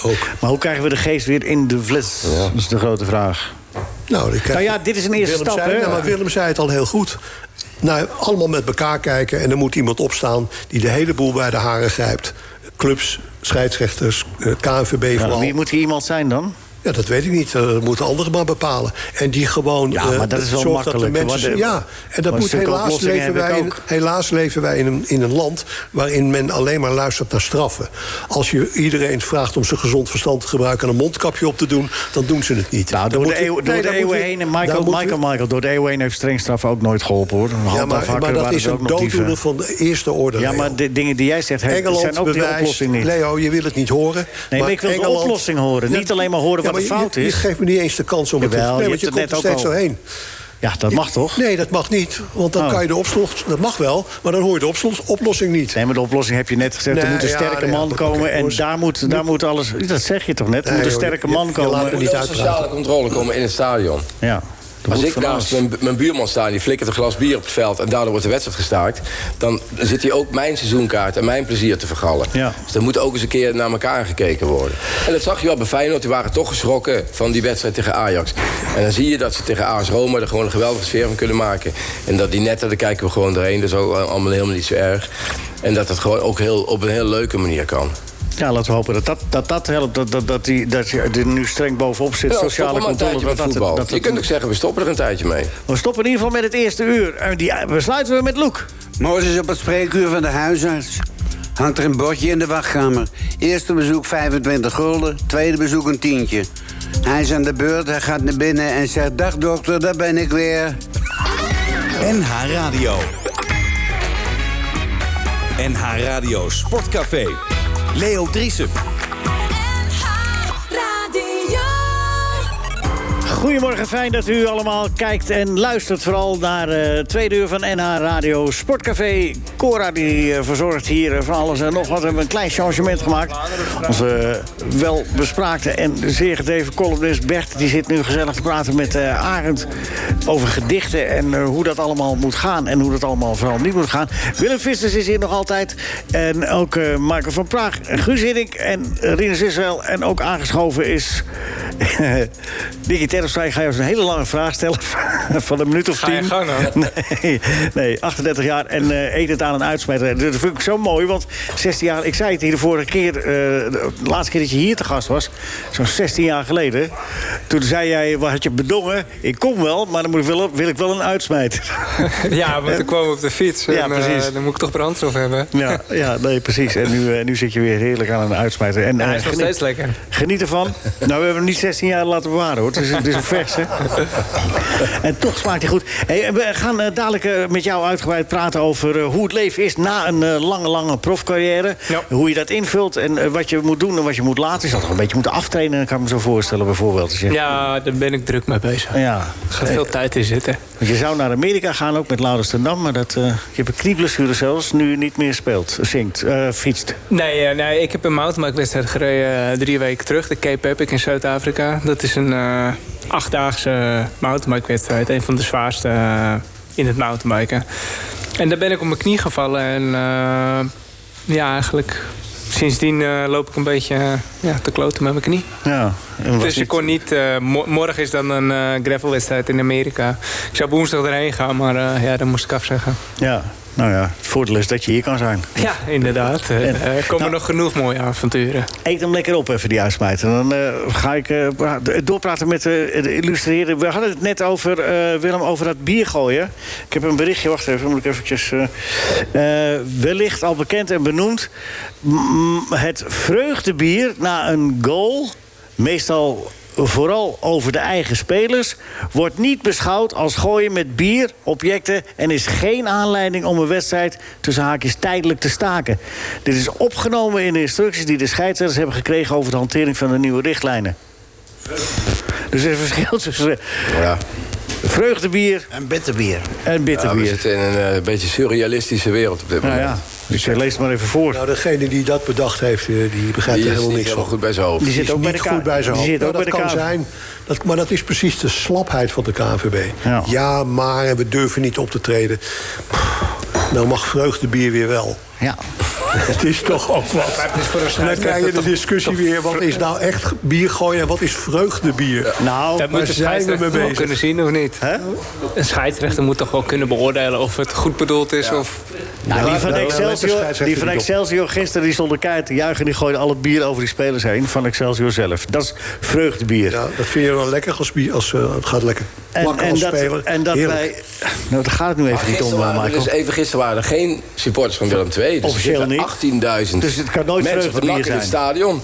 D: Ook.
C: Hmm. Maar hoe krijgen we de geest weer in de fles? Dat is de grote vraag.
D: Nou, ik
C: Nou ja, dit is een eerste
D: Willem
C: stap,
D: zei,
C: hè?
D: ja, maar Willem zei het al heel goed. Nou, allemaal met elkaar kijken en er moet iemand opstaan... die de hele boel bij de haren grijpt. Clubs, scheidsrechters, eh, KNVB
C: Nou,
D: vooral.
C: wie moet hier iemand zijn dan?
D: Ja, dat weet ik niet. Eh, Dat moeten anderen maar bepalen. En die gewoon
C: Ja,
D: eh,
C: maar dat is wel
D: zorgt
C: makkelijk,
D: Dat
C: hè,
D: de mensen,
C: want, eh,
D: ja, en dat
C: maar
D: moet
C: zulke
D: helaas
C: oplossingen
D: leven,
C: heb ik
D: wij in,
C: ook.
D: helaas leven wij in een, in een land... waarin men alleen maar luistert naar straffen. Als je iedereen vraagt om zijn gezond verstand te gebruiken... en een mondkapje op te doen, dan doen ze het niet.
C: Nou,
D: Dan
C: door de,
D: moeten-
C: eeuw,
D: nee,
C: door
D: dan
C: de
D: moeten
C: eeuwen
D: we-
C: heen, en
D: dan
C: Michael,
D: moeten we-
C: Michael, Michael, door de eeuwen heen heeft strengstraf ook nooit geholpen hoor. Een hand
D: Ja, maar, maar
C: afhakken
D: dat
C: waren
D: is
C: er
D: een
C: ook nog dieven.
D: dooddoener van de eerste orde.
C: Ja,
D: Leo.
C: maar de dingen die jij zegt, hè, zijn
D: Engeland
C: ook de
D: bewijst,
C: oplossing niet.
D: Leo, je wil het niet horen.
C: maar ik wil de oplossing horen, niet alleen maar horen wat
D: maar
C: de
D: je-
C: fout
D: je,
C: is.
D: Je geeft me niet eens de kans om het
C: Jawel, je
D: te
C: hebt
D: want je komt
C: het net
D: er steeds
C: ook
D: zo
C: al.
D: heen.
C: Ja, dat mag toch?
D: Nee, dat mag niet. Want dan
C: Oh.
D: kan je de oplossing... Dat mag wel, maar dan hoor je de opslo- oplossing niet.
C: Nee, maar de oplossing heb je net gezegd. er
D: Nee,
C: moet een
D: ja,
C: sterke
D: nee, ja,
C: man
D: goed,
C: komen.
D: oké,
C: en
D: jongens.
C: daar moet, daar moet alles. Dat zeg je toch net? Er
D: Nee,
C: moet een
D: joh,
C: sterke
D: je-
C: man
D: je
C: komen.
D: laat me
E: Er
D: niet
E: moet ook
D: uitpraten.
E: sociale controle komen in het stadion.
C: Ja. Er
E: Als
C: moet
E: ik
C: van
E: naast
C: alles.
E: mijn, mijn buurman sta en die flikkert een glas bier op het veld... en daardoor wordt de wedstrijd gestaakt... dan zit hij ook mijn seizoenkaart en mijn plezier te vergallen.
C: Ja.
E: Dus er moet ook eens een keer naar elkaar gekeken worden. En dat zag je wel bij Feyenoord. Die waren toch geschrokken van die wedstrijd tegen Ajax. En dan zie je dat ze tegen AS Roma er gewoon een geweldige sfeer van kunnen maken. En dat die netten, daar kijken we gewoon doorheen. Dat is ook allemaal helemaal niet zo erg. En dat het gewoon ook heel, op een heel leuke manier kan.
C: Ja, laten we hopen dat dat, dat, dat helpt. Dat, dat, dat, die, dat je er nu streng bovenop zit.
E: Ja, stop
C: sociale
E: maar een
C: controle.
E: tijdje
C: Dat,
E: met
C: dat,
E: voetbal.
C: dat-
E: je kunt ook zeggen, we stoppen er een tijdje mee.
C: We stoppen in ieder geval met het eerste uur. En die besluiten we met Loek.
J: Mozes op het spreekuur van de huisarts. Hangt er een bordje in de wachtkamer. Eerste bezoek 25 gulden, tweede bezoek een tientje. Hij is aan de beurt, hij gaat naar binnen en zegt... Dag dokter, daar ben ik weer.
B: NH Radio. NH Radio Sportcafé. Leo Driessen.
I: Radio.
C: Goedemorgen, fijn dat u allemaal kijkt en luistert vooral naar eh tweede uur van NH Radio Sportcafé. Cora die eh, verzorgt hier eh, van alles en nog wat. We hebben een klein changement gemaakt. Onze eh, welbespraakte en zeer gedreven columnist Bert... die zit nu gezellig te praten met eh, Arend over gedichten... en eh, hoe dat allemaal moet gaan en hoe dat allemaal vooral niet moet gaan. Willem Vissers is hier nog altijd. En ook eh Marco van Praag, Guus Hiddink en Rinus Israël. En ook aangeschoven is... [LAUGHS] Dickie Terpstra, ik ga je eens een hele lange vraag stellen... [LAUGHS] van een minuut of tien. [LAUGHS] Nee, nee, 38 jaar en eh, eet het aan een uitsmijter. Dat vind ik zo mooi, want 16 jaar... Ik zei het hier de vorige keer, eh, de laatste keer dat je hier te gast was... zo'n 16 jaar geleden. Toen zei jij, wat had je bedongen? Ik kom wel, maar dan moet ik wel, wil ik wel een
K: [LAUGHS]
C: uitsmijter.
K: Ja, want ik kwam op de fiets.
C: Ja,
K: en, eh,
C: precies.
K: dan moet ik toch brandstof hebben.
C: Ja, ja nee, precies. En nu, eh, nu zit je weer heerlijk aan een uitsmijter. En,
K: hij
C: eh,
K: is nog
C: geniet-
K: steeds lekker.
C: Geniet ervan. Nou, we hebben hem niet 16 jaar laten bewaren, hoor. Het is, het is een verse. En toch smaakt hij goed. Hey, we gaan eh, dadelijk eh, met jou uitgebreid praten over eh, hoe het leven is... na een eh, lange, lange profcarrière.
K: Ja.
C: Hoe je dat invult en eh, wat je moet doen en wat je moet laten. Je zal toch een beetje moeten aftrainen, kan ik me zo voorstellen, bijvoorbeeld. Dus je-
K: Ja, daar ben ik druk mee bezig. Er
C: ja. Eh,
K: gaat veel tijd in zitten.
C: Want je zou naar Amerika gaan, ook met Laurens ten Dam... maar dat, eh, je hebt een knieblessure zelfs, nu niet meer speelt, zingt, eh, fietst.
K: Nee, eh, nee, ik heb een mountainbike-wedstrijd gereden eh, drie weken terug. De Cape Epic in Zuid-Afrika. Dat is een eh, achtdaagse mountainbike-wedstrijd. Een van de zwaarste eh, in het mountainbiken. En daar ben ik op mijn knie gevallen. En eh, ja, eigenlijk sindsdien eh, loop ik een beetje eh, ja, te kloten met mijn knie.
C: Ja, en was
K: Dus ik
C: niet-
K: kon niet. eh, mo- morgen is dan een eh, gravelwedstrijd in Amerika. Ik zou op woensdag erheen gaan, maar eh, ja, dat moest ik afzeggen.
C: Ja, nou ja, het voordeel is dat je hier kan zijn.
K: Ja, inderdaad. Eh,
C: En-
K: eh, er komen
C: nou-
K: nog genoeg mooie avonturen.
C: Eet hem lekker op, even die uitsmijter. Dan eh, ga ik eh, pra- doorpraten met eh, de illustreren. We hadden het net over, eh, Willem, over dat bier gooien. Ik heb een berichtje, wacht even, moet ik eventjes... eh, eh, wellicht al bekend en benoemd. Mm, het vreugdebier na een goal, meestal vooral over de eigen spelers... wordt niet beschouwd als gooien met bier, objecten... en is geen aanleiding om een wedstrijd tussen haakjes tijdelijk te staken. Dit is opgenomen in de instructies die de scheidsrechters hebben gekregen... over de hantering van de nieuwe richtlijnen. Dus er is verschil tussen...
E: Ja.
C: Vreugdebier.
H: En bitterbier.
C: En
E: Ja, we
C: bitterbier.
E: zitten in een eh, beetje surrealistische wereld op dit
C: Nou
E: moment.
C: ja, dus jij leest het maar even voor.
D: Nou, degene die dat bedacht heeft, eh, die begrijpt
E: Die
D: er
E: is
D: helemaal
E: niet
D: niks van.
E: helemaal goed bij zijn hoofd.
C: Die zit
D: is
C: ook bij
D: niet
C: de K-
D: goed bij zijn
C: die
D: hoofd.
C: zit
D: Nou,
C: ook
D: dat
C: bij de
D: kan
C: K-
D: zijn. Dat, maar dat is precies de slapheid van de KNVB.
C: Ja.
D: Ja, maar en we durven niet op te treden. Pff, Nou mag vreugdebier weer wel.
C: Ja.
D: Het is toch ook wat. En dan krijg je de discussie weer. Wat is nou echt bier gooien en wat is vreugdebier?
C: Nou,
K: Dat moet de
D: zijn we
K: scheidsrechter
D: mee
K: wel
D: bezig?
K: kunnen zien, of niet? Een scheidsrechter moet toch wel kunnen beoordelen of het goed bedoeld is of...
C: Nou, die
D: daar-
C: van
D: daar let de
C: Excelsior,
D: scheidsrechter
C: die van
D: niet op.
C: Excelsior gisteren die stond keihard te juichen... die gooide al het bier over die spelers heen van Excelsior zelf. Dat is vreugdebier.
D: Ja, dat vind je wel lekker als bier. Als, eh, het gaat lekker
C: en,
D: plakken
C: en
D: als
C: dat,
D: speler.
C: en dat
D: Heerlijk.
C: wij... Nou, daar gaat het nu even niet om, eh,
E: Gisteren waren er
C: Michael.
E: dus even gisteren waren er geen supporters van Willem II. Dus er
C: Officieel
E: zitten
C: niet.
E: 18.000
C: Dus het kan nooit
E: mensen van
C: vreugdebier
E: NAC in het
C: zijn.
E: stadion.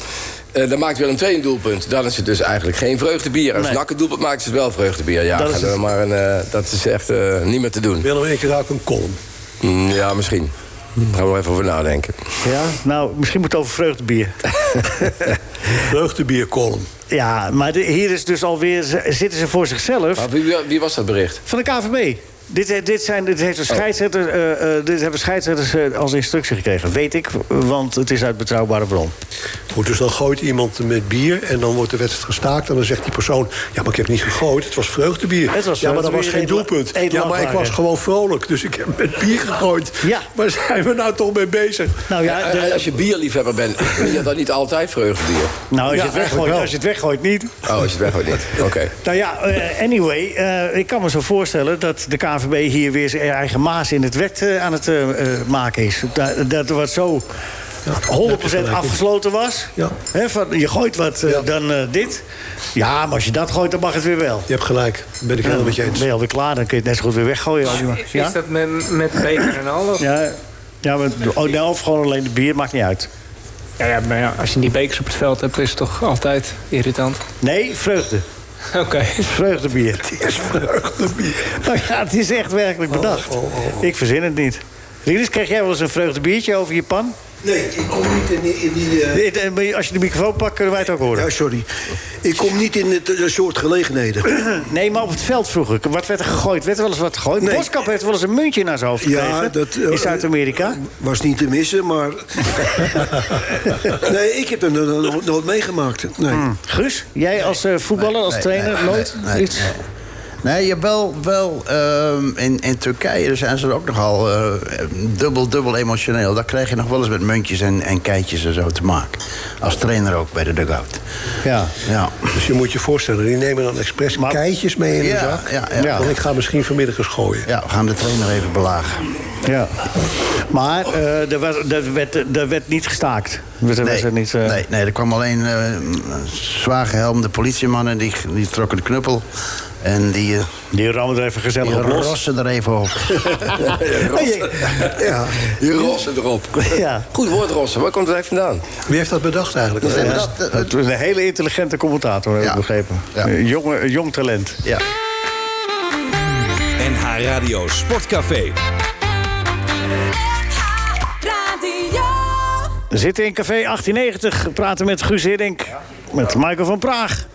E: Eh, dan maakt Willem II een doelpunt. Dan is het dus eigenlijk geen vreugdebier. Als
C: Nee.
E: NAC een doelpunt maakt, is het wel vreugdebier. Ja,
C: Dat
E: dat
C: is
E: is,
C: het.
E: maar een, eh, dat is echt eh, niet meer te doen.
D: Willem, ik raak een kolom.
E: Mm, ja, misschien. Daar gaan we nog even over nadenken.
C: Ja? Nou, misschien moet het over
D: [LAUGHS]
C: vreugdebier.
D: Vreugdebierkolom.
C: Ja, maar de- hier is dus alweer, ze- zitten ze voor zichzelf.
E: Maar wie, wie was dat bericht?
C: Van de KVB. Dit, eh, dit, zijn, dit, heeft de scheidsrechter, eh, eh, dit hebben scheidsrechters eh, als instructie gekregen. Weet ik, want het is uit betrouwbare bron.
D: Goed, dus dan gooit iemand met bier en dan wordt de wedstrijd gestaakt. En dan zegt die persoon, ja, maar ik heb niet gegooid, het was vreugdebier.
C: Het was
D: ja, maar dat was geen
C: vreugdebier, eet-
D: doelpunt.
C: eet
D: ja, maar ik
C: lachwagen.
D: was gewoon vrolijk, dus ik heb met bier gegooid.
C: Ja.
D: Waar zijn we nou toch mee bezig?
C: Nou ja,
E: En-
C: de-
E: en als je bierliefhebber bent, [LAUGHS] is dat dan niet altijd vreugdebier?
C: nou, als,
D: Ja,
C: je het weggooit,
D: eigenlijk wel.
C: als je het weggooit, niet.
E: Oh, als je het weggooit niet. Oké.
C: Nou ja, eh, anyway, eh, ik kan me zo voorstellen dat de KVB hier weer zijn eigen maas in het wet eh, aan het eh, eh, maken is. Dat, dat wat zo 100% afgesloten was.
D: Ja.
C: Hè, van, je gooit wat, eh,
D: Ja.
C: dan eh, dit. Ja, maar als je dat gooit, dan mag het weer wel.
D: Je hebt gelijk, dat ben ik helemaal met je
C: ben
D: eens.
C: je alweer klaar, dan kun je het net zo goed weer weggooien. Als je maar-
K: Is
C: ja?
K: dat met, met beker en al? Of? Ja.
C: Ja, ja maar, oh, nou, of gewoon alleen de bier, maakt niet uit.
K: Ja, maar ja, als je die bekers op het veld hebt, is het toch altijd irritant.
C: Nee, vreugde.
K: Oké. [LAUGHS]
C: Vreugdebier. Het is vreugdebier. Nou ja, het is echt werkelijk
K: Oh,
C: bedacht. Ik verzin het niet. Rinus, krijg jij wel eens een vreugdebiertje over je pan?
F: Nee, ik kom niet in die... In die eh,
C: Dit, eh, maar Als je de microfoon pakt, kunnen wij het ook
F: Ja,
C: horen.
F: sorry. Ik kom niet in het eh, soort gelegenheden.
C: [CLEARS THROAT] Nee, maar op het veld vroeger. Wat werd er gegooid? Werd er wel eens wat gegooid?
F: Nee.
C: Boskamp heeft wel eens een muntje naar zijn hoofd
F: Ja,
C: gekregen.
F: dat, eh,
C: in Zuid-Amerika.
F: Was niet te missen, maar...
C: [LAUGHS]
F: nee, ik heb hem nog- nog nooit meegemaakt. Nee.
C: Hmm. Guus, jij als eh, voetballer, als
H: Nee,
C: trainer,
H: nee,
C: nooit
H: nee, nee,
C: iets?
H: nee. Nee, je wel, wel ehm, in, in Turkije daar zijn ze er ook nogal eh, dubbel, dubbel emotioneel. Daar krijg je nog wel eens met muntjes en, en keitjes en zo te maken. Als trainer ook bij de dugout.
C: Ja.
H: Ja.
D: Dus je moet je voorstellen, die nemen dan expres
C: Maar-
D: keitjes mee in de
H: Ja,
D: zak.
H: ja, ja.
D: Want ik ga misschien vanmiddag eens gooien.
H: ja, we gaan de trainer even belagen.
C: ja. Maar eh, er, was, er, werd, er werd niet gestaakt. Er werd- er was er niet, eh,
H: nee, nee, er kwam alleen eh zwaar gehelmde politiemannen. Die, die trokken de knuppel. En die, eh,
C: Die rammen er even gezellig
H: die
C: op los.
H: rossen er even op.
D: Ja.
E: [LAUGHS] Je rossen erop.
C: Ja.
E: Goed woord rossen. Waar komt het eigenlijk vandaan?
D: Wie heeft dat bedacht eigenlijk?
H: Nee, maar
D: Ja.
H: dat- dat-
C: Het was een hele intelligente commentator, heb ik
H: Ja.
C: begrepen.
H: Ja.
C: Een jonge, een jong talent.
H: ja.
B: NH Radio Sportcafé.
I: Radio.
C: We zitten in café 1890, we praten met Guus Hiddink, met Michael van Praag...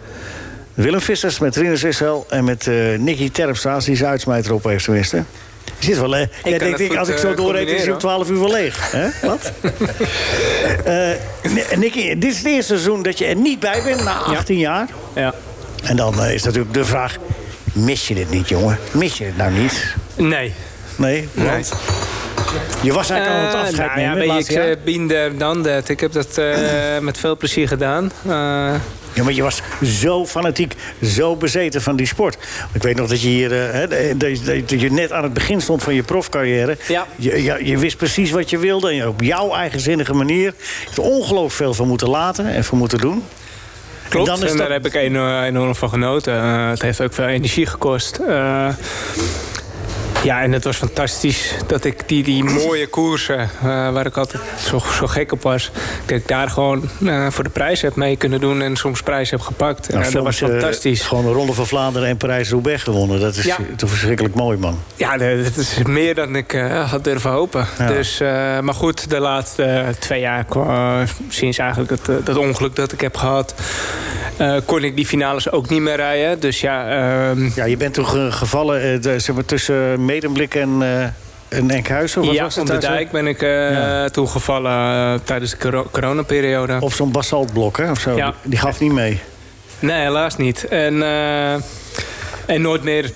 C: Willem Vissers met Rinus Israël en met eh Nicky Terpstra, die zijn uitsmijter op heeft tenminste. Je Zit wel, hè? Jij
K: het
C: denkt, ik,
K: goed,
C: als ik
K: eh,
C: zo doorreed, is hij
K: combineren.
C: om 12 uur wel leeg. hè?
K: [LAUGHS]
C: Wat? Eh, N- Nicky, dit is het eerste seizoen dat je er niet bij bent, na 18 jaar.
K: Ja.
C: En dan eh, is natuurlijk de vraag, mis je dit niet, jongen? Mis je het nou niet?
K: Nee.
C: Nee, want je was
K: Eh,
C: eigenlijk al aan het afscheid
K: nou ja,
C: nemen.
K: weet
C: het
K: je,
C: laatste
K: ik,
C: jaar.
K: eh, been there, done that. Ik heb dat
C: [CLEARS THROAT]
K: eh, met veel plezier gedaan. Eh,
C: Ja, maar je was zo fanatiek, zo bezeten van die sport. Ik weet nog dat je hier, eh, hè, de- de- de- dat je net aan het begin stond van je profcarrière.
K: Ja.
C: Je, ja, je wist precies wat je wilde en je- op jouw eigenzinnige manier. Je hebt er ongelooflijk veel van moeten laten en van moeten doen.
K: klopt,
C: En dan is
K: en daar
C: dat-
K: heb ik eno- enorm van genoten. Eh, het heeft ook veel energie gekost. Eh, ja, en het was fantastisch dat ik die, die mooie koersen... eh, waar ik altijd zo, zo gek op was... dat ik daar gewoon eh, voor de prijs heb mee kunnen doen... en soms prijs heb gepakt.
C: Nou,
K: Eh, dat was
C: soms, eh,
K: fantastisch.
C: gewoon de Ronde van Vlaanderen en Parijs-Roubaix gewonnen. Dat is
K: Ja.
C: toch verschrikkelijk mooi, man.
K: Ja, de- dat is meer dan ik eh, had durven hopen.
C: Ja.
K: Dus, eh, maar goed, eh, de laatste twee jaar, kwa- sinds eigenlijk het, eh, dat ongeluk dat ik heb gehad... eh, kon ik die finales ook niet meer rijden. Dus ja, ehm,
C: Ja, je bent toch eh, gevallen eh, de- zeg maar, tussen Medemblik en, eh, en Enkhuizen? Of wat
K: ja,
C: was het
K: om de
C: daar zo?
K: dijk ben ik eh toegevallen eh, tijdens de coro- coronaperiode.
C: Of zo'n basaltblok, hè? Of zo.
K: Ja.
C: Die gaf niet mee.
K: Nee, helaas niet. En, eh, en nooit meer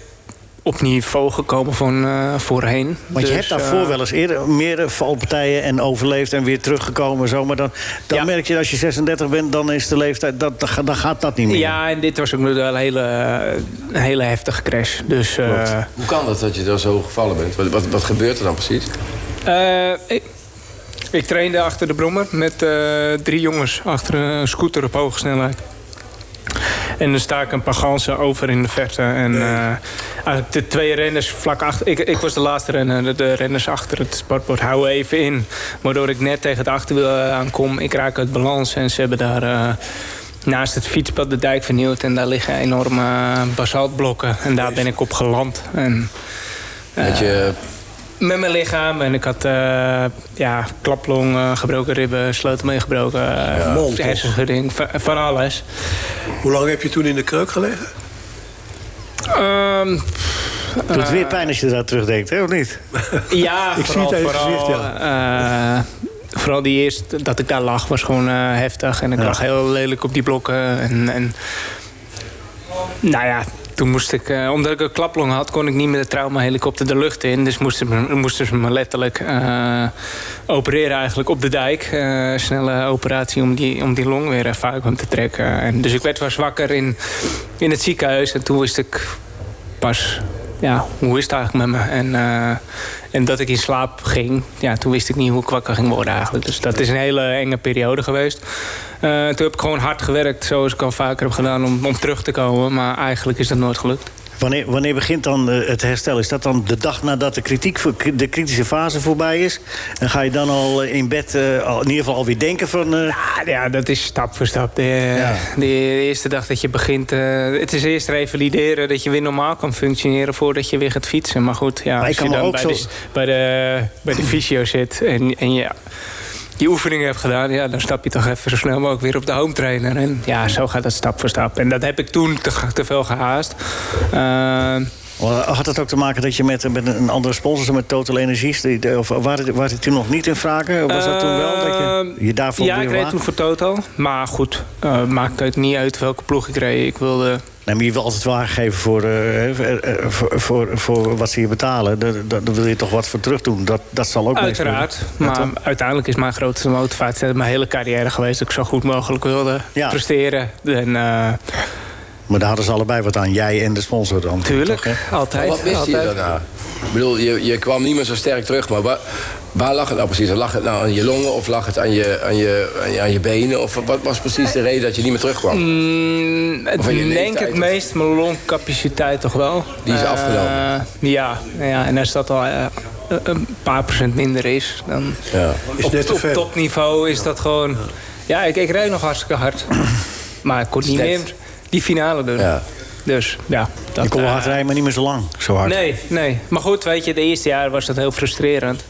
K: op niveau gekomen van eh, voorheen. eh,
C: Want je
K: Dus,
C: hebt daarvoor wel eens eerder meerdere valpartijen en overleefd en weer teruggekomen. en Zo. Maar dan, dan merk je dat als je 36 bent, dan is de leeftijd, dat, dan ga- dan gaat dat niet meer.
K: Ja, en dit was ook nog wel een hele, eh, een hele heftige crash. Dus, eh,
E: Hoe kan dat dat je daar zo gevallen bent? Wat, wat, wat gebeurt er dan precies?
K: eh, ik, ik trainde achter de brommer met eh, drie jongens achter een scooter op hoge snelheid. En dan sta ik een paar ganzen over in de verte. En eh, eigenlijk de twee renners vlak achter. Ik, ik was de laatste renner. De, de renners achter het sportbord houden even in. Waardoor ik net tegen het achterwiel eh, aankom. Ik raak uit balans. En ze hebben daar eh, naast het fietspad de dijk vernieuwd. En daar liggen enorme eh, basaltblokken. En daar ben ik op geland. En, eh,
E: Met je-
K: met mijn lichaam. En ik had eh, ja, klaplong, eh, gebroken ribben, sleutelbeen gebroken. eh,
D: Mond, toch?
K: hersenschudding, van, van alles.
D: Hoe lang heb je toen in de kreuk gelegen?
K: Ehm,
C: Het doet
K: eh,
C: weer pijn als je daar terugdenkt, hè, of niet?
K: Ja,
C: [LAUGHS] Ik
K: vooral,
C: zie het aan je
K: vooral,
C: gezicht,
K: eh, vooral die eerste, dat ik daar lag, was gewoon eh, heftig. En ik
C: Ja.
K: lag heel lelijk op die blokken. En, en, nou ja, toen moest ik, eh, omdat ik een klaplong had, kon ik niet met de traumahelikopter de lucht in. Dus moesten, ze me- moesten ze me letterlijk eh, opereren eigenlijk op de dijk. Eh, snelle operatie om die, om die long weer eh, vacuüm te trekken. En dus ik werd wel zwakker in, in het ziekenhuis. En toen wist ik pas ja, hoe is het eigenlijk met me? En, eh, en dat ik in slaap ging, ja, toen wist ik niet hoe ik wakker ging worden eigenlijk. Dus dat is een hele enge periode geweest. Eh, toen heb ik gewoon hard gewerkt, zoals ik al vaker heb gedaan, om, om terug te komen. Maar eigenlijk is dat nooit gelukt.
C: Wanneer, wanneer begint dan eh, het herstel? Is dat dan de dag nadat de, kritiek, voor- de kritische fase voorbij is? En ga je dan al eh, in bed eh, al- in ieder geval alweer denken van... eh,
K: Nou, Ja, dat is stap voor stap. De, de eerste dag dat je begint... eh, het is eerst revalideren dat je weer normaal kan functioneren... voordat je weer gaat fietsen. Maar goed, ja,
C: Maar ik
K: als je
C: kan me
K: dan
C: ook
K: bij,
C: zo-
K: de, s- bij, de, bij de fysio zit en, en je die oefeningen hebt gedaan... Ja, dan stap je toch even zo snel mogelijk weer op de home trainer. En ja, zo gaat dat stap voor stap. En dat heb ik toen te, te veel gehaast. Eh,
C: oh, Had dat ook te maken dat je met, met een andere sponsor, zo met Total Energies... Die, de- of waren, die- waren die toen nog niet in vragen? Was dat toen wel dat je, je daarvoor
K: Ehm, ja,
C: weer
K: ik reed
C: wa-
K: toen voor Total. Maar goed, eh maakt het niet uit welke ploeg ik reed. Ik wilde...
C: Nee, maar je wil altijd waargeven voor, eh, eh, eh, voor, voor, voor wat ze je betalen. Daar, daar- daar wil je toch wat voor terug doen. Dat, dat zal ook meespelen.
K: Uiteraard.
C: Ja,
K: Maar
C: toch?
K: uiteindelijk is mijn grootste motivatie mijn hele carrière geweest. Dat ik zo goed mogelijk wilde presteren. En, eh,
C: Maar daar hadden ze allebei wat aan. Jij en de sponsor dan.
K: Tuurlijk, altijd.
E: Wat miste je
K: altijd.
E: daarna? Ik bedoel, je, je kwam niet meer zo sterk terug, maar waar, waar lag het nou precies? Lag het nou aan je longen of lag het aan je, aan je, aan je, aan je benen? Of wat was precies de reden dat je niet meer terugkwam?
K: Mm, het
E: Of aan je
K: denk
E: leeftijd,
K: het meest mijn longcapaciteit toch wel.
E: Die is
K: Eh,
E: afgenomen.
K: Ja, ja, en als dat al eh, een paar procent minder is, dan
E: Ja.
D: Is
K: op,
D: net te
K: op
D: veel.
K: topniveau is dat gewoon... Ja, ik, ik rijd nog hartstikke hard. Maar ik kon niet
E: net.
K: meer die finale doen.
E: Ja.
K: Dus ja. Dat,
C: je kon wel
K: eh,
C: hard rijden, maar niet meer zo lang. Zo hard.
K: Nee, nee. Maar goed, weet je, de eerste jaar was dat heel frustrerend.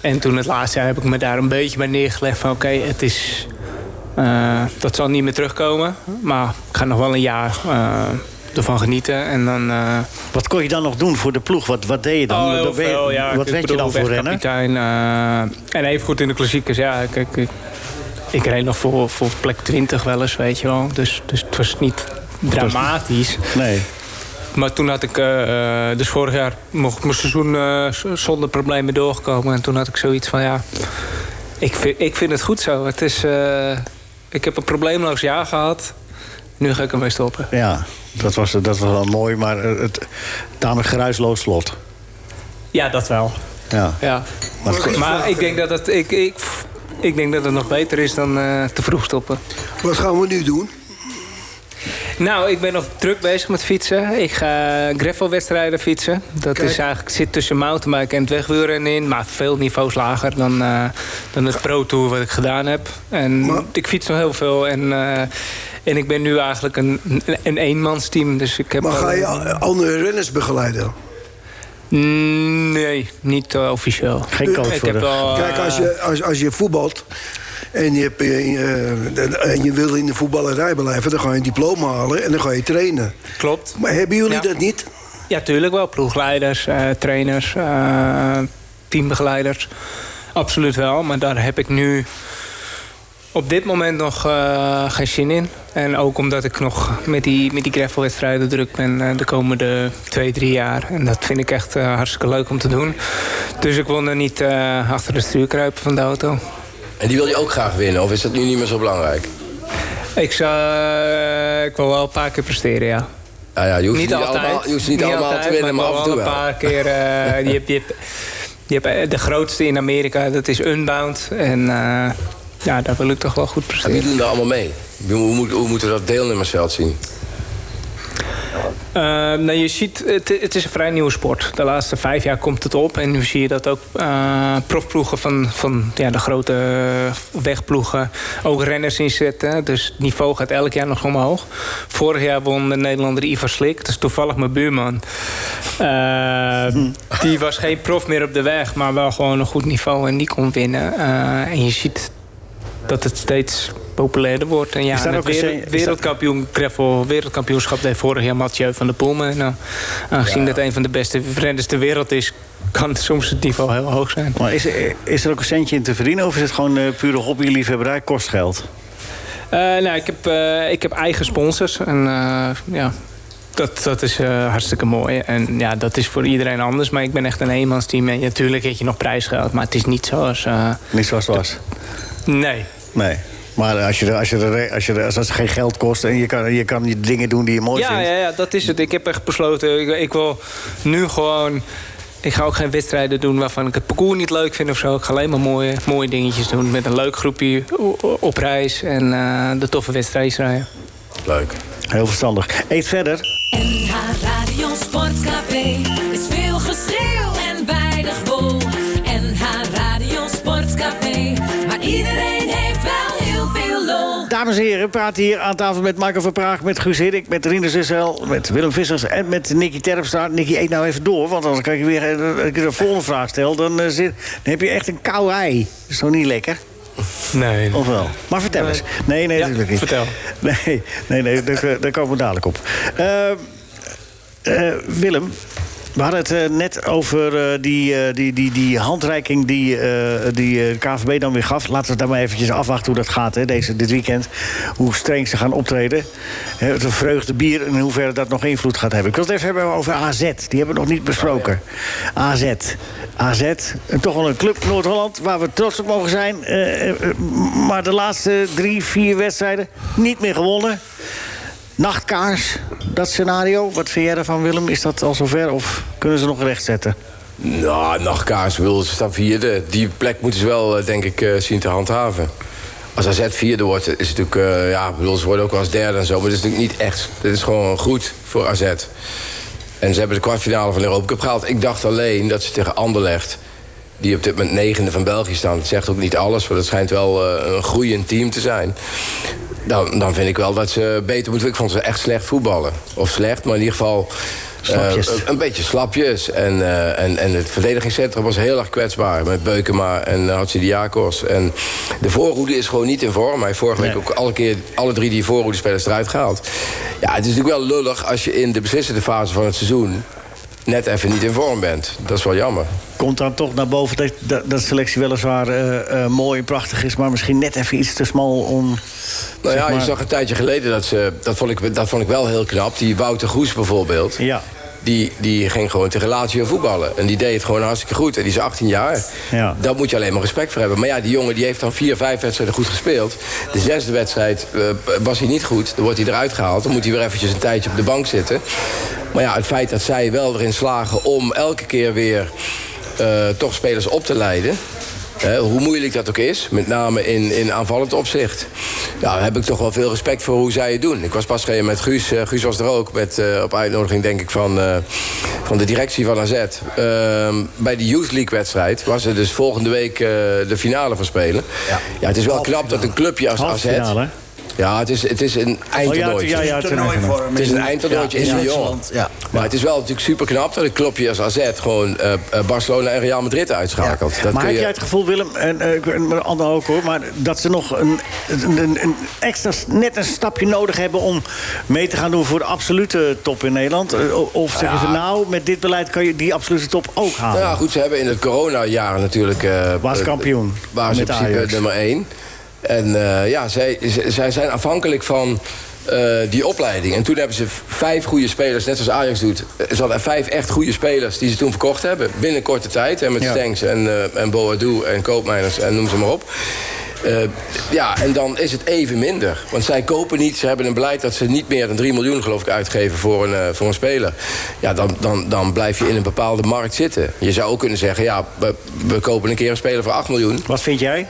K: En toen het laatste jaar heb ik me daar een beetje bij neergelegd van... oké, het is... eh, dat zal niet meer terugkomen. Maar ik ga nog wel een jaar eh, ervan genieten. En dan... eh,
C: Wat kon je dan nog doen voor de ploeg? Wat, wat deed je dan?
K: oh, heel
C: Dan ben je-
K: veel, ja.
C: wat
K: Ik
C: werd je
K: bedoel,
C: dan voor rennen?
K: wegkapitein, eh, en even goed in de klassiekers, ja. Kijk, ik, ik reed nog voor, voor plek 20 wel eens, weet je wel. Dus, dus het was niet dramatisch.
C: Nee.
K: Maar toen had ik, eh, eh, dus vorig jaar mocht mijn seizoen eh, z- zonder problemen doorgekomen. En toen had ik zoiets van, ja, ik vind, ik vind het goed zo. Het is, eh, ik heb een probleemloos jaar gehad. Nu ga ik ermee stoppen.
C: Ja, dat was, dat was wel mooi, maar eh, het, tamelijk geruisloos slot.
K: Ja, dat wel.
C: Ja.
K: Ja.
C: Maar
K: Maar,
C: goed.
K: ik, denk dat het, ik, ik, ik denk dat het nog beter is dan eh, te vroeg stoppen.
F: Wat gaan we nu doen?
K: Nou, ik ben nog druk bezig met fietsen. Ik ga gravelwedstrijden fietsen. Dat
F: Kijk.
K: is eigenlijk, zit tussen mountainbiken en het wegwielrennen in. Maar veel niveaus lager dan, eh, dan het pro-tour wat ik gedaan heb. En
F: Maar-
K: ik fiets nog heel veel. En, eh, en ik ben nu eigenlijk een, een, een eenmansteam. Dus ik heb
F: Maar
K: al-
F: ga je a- andere renners begeleiden?
K: Mm, Nee, niet eh, officieel.
C: Geen coach
K: ik
C: voor
K: heb
C: de...
K: wel, eh,
F: Kijk, als je, als, als je voetbalt En je, hebt, eh, en je wil in de voetballerij blijven, dan ga je een diploma halen en dan ga je trainen.
K: Klopt.
F: Maar hebben jullie
K: Ja.
F: dat niet?
K: Ja, tuurlijk wel. Ploegleiders, eh, trainers, eh, teambegeleiders. Absoluut wel. Maar daar heb ik nu op dit moment nog eh, geen zin in. En ook omdat ik nog met die, met die gravelwedstrijden druk ben eh, de komende twee, drie jaar. En dat vind ik echt eh, hartstikke leuk om te doen. Dus ik wil er niet eh, achter de stuur kruipen van de auto.
E: En die wil je ook graag winnen, of is dat nu niet meer zo belangrijk?
K: Ik, zou, eh, ik wil wel een paar keer presteren, ja.
E: Ah Ja, ja, je hoeft niet allemaal- je hoeft niet allemaal te winnen, maar af en toe
K: wel. een
E: wel.
K: paar keer.
E: [LAUGHS]
K: eh, je, hebt, je, hebt, je hebt eh, de grootste in Amerika, dat is Unbound. En eh, ja, daar wil ik toch wel goed
E: En
K: presteren.
E: wie doen daar allemaal mee? Hoe, moet- hoe moeten we dat deelnemersveld zien?
K: Eh, nou, je ziet, het, het is een vrij nieuwe sport. De laatste vijf jaar komt het op. En nu zie je dat ook eh, profploegen van, van ja, de grote wegploegen ook renners inzetten. Dus het niveau gaat elk jaar nog omhoog. Vorig jaar won de Nederlander Ivar Slik. Dat is toevallig mijn buurman. Eh,
C: Hm.
K: die was geen prof meer op de weg, maar wel gewoon een goed niveau. En die kon winnen. Eh, en je ziet dat het steeds populairder wordt. En ja,
C: Is daar
K: en
C: ook
K: het
C: een
K: wereld-
C: se- is
K: wereldkampioen gravel wereldkampioenschap deed vorig jaar Mathieu van der Poel. En nou, aangezien dat een van de beste renners ter wereld is, kan soms het niveau heel hoog zijn.
C: Maar is, er- is er ook een centje in te verdienen of is het gewoon eh, pure hobby-liefhebberij? Kost geld.
K: Eh, nou, ik heb, eh, ik heb eigen sponsors. En eh, ja, dat, dat is eh, hartstikke mooi. En ja, dat is voor iedereen anders. Maar ik ben echt een eenmansteam. En natuurlijk heb je nog prijsgeld. Maar het is niet zoals... eh,
C: Niet zoals het was.
K: nee.
C: Nee. Maar als, je, als, je, als, je, als, je, als het geen geld kost en je kan, je kan je dingen doen die je mooi
K: ja,
C: vindt.
K: Ja, ja, dat is het. Ik heb echt besloten, ik, ik wil nu gewoon... Ik ga ook geen wedstrijden doen waarvan ik het parcours niet leuk vind of zo. Ik ga alleen maar mooie, mooie dingetjes doen met een leuk groepje o- o- op reis en eh, de toffe wedstrijdjes rijden.
E: Leuk.
C: Heel verstandig. Eet verder.
I: NH Radio Sportcafé is veel geschreeuw en weinig wol. NH Radio Sportcafé, maar iedereen heeft wel heel veel lol.
C: Dames en heren, we praten hier aan tafel met Marco van Praag, met Guus Hiddink, met Rine Zussel, met Willem Vissers en met Nicky Terpstra. Nicky, eet nou even door, want anders kan ik weer eh, als ik de volgende vraag stel. Dan, eh, zit, dan heb je echt een kou ei. Dat is toch niet lekker?
K: Nee.
C: Of wel? Maar vertel eens. Nee, nee,
K: Ja,
C: natuurlijk niet.
K: vertel.
C: Nee, nee, nee daar, daar komen we dadelijk op. Eh, eh, Willem, we hadden het eh, net over eh, die, eh, die, die, die handreiking die, eh, die eh, de KVB dan weer gaf. Laten we daar maar eventjes afwachten hoe dat gaat hè, deze, dit weekend. Hoe streng ze gaan optreden. Hè, Het vreugde bier en in hoeverre dat nog invloed gaat hebben. Ik wil het even hebben over AZ. Die hebben we nog niet besproken. AZ. AZ. En toch wel een club Noord-Holland waar we trots op mogen zijn. Eh, eh, m- maar de laatste drie, vier wedstrijden niet meer gewonnen. Nachtkaars, dat scenario. Wat vind jij daarvan, Willem? Is dat al zover of kunnen ze nog rechtzetten?
E: Nou, nachtkaars wil ze staan vierde. Die plek moeten ze wel, eh, denk ik, eh, zien te handhaven. Als AZ vierde wordt, is het natuurlijk... eh, ja, ik bedoel, ze worden ook wel eens derde en zo. Maar dat is natuurlijk niet echt. Dit is gewoon goed voor AZ. En ze hebben de kwartfinale van de Europa Cup gehaald. Ik dacht alleen dat ze tegen Anderlecht... die op dit moment negende van België staan... dat zegt ook niet alles, maar dat schijnt wel eh, een groeiend team te zijn... Dan, dan vind ik wel dat ze beter moeten... Ik vond ze echt slecht voetballen. Of slecht, maar in ieder geval... eh,
C: Slapjes.
E: een beetje slapjes. En, eh, en, en het verdedigingscentrum was heel erg kwetsbaar. Met Beukema en uh, Hatsidiakos. En de voorhoede is gewoon niet in vorm. Hij heeft vorige week
C: Nee.
E: ook alle, keer, alle drie die voorhoedespelers eruit gehaald. Ja, het is natuurlijk wel lullig als je in de beslissende fase van het seizoen... net even niet in vorm bent. Dat is wel jammer.
C: Komt dan toch naar boven dat, dat, dat selectie weliswaar eh, eh, mooi en prachtig is... maar misschien net even iets te smal om...
E: Nou
C: zeg
E: ja, je
C: maar-
E: zag een tijdje geleden dat ze... Dat vond ik, dat vond ik wel heel knap. Die Wouter Goes bijvoorbeeld.
C: Ja,
E: Die, die ging gewoon tegen Lazio voetballen. En die deed het gewoon hartstikke goed. En die is 18 jaar.
C: Ja.
E: Daar moet je alleen maar respect voor hebben. Maar ja, die jongen die heeft dan vier, vijf wedstrijden goed gespeeld. De zesde wedstrijd eh, was hij niet goed. Dan wordt hij eruit gehaald. Dan moet hij weer eventjes een tijdje op de bank zitten. Maar ja, het feit dat zij wel erin slagen om elke keer weer eh, toch spelers op te leiden. hè, hoe moeilijk dat ook is, met name in, in aanvallend opzicht. Ja, daar heb ik toch wel veel respect voor hoe zij het doen. Ik was pas geleden met Guus. eh, Guus was er ook met, eh, op uitnodiging, denk ik, van, eh, van de directie van AZ. Ehm, bij de Youth League-wedstrijd was er dus volgende week eh, de finale van spelen. Ja. het is wel knap dat een clubje als AZ...
C: Halffinale, hè? Oh,
E: Ja, het is, het is een eindtoernooitje.
C: ja, ja, Het is een toernooitvorm.
E: Het is een eindtoernooitje
C: Ja,
E: in
C: in
E: Lyon.
C: Zwitserland,
E: Maar het is wel natuurlijk super knap dat een klopje als AZ... gewoon eh, eh, Barcelona en Real Madrid uitschakelt. Dat
C: maar
E: kun
C: heb
E: je-
C: jij het gevoel, Willem, en eh, ik- en Anne ook hoor... maar dat ze nog een, een, een extra, net een stapje nodig hebben... om mee te gaan doen voor de absolute top in Nederland? Eh, o- Of zeggen
E: Ja.
C: ze, nou, met dit beleid kan je die absolute top ook halen?
E: Nou ja, goed, ze hebben in het coronajaren natuurlijk... eh
C: Waar ze kampioen?
E: eh, Waar ze in
C: Met
E: principe
C: Ajax.
E: nummer één. En eh, ja, zij, z- zij zijn afhankelijk van eh, die opleiding. En toen hebben ze v- vijf goede spelers, net zoals Ajax doet. Eh, Ze hadden vijf echt goede spelers die ze toen verkocht hebben. Binnen korte tijd. En met
L: Ja.
E: Stenks en, eh en Boadu en Koopmeiners en noem ze maar op. Eh, ja, en dan is het even minder. Want zij kopen niet. Ze hebben een beleid dat ze niet meer dan 3 miljoen geloof ik uitgeven voor een, eh, voor een speler. Ja, dan, dan, dan blijf je in een bepaalde markt zitten. Je zou ook kunnen zeggen, ja, we, we kopen een keer een speler voor 8 miljoen.
C: Wat vind jij?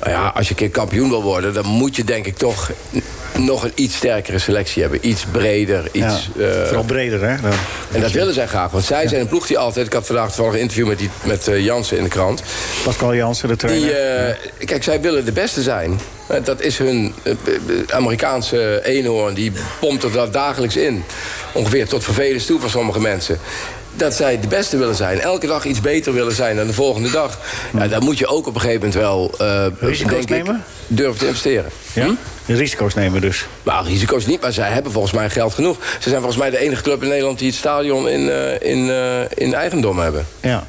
E: Nou ja, als je een keer kampioen wil worden, dan moet je denk ik toch n- nog een iets sterkere selectie hebben. Iets breder, iets...
C: Ja,
E: eh,
C: Vooral breder, hè? Ja.
E: en dat willen zij graag, want zij zijn een ploeg die altijd... Ik had vandaag toevallig een interview met, die, met eh, Jansen in de krant.
C: Pascal Jansen, de trainer.
E: Die, eh, kijk, zij willen de beste zijn. Eh, Dat is hun eh, eh, Amerikaanse eenhoorn. Die pompt er dat dagelijks in. Ongeveer tot vervelens toe voor sommige mensen. Dat zij de beste willen zijn. Elke dag iets beter willen zijn dan de volgende dag. Ja, daar moet je ook op een gegeven moment wel... eh,
C: Risico's
E: denk ik,
C: nemen?
E: Durven te investeren. Hm?
C: Ja? Risico's nemen dus.
E: Nou, risico's niet, maar zij hebben volgens mij geld genoeg. Ze zijn volgens mij de enige club in Nederland die het stadion in, eh, in, eh, in eigendom hebben.
C: Ja.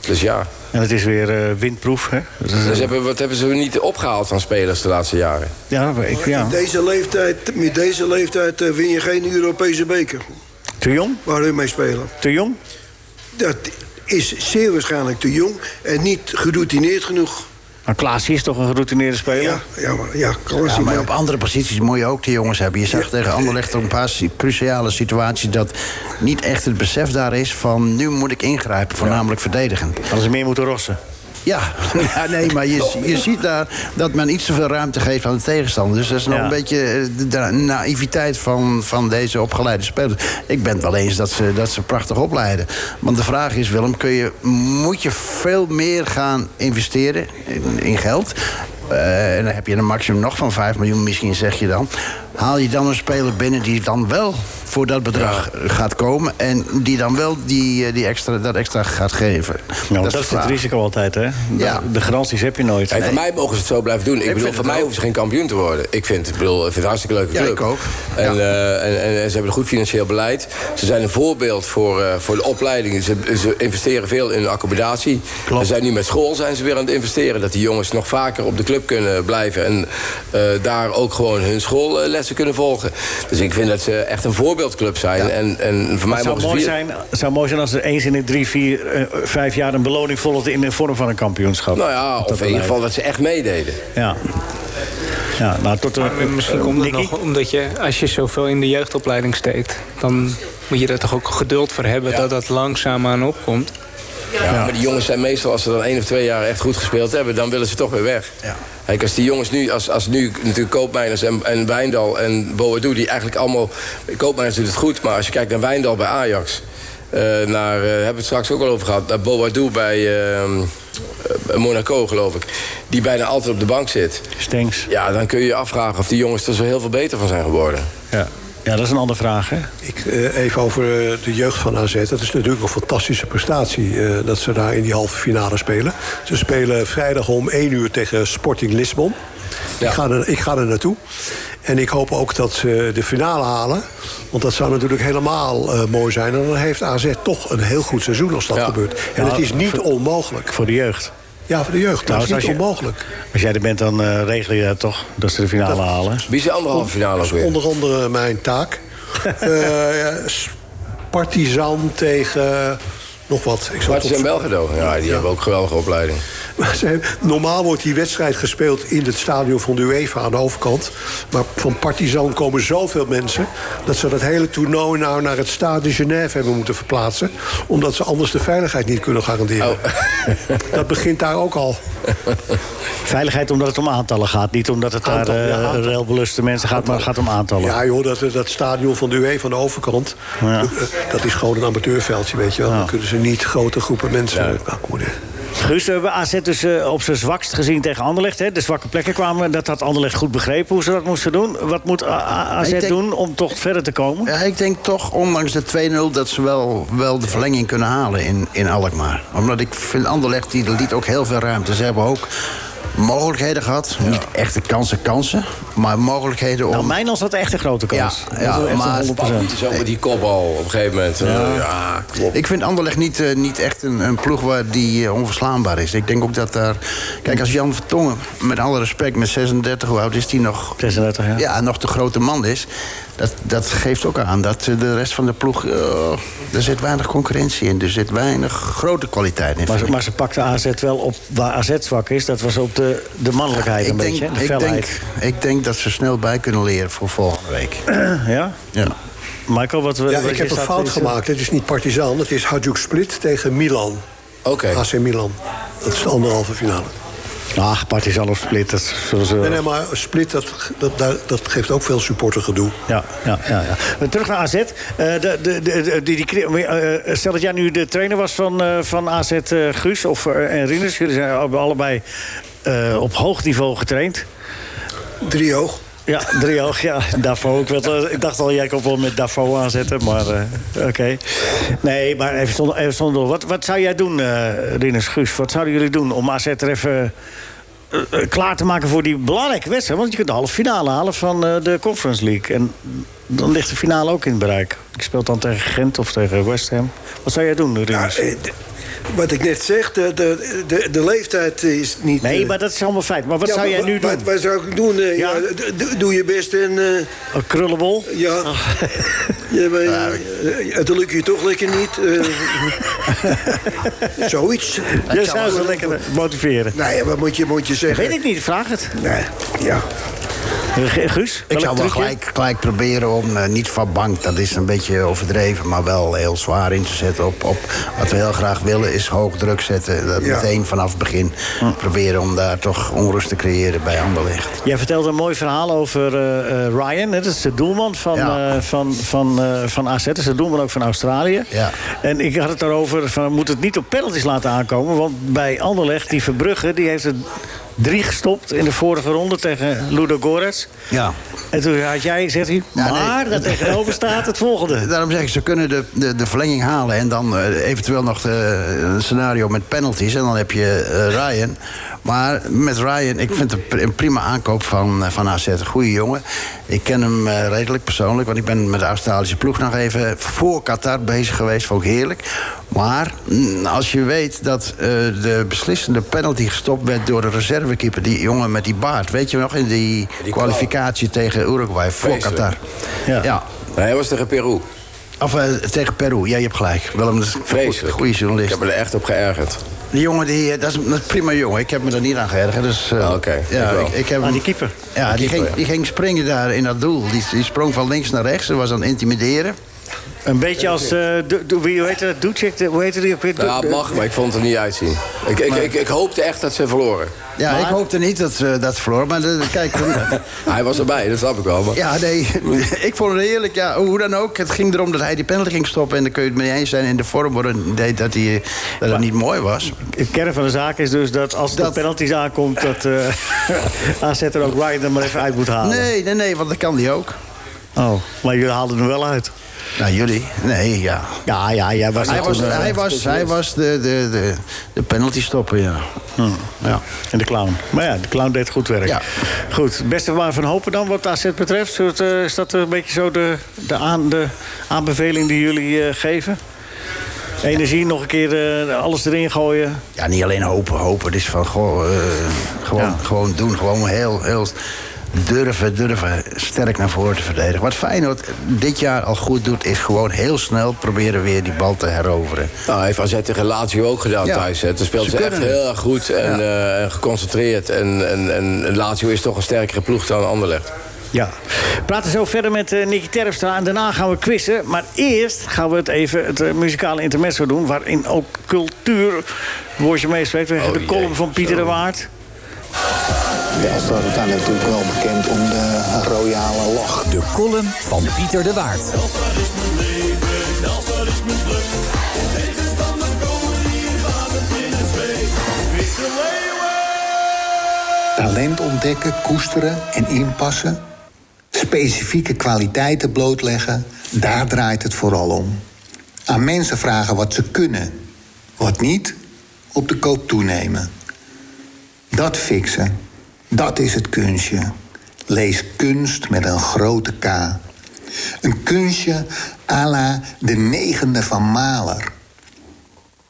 E: Dus ja.
C: En het is weer eh, windproef, hè? Dat is-
E: Dus hebben, wat hebben ze niet opgehaald van spelers de laatste jaren?
C: Ja, maar ik, ja.
F: In deze leeftijd, met deze leeftijd eh, win je geen Europese beker.
C: Te jong?
F: Waar hun mee spelen.
C: Te jong?
F: Dat is zeer waarschijnlijk te jong en niet geroutineerd genoeg.
C: Maar Klaas is toch een geroutineerde speler?
F: Ja, ja, maar, ja Klaas
H: Ja,
F: die-
H: maar op andere posities moet je ook de jongens hebben. Je zag tegen Anderlecht op een paar si- cruciale situaties... dat niet echt het besef daar is van... nu moet ik ingrijpen, voornamelijk verdedigend.
C: Hadden ze meer moeten rossen?
H: Ja, [LAUGHS] ja nee, maar je, je ziet daar dat men iets te veel ruimte geeft aan de tegenstander. Dus dat is nog
C: Ja.
H: een beetje eh, de, de naïviteit van, van deze opgeleide spelers. Ik ben het wel eens dat ze, dat ze prachtig opleiden. Want de vraag is, Willem, kun je, moet je veel meer gaan investeren in, in geld? Eh, en dan heb je een maximum nog van 5 miljoen, misschien zeg je dan. Haal je dan een speler binnen die dan wel voor dat bedrag gaat komen. En die dan wel die, eh, die extra, dat extra gaat geven.
C: Nou,
H: de
C: dat, is het
H: vraag.
C: risico altijd, hè? De,
H: Ja.
C: de garanties heb je nooit.
E: En voor mij mogen ze het zo blijven doen. Ik, bedoel, voor mij hoeven ze geen kampioen te worden. Ik vind, ik bedoel, ik vind het een hartstikke leuke
H: Ja,
E: club.
H: ik ook.
E: En, eh, en, en, en ze hebben een goed financieel beleid. Ze zijn een voorbeeld voor, eh, voor de opleiding. Ze, ze investeren veel in accommodatie. Ze zijn nu met school zijn ze weer aan het investeren. Dat die jongens nog vaker op de club kunnen blijven. En eh, daar ook gewoon hun schoollessen kunnen volgen. Dus ik vind dat ze echt een voorbeeldclub zijn. En, en voor mij
C: het
E: mogen
C: zou
E: ze
C: mooi,
E: vier-
C: zijn, eh, het zou mooi zijn als er eens in de drie, vier, eh, vijf jaar een beloning volgt in de vorm van een kampioenschap.
E: Nou ja,
C: Dat
E: of in ieder
C: beleid.
E: geval dat ze echt meededen.
C: Ja. ja, nou tot de.
K: Maar misschien
C: eh,
K: komt dat
C: Nicky?
K: nog omdat je, als je zoveel in de jeugdopleiding steekt... dan moet je er toch ook geduld voor hebben dat dat langzaam aan opkomt.
E: Ja, maar die jongens zijn meestal, als ze dan één of twee jaar echt goed gespeeld hebben, dan willen ze toch weer weg. Kijk, als die jongens nu, als, als nu natuurlijk Koopmeiners en, en Wijndal en Boadu, die eigenlijk allemaal. Koopmeiners doet het goed, maar als je kijkt naar Wijndal bij Ajax. eh, naar, eh, hebben we het straks ook al over gehad. Naar Boadu bij ehm, eh, Monaco, geloof ik. Die bijna altijd op de bank zit.
C: Stenks.
E: Ja, dan kun je je afvragen of die jongens er zo heel veel beter van zijn geworden.
C: Ja. ja, dat is een andere vraag, hè?
D: Ik, eh, even over eh, de jeugd van AZ. Dat is natuurlijk een fantastische prestatie eh, dat ze daar in die halve finale spelen. Ze spelen vrijdag om 1 uur tegen Sporting Lisbon. Ik, ga er, ik ga er naartoe. En ik hoop ook dat ze de finale halen. Want dat zou natuurlijk helemaal eh, mooi zijn. En dan heeft AZ toch een heel goed seizoen als dat gebeurt. En
C: Nou,
D: het is niet
C: voor-
D: onmogelijk.
C: Voor de jeugd.
D: Ja, voor de jeugd.
C: Nou,
D: dat is
C: als
D: niet
C: je-
D: onmogelijk.
C: Als jij er bent, dan eh, regel je dat toch, dat ze de finale halen.
E: Wie is de anderhalve finale ook
D: Dat is
E: weer?
D: onder andere mijn
E: [LAUGHS]
D: taak. Partizan tegen nog wat. Ik zal het
E: Martens en
D: opzoeken.
E: Belgrado. Ja, die hebben ook een geweldige opleiding.
D: [LAUGHS] Maar ze hebben- normaal wordt die wedstrijd gespeeld in het stadion van de UEFA aan de overkant. Maar van Partizan komen zoveel mensen... dat ze dat hele toernooi nou naar het Stade de Genève hebben moeten verplaatsen. Omdat ze anders de veiligheid niet kunnen garanderen.
E: Oh. [LAUGHS]
D: Dat begint daar ook al.
C: Veiligheid omdat het om aantallen gaat. Niet omdat het
D: Aantal,
C: daar
D: ja,
C: eh
D: aantal.
C: relbeluste mensen gaat, maar het gaat om aantallen.
D: Ja joh, dat, dat stadion van de UEFA aan de overkant...
C: Ja.
D: eh, dat is gewoon een amateurveldje, weet je wel. Dan kunnen ze niet grote groepen mensen... Nou, kom maar, hè.
C: Guus, we hebben AZ dus eh, op zijn zwakst gezien tegen Anderlecht. Hè? De zwakke plekken kwamen. Dat had Anderlecht goed begrepen hoe ze dat moesten doen. Wat moet A- A- AZ
H: Ik denk-
C: doen om toch verder te komen?
H: Ja, ik denk toch, ondanks de 2-0, dat ze wel, wel de verlenging kunnen halen in, in Alkmaar. Omdat ik vind Anderlecht, die liet ook heel veel ruimte. Ze hebben ook mogelijkheden gehad. Niet echte kansen, kansen. Maar mogelijkheden om...
C: Nou, mijn als dat echt een grote kans.
H: Ja, ja,
C: Dat is echt
H: maar-
C: een 100%.
E: Zo met die kopbal op een gegeven moment.
H: Ja.
E: Ja, ja klopt.
H: Ik vind Anderlecht niet, eh, niet echt een, een ploeg waar die eh, onverslaanbaar is. Ik denk ook dat daar... Kijk, als Jan Vertongen, met alle respect, met 36, hoe oud is die nog?
C: 36, ja.
H: Ja, nog de grote man is. Dat, dat geeft ook aan dat eh, de rest van de ploeg... eh, er zit weinig concurrentie in. Er zit weinig grote kwaliteit in.
C: Maar,
H: vind
C: ze-
H: ik.
C: maar ze pakte AZ wel op waar AZ zwak is. Dat was op de, de mannelijkheid een
H: ik, denk,
C: beetje. hè, De
H: ik, denk,
C: felheid.
H: ik denk dat ze snel bij kunnen leren voor volgende week.
C: [CLEARS THROAT] Ja?
H: Ja.
C: Michael, wat... wat
D: Ja,
C: wat
D: ik
C: je
D: heb een
C: staat
D: fout
C: is, eh,
D: gemaakt. Het is niet Partizan, het is Hajduk Split tegen Milan.
E: Oké.
D: AC Milan. Dat is de anderhalve finale.
C: Ach, Partizan of Split, dat zullen ze...
D: Nee, nee, maar Split, dat, dat, daar- dat geeft ook veel supportergedoe.
C: Ja, ja, ja, ja. Eh, Terug naar AZ. Eh, de, de, de, de- die, die, eh, stel dat jij nu de trainer was van, eh, van AZ eh, Guus of, eh, en Rinus. Jullie zijn alle- allebei eh, op hoog niveau getraind.
D: Driehoog.
C: Ja, driehoog, ja. Davo ook wel. Eh, Ik dacht al, jij komt wel met Davo aanzetten, maar eh, oké. Nee, maar even zonder, even zonder door. Wat, wat zou jij doen, eh Rinus, Guus? Wat zouden jullie doen om AZ er even eh, eh, klaar te maken voor die belangrijke wedstrijd? Want je kunt de halve finale halen van eh, de Conference League. En dan ligt de finale ook in het bereik. Ik speel dan tegen Gent of tegen West Ham. Wat zou jij doen, Rinus?
F: Eh, d- Wat ik net zeg, de, de, de, de leeftijd is niet...
C: nee,
F: eh,
C: maar dat is allemaal feit. Maar wat
F: ja,
C: zou
F: maar
C: jij nu
F: wat-
C: doen?
F: Wat, wat zou ik doen? Eh,
C: Ja.
F: ja. d- d- doe je best en... eh,
C: Een krullenbol? Ah.
F: ja, [LAUGHS] ja, maar, eh, het lukt je toch lekker
C: [LAUGHS]
F: niet. [LAUGHS] eh. zoiets.
C: Jij zou ze lekker [LAUGHS] motiveren.
F: Nee, wat moet je, moet je zeggen?
C: Weet ik niet, vraag het.
F: Nee, ja.
C: Eh, Gu- Guus?
H: Ik
C: welk
H: zou wel
C: trucje?
H: gelijk, gelijk proberen om, eh, niet van bank, dat is een beetje overdreven... maar wel heel zwaar in te zetten op, op wat we heel graag willen... is hoog druk zetten, dat
F: Ja.
H: meteen vanaf het begin. Proberen om daar toch onrust te creëren bij Anderlecht.
C: Jij vertelde een mooi verhaal over eh, eh, Ryan. Hè? Dat is de doelman van,
H: Ja.
C: eh, van, van, eh, van AZ. Dat is de doelman ook van Australië.
H: Ja.
C: En ik had het daarover, van, we moeten het niet op penalties laten aankomen. Want bij Anderlecht, die Verbrugge, die heeft er drie gestopt... in de vorige ronde tegen Ludo Gorets.
H: Ja.
C: En toen had jij, zegt hij,
H: Ja, nee.
C: maar daar tegenover staat het volgende.
H: Eh, Daarom zeg ik, ze kunnen de, de, de verlenging halen... en dan eh, eventueel nog de, een scenario met penalties. En dan heb je eh, Ryan. Maar met Ryan, ik vind het een prima aankoop van, eh, van AZ. Een goede jongen. Ik ken hem eh, redelijk persoonlijk... want ik ben met de Australische ploeg nog even voor Qatar bezig geweest. Vond ik heerlijk. Maar mm, als je weet dat eh, de beslissende penalty gestopt werd... door de reservekeeper, die jongen met die baard. Weet je nog, in die,
E: Die kwal.
H: kwalificatie tegen Uruguay voor
E: Vreselijk.
H: Qatar.
C: Ja.
H: ja.
E: Nee, hij was tegen Peru.
H: Of eh, tegen Peru, ja, je hebt gelijk. Wel een
E: Vreselijk.
H: goede
E: Ik
H: journalist.
E: heb me er echt op geërgerd.
H: Die jongen, die, eh, dat, is, een- dat is een prima jongen. Ik heb me er niet aan geërgerd. Dus, eh,
E: Ah, oké.
H: ja,
E: Ik wel.
H: ik, ik heb
C: Maar Ah, die
H: hem-
C: keeper.
H: Ja, die,
E: keeper,
H: ging,
E: ja.
H: die ging springen daar in dat doel. Die, die sprong van links naar rechts. Ze was aan het intimideren.
C: Een beetje als, eh, du- du- wie hoe heet dat, Ducek, de- hoe heette die ook weer? Du-
E: Ja, het mag, maar ik vond het er niet uitzien. Ik, ik, ik, ik hoopte echt dat ze verloren.
H: Ja, ik hoopte niet dat ze dat verloor. Maar de, kijk, toen-
E: Hij was erbij, dat snap ik wel. Maar...
H: ja, nee, [LAUGHS] ik vond het heerlijk. Ja, hoe dan ook. Het ging erom dat hij die penalty ging stoppen. En dan kun je het mee eens zijn. En de vorm waarin deed dat, hij, eh, dat het niet mooi was.
C: De kern van de zaak is dus dat als de
H: Dat-
C: penalties aankomt... dat eh [LAUGHS] AZ er ook Ryan er maar even uit moet halen.
H: Nee, nee, nee, want dat kan die ook.
C: Oh, maar jullie haalden hem wel uit.
H: Nou, jullie? Nee, ja.
C: Ja, ja, jij was
H: Hij
C: net
H: was,
C: een, eh,
H: hij was, hij was de, de, de, de penalty stopper, ja.
C: Hm.
H: ja.
C: En de clown. Maar ja, de clown deed goed werk.
H: Ja.
C: Goed, beste waar van hopen dan wat AZ betreft. Zullen we het, eh, is dat een beetje zo de, de, aan, de aanbeveling die jullie eh, geven? Energie, nog een keer eh, alles erin gooien.
H: Ja, niet alleen hopen, hopen. Het is van, goh, eh, gewoon,
C: Ja.
H: gewoon doen. Gewoon heel, heel durven, durven sterk naar voren te verdedigen. Wat Feyenoord dit jaar al goed doet, is gewoon heel snel proberen weer die bal te heroveren.
E: Nou, heeft AZ tegen Lazio ook gedaan
H: Ja.
E: thuis. Hè. Toen speelden
H: Ze
E: ze, echt
H: kunnen het.
E: heel erg goed en, eh, en geconcentreerd. En, en, en Lazio is toch een sterkere ploeg dan Anderlecht.
C: Ja. We praten zo verder met eh Nicky Terpstra en daarna gaan we quizzen. Maar eerst gaan we het even het eh, muzikale intermezzo doen... waarin ook cultuur een woordje meespreekt. We hebben
E: Oh
C: de
E: jee,
C: column van Pieter
E: zo.
C: de Waard.
L: Ja, ze waren daar natuurlijk wel bekend om de royale lach.
B: De column van Pieter de Waard.
L: talent ontdekken, koesteren en inpassen. Specifieke kwaliteiten blootleggen, daar draait het vooral om. Aan mensen vragen wat ze kunnen, wat niet, op de koop toenemen. Dat fixen, dat is het kunstje. Lees kunst met een grote K. Een kunstje à la de negende van Maler.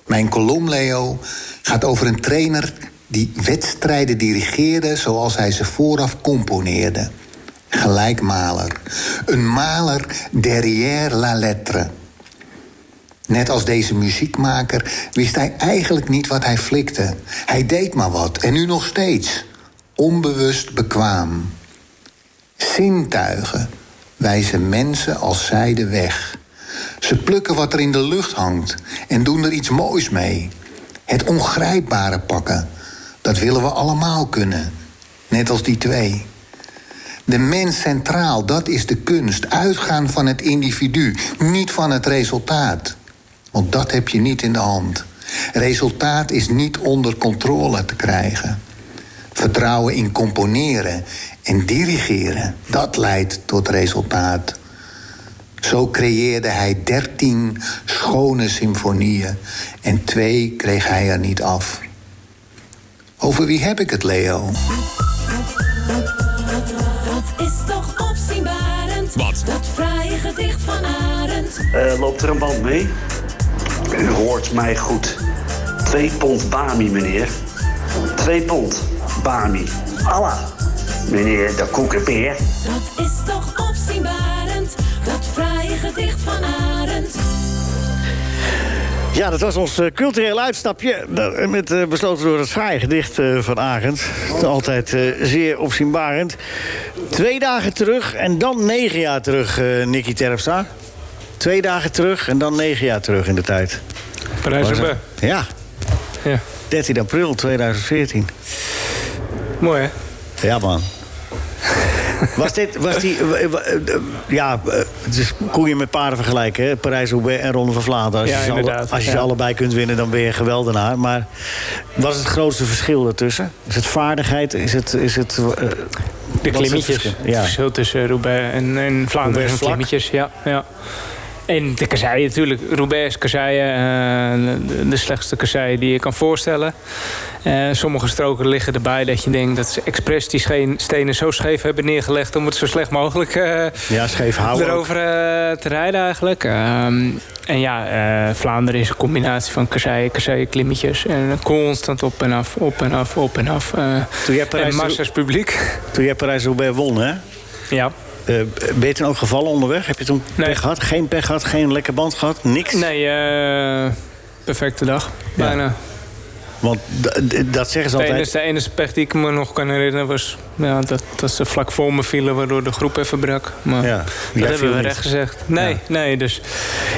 L: Mijn kolom, Leo, gaat over een trainer die wedstrijden dirigeerde zoals hij ze vooraf componeerde. Gelijk Maler. Een Maler derrière la lettre. Net als deze muziekmaker wist hij eigenlijk niet wat hij flikte. Hij deed maar wat en nu nog steeds. Onbewust bekwaam. Zintuigen wijzen mensen als zij de weg. Ze plukken wat er in de lucht hangt en doen er iets moois mee. Het ongrijpbare pakken, dat willen we allemaal kunnen. Net als die twee. De mens centraal, dat is de kunst. Uitgaan van het individu, niet van het resultaat. Want dat heb je niet in de hand. Resultaat is niet onder controle te krijgen. Vertrouwen in componeren en dirigeren, dat leidt tot resultaat. Zo creëerde hij dertien schone symfonieën en twee kreeg hij er niet af. Over wie heb ik het, Leo?
I: Dat is toch opzienbarend. Wat? Dat fraaie gedicht van Arend.
M: Eh, loopt er een band mee? U hoort mij goed. Twee pond Bami, meneer. Twee pond Bami. Allah, meneer de koekenbeer.
I: Dat is toch opzienbarend. Dat fraaie gedicht van Arend.
C: Ja, dat was ons eh, cultureel uitstapje. Da- Met, eh, besloten door het fraaie gedicht eh, van Arend. Altijd eh, zeer opzienbarend. Twee dagen terug en dan negen jaar terug, eh Nicky Terpstra. Twee dagen terug en dan negen jaar terug in de tijd.
K: Parijs-Roubaix.
C: Ja.
K: ja.
C: 13 april 2014.
K: Mooi, hè?
C: Ja, man. Was dit, was
K: [LAUGHS]
C: die, w- w- eh, ja, eh, het is koeien met paarden vergelijken, hè? Parijs-Roubaix en Ronde van Vlaanderen. Als
K: Ja,
C: je, ze, alle-
K: inderdaad,
C: als je ze
K: ja.
C: allebei kunt winnen, dan ben je een geweldenaar. Maar wat is het grootste verschil daartussen? Is het vaardigheid? Is het... Is het eh, wat is
K: De
C: het
K: klimmetjes.
C: verschil?
K: Het
C: Ja.
K: verschil tussen Roubaix en, en Vlaanderen
C: Roubaix
K: en
C: is vlak.
K: klimmetjes. Ja, ja. En de kasseien natuurlijk. Roubaix is kasseien. eh, de, de slechtste kasseien die je kan voorstellen. Eh, sommige stroken liggen erbij dat je denkt dat ze expres die scheen- stenen zo scheef hebben neergelegd... om het zo slecht mogelijk eh,
C: Ja, scheef houden ook.
K: erover eh, te rijden eigenlijk. Ehm, en ja, eh, Vlaanderen is een combinatie van kasseien, kasseien, klimmetjes. En eh, constant op en af, op en af, op en af. eh.
C: Toen jij Parijs-
K: en massa's publiek.
C: Toen jij Parijs-Roubaix won, hè? Eh,
K: Ja.
C: ben je toen ook gevallen onderweg? Heb je toen pech gehad? Geen pech gehad? Geen lekker band gehad? Niks?
K: Nee, eh, perfecte dag. Bijna.
C: Want d- d- dat zeggen ze
K: De
C: altijd...
K: enige, de enige pech die ik me nog kan herinneren was ja, dat, dat ze vlak voor me vielen, waardoor de groep even brak. Maar
C: Ja, jij
K: dat
C: viel
K: hebben we
C: niet.
K: recht gezegd. Nee, nee, dus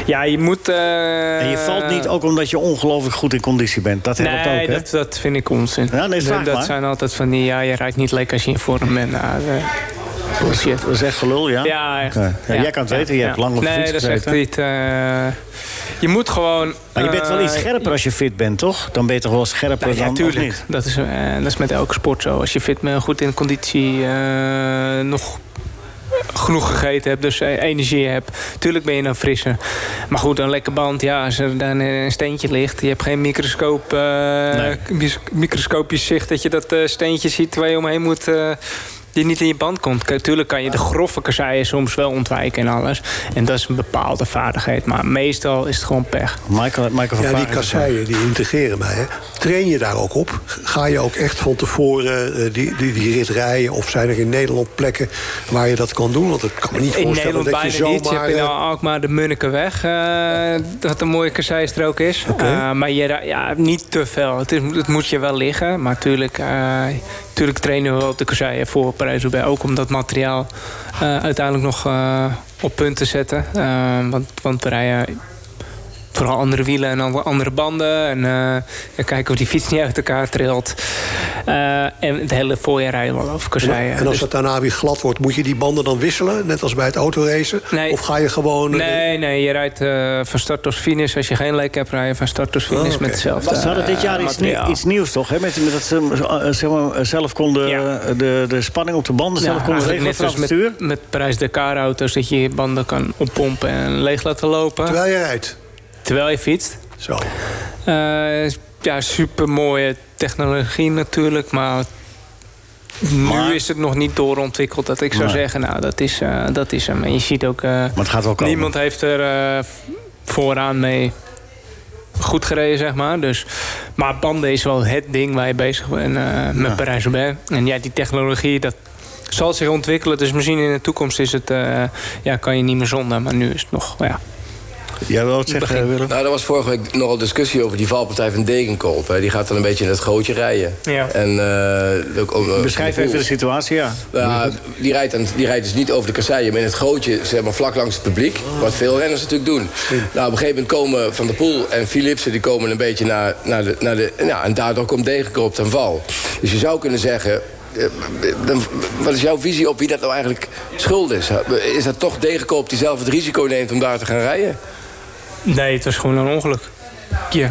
K: ja, je moet. eh,
C: En je valt niet ook omdat je ongelooflijk goed in conditie bent. Dat helpt
K: nee,
C: ook, hè?
K: dat, dat vind ik onzin.
C: Ja, nee, vraag
K: dat
C: maar.
K: zijn altijd van die, ja, je rijdt niet lekker als je in vorm bent. Nou, eh, bullshit.
C: Dat is echt gelul, ja?
K: Ja, echt.
C: Oké. Ja,
K: Ja,
C: jij kan het
K: ja,
C: weten, je
K: ja.
C: hebt lang op de
K: Nee,
C: fiets
K: dat is
C: gezeten.
K: echt niet. eh, je moet gewoon.
C: Maar je bent wel iets
K: eh,
C: scherper als je fit bent, toch? Dan ben je toch wel scherper
K: Nou, ja,
C: dan of
K: tuurlijk.
C: niet?
K: Dat is, eh, dat is met elke sport zo. Als je fit bent, goed in conditie, eh, nog genoeg gegeten hebt, dus eh, energie hebt. Tuurlijk ben je dan frisser. Maar goed, een lekker band, ja, als er dan eh, een steentje ligt... je hebt geen microscoop, eh, mis- microscopisch zicht... dat je dat eh, steentje ziet waar je omheen moet... eh, die niet in je band komt. Kijk, Tuurlijk kan je de grove kasseien soms wel ontwijken en alles. En dat is een bepaalde vaardigheid. Maar meestal is het gewoon pech.
C: Michael, Michael
D: Ja, die kasseien die integreren mij. Hè. Train je daar ook op? Ga je ook echt van tevoren eh, die, die, die rit rijden? Of zijn er in Nederland plekken waar je dat kan doen? Want ik kan me niet
K: In
D: voorstellen
K: Nederland
D: dat je
K: bijna niet. Je
D: zomaar...
K: hebt in
D: eh,
K: Alkmaar de Munnikenweg. eh dat een mooie kasseistrook is. Eh, maar je, ra- ja, niet te veel. Het, is, het moet je wel liggen. Maar natuurlijk tuurlijk trainen we wel op de kasseien voor parijs roubaix Ook om dat materiaal eh, uiteindelijk nog eh, op punt te zetten. Eh, want, want we rijden Vooral andere wielen en al- andere banden. En eh, ja, kijken of die fiets niet uit elkaar trilt. Eh, en het hele voorjaar rijden we al over kasseien.
D: en als
K: Dus-
D: het daarna weer glad wordt, moet je die banden dan wisselen? Net als bij het autoracen? Of ga je gewoon... eh,
K: Nee, nee, je rijdt eh, van start tot finish. Als je geen lek hebt, rij je van start tot
C: Oh,
K: finish met hetzelfde eh,
C: Ze hadden dit jaar iets, nie-
K: materiaal.
C: iets nieuws, toch? Hè? Met, met dat ze eh, zeg maar, zelf konden eh, de, de spanning op de banden zelf konden
K: eigenlijk
C: regelen
K: net als
C: vanaf het stuur.
K: met, met Parijs Dakar auto's dat je je banden kan oppompen en leeg laten lopen. Terwijl
D: je rijdt.
K: Terwijl je fietst. Eh,
D: Zo.
K: ja, super mooie technologie natuurlijk, maar. Nu is het nog niet doorontwikkeld dat ik zou
C: Nee.
K: zeggen, nou dat is, eh, dat is hem. En je ziet ook, eh,
C: gaat wel komen.
K: niemand heeft er eh, vooraan mee goed gereden, zeg maar. Dus, maar banden is wel het ding waar je bezig bent eh, met
N: Ja.
K: Parijs-Roubaix. En ja, die technologie, dat zal zich ontwikkelen. Dus misschien in de toekomst is het, eh, ja, kan je niet meer zonder. Maar nu is het nog, ja.
C: Jij wil het zeggen, Willem?
E: Nou, er was vorige week nogal discussie over die valpartij van Degenkolb. Hè. Die gaat dan een beetje in het gootje rijden.
C: Ja.
E: En, eh, ook, om, eh,
C: Beschrijf
E: gevoel.
C: even de situatie, ja.
E: Ja, die, rijdt dan, die rijdt dus niet over de kasseien, maar in het gootje, zeg maar, vlak langs het publiek. Wat veel renners natuurlijk doen. Nou, op een gegeven moment komen Van der Poel en Philipsen... die komen een beetje naar, naar de... Naar de nou, en daardoor komt Degenkolb ten val. Dus je zou kunnen zeggen... eh, dan- wat is jouw visie op wie dat nou eigenlijk schuld is? Is dat toch Degenkolb die zelf het risico neemt om daar te gaan rijden?
K: Nee, het was gewoon een ongeluk. Ja.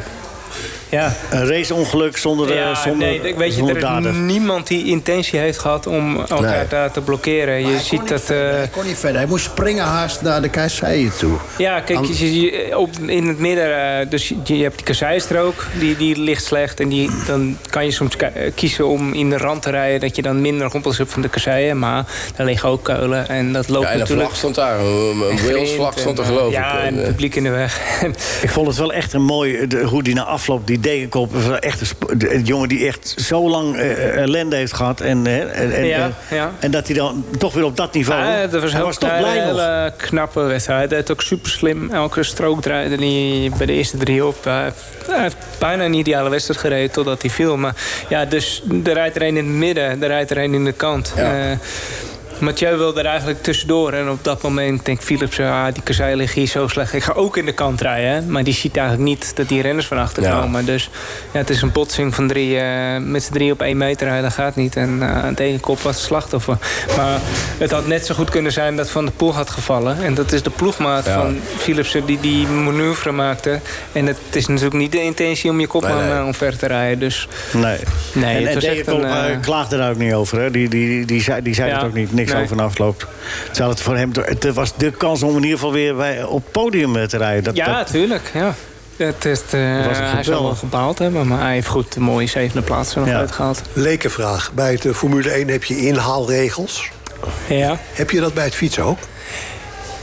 K: Ja.
C: Een raceongeluk zonder, eh,
K: Ja,
C: zonder,
K: nee, ik weet je,
C: zonder
K: er
C: dader.
K: is niemand die intentie heeft gehad om elkaar
H: Nee.
K: daar te blokkeren. Je ziet dat... eh,
H: Hij kon niet verder. Hij moest springen haast naar de kasseien toe.
K: Ja, kijk, je, je- op, in het midden, eh, dus je, je hebt die kasseistrook, die, die ligt slecht. En die, dan kan je soms ki- eh, kiezen om in de rand te rijden, dat je dan minder rompels hebt van de kasseien. Maar daar liggen ook keulen en dat loopt
E: Ja, en een
K: natuurlijk...
E: vlag stond daar. Een,
K: En
E: een Wales
K: grind
E: vlag stond er
K: en,
E: geloof ik.
K: ja, en
E: eh,
K: het publiek in de weg. [LAUGHS]
C: Ik vond het wel echt een mooi, eh, de- hoe die na afloop, die dekenkop... was wel echt een sp- de- een jongen die echt zo lang eh, ellende heeft gehad. En, eh, en, en,
K: Ja,
C: eh, en dat hij dan toch weer op dat niveau...
K: Ja, dat was,
C: hij
K: heel eh,
C: was toch
K: een
C: blij nog.
K: hele knappe wedstrijd. Hij deed ook super slim. Elke strook draaide hij bij de eerste drie op. Hij heeft, hij heeft bijna een ideale wedstrijd gereden totdat hij viel. Maar ja, dus er rijdt er één in het midden, er rijdt er één in de kant. Eh, Mathieu wilde er eigenlijk tussendoor. En op dat moment denkt Philips, ah, die kazei liggen hier zo slecht. Ik ga ook in de kant rijden. hè. Maar die ziet eigenlijk niet dat die renners van achter
E: Ja.
K: komen. Dus ja, het is een botsing van drie. eh, met z'n drie op één meter rijden, dat gaat niet. En eh, aan de ene kop was het slachtoffer. Maar het had net zo goed kunnen zijn dat Van de Poel had gevallen. En dat is de ploegmaat
E: Ja.
K: van Philipsen die die manoeuvre maakte. En het is natuurlijk niet de intentie om je kopman
C: Nee, nee.
K: eh, omver te rijden. Dus
C: Nee.
K: Nee,
C: en
K: het
C: en
K: was echt
C: Degenkolb,
K: een, eh,
C: eh, klaagde daar ook niet over. Hè? Die, die, die, die zei, die zei
K: Ja,
C: het ook niet, niks
K: nee.
C: over na afloop. Terwijl het voor hem, het was de kans om in ieder geval weer bij, op podium eh, te rijden. Dat,
K: ja,
C: dat-
K: tuurlijk. Ja. Het is, eh,
C: Dat was een
K: hij zal
C: gebel.
K: wel gebaald hebben, maar hij heeft goed de mooie zevende plaats er nog uitgehaald.
D: Leke vraag. Bij het eh, Formule 1 heb je inhaalregels.
K: Ja.
D: Heb je dat bij het fietsen ook?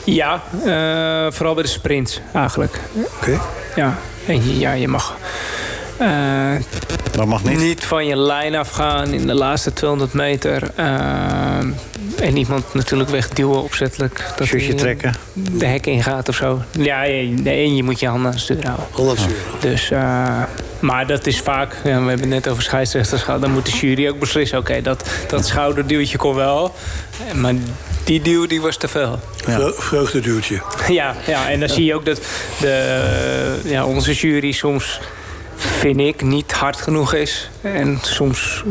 K: Ja, eh, vooral bij de sprints eigenlijk.
D: Oké.
K: Ja, en je- ja, je mag.
C: dat mag
K: niet. Niet van je lijn afgaan in de laatste 200 meter. eh, en iemand natuurlijk wegduwen opzettelijk. Dat
C: Shirtje
K: hij
C: trekken.
K: De hek ingaat of zo. Ja, je- nee, je moet je handen aan het stuur houden.
D: Handen aan het
K: Dus, eh, maar dat is vaak. Ja, we hebben het net over scheidsrechters gehad. Dan moet de jury ook beslissen. Oké, dat, dat schouderduwtje kon wel. eh, Maar die duw die was te veel.
D: Vre- Vreugdeduwtje.
K: Ja, ja en dan zie je ook dat de, eh, ja, onze jury soms, vind ik, niet hard genoeg is. En soms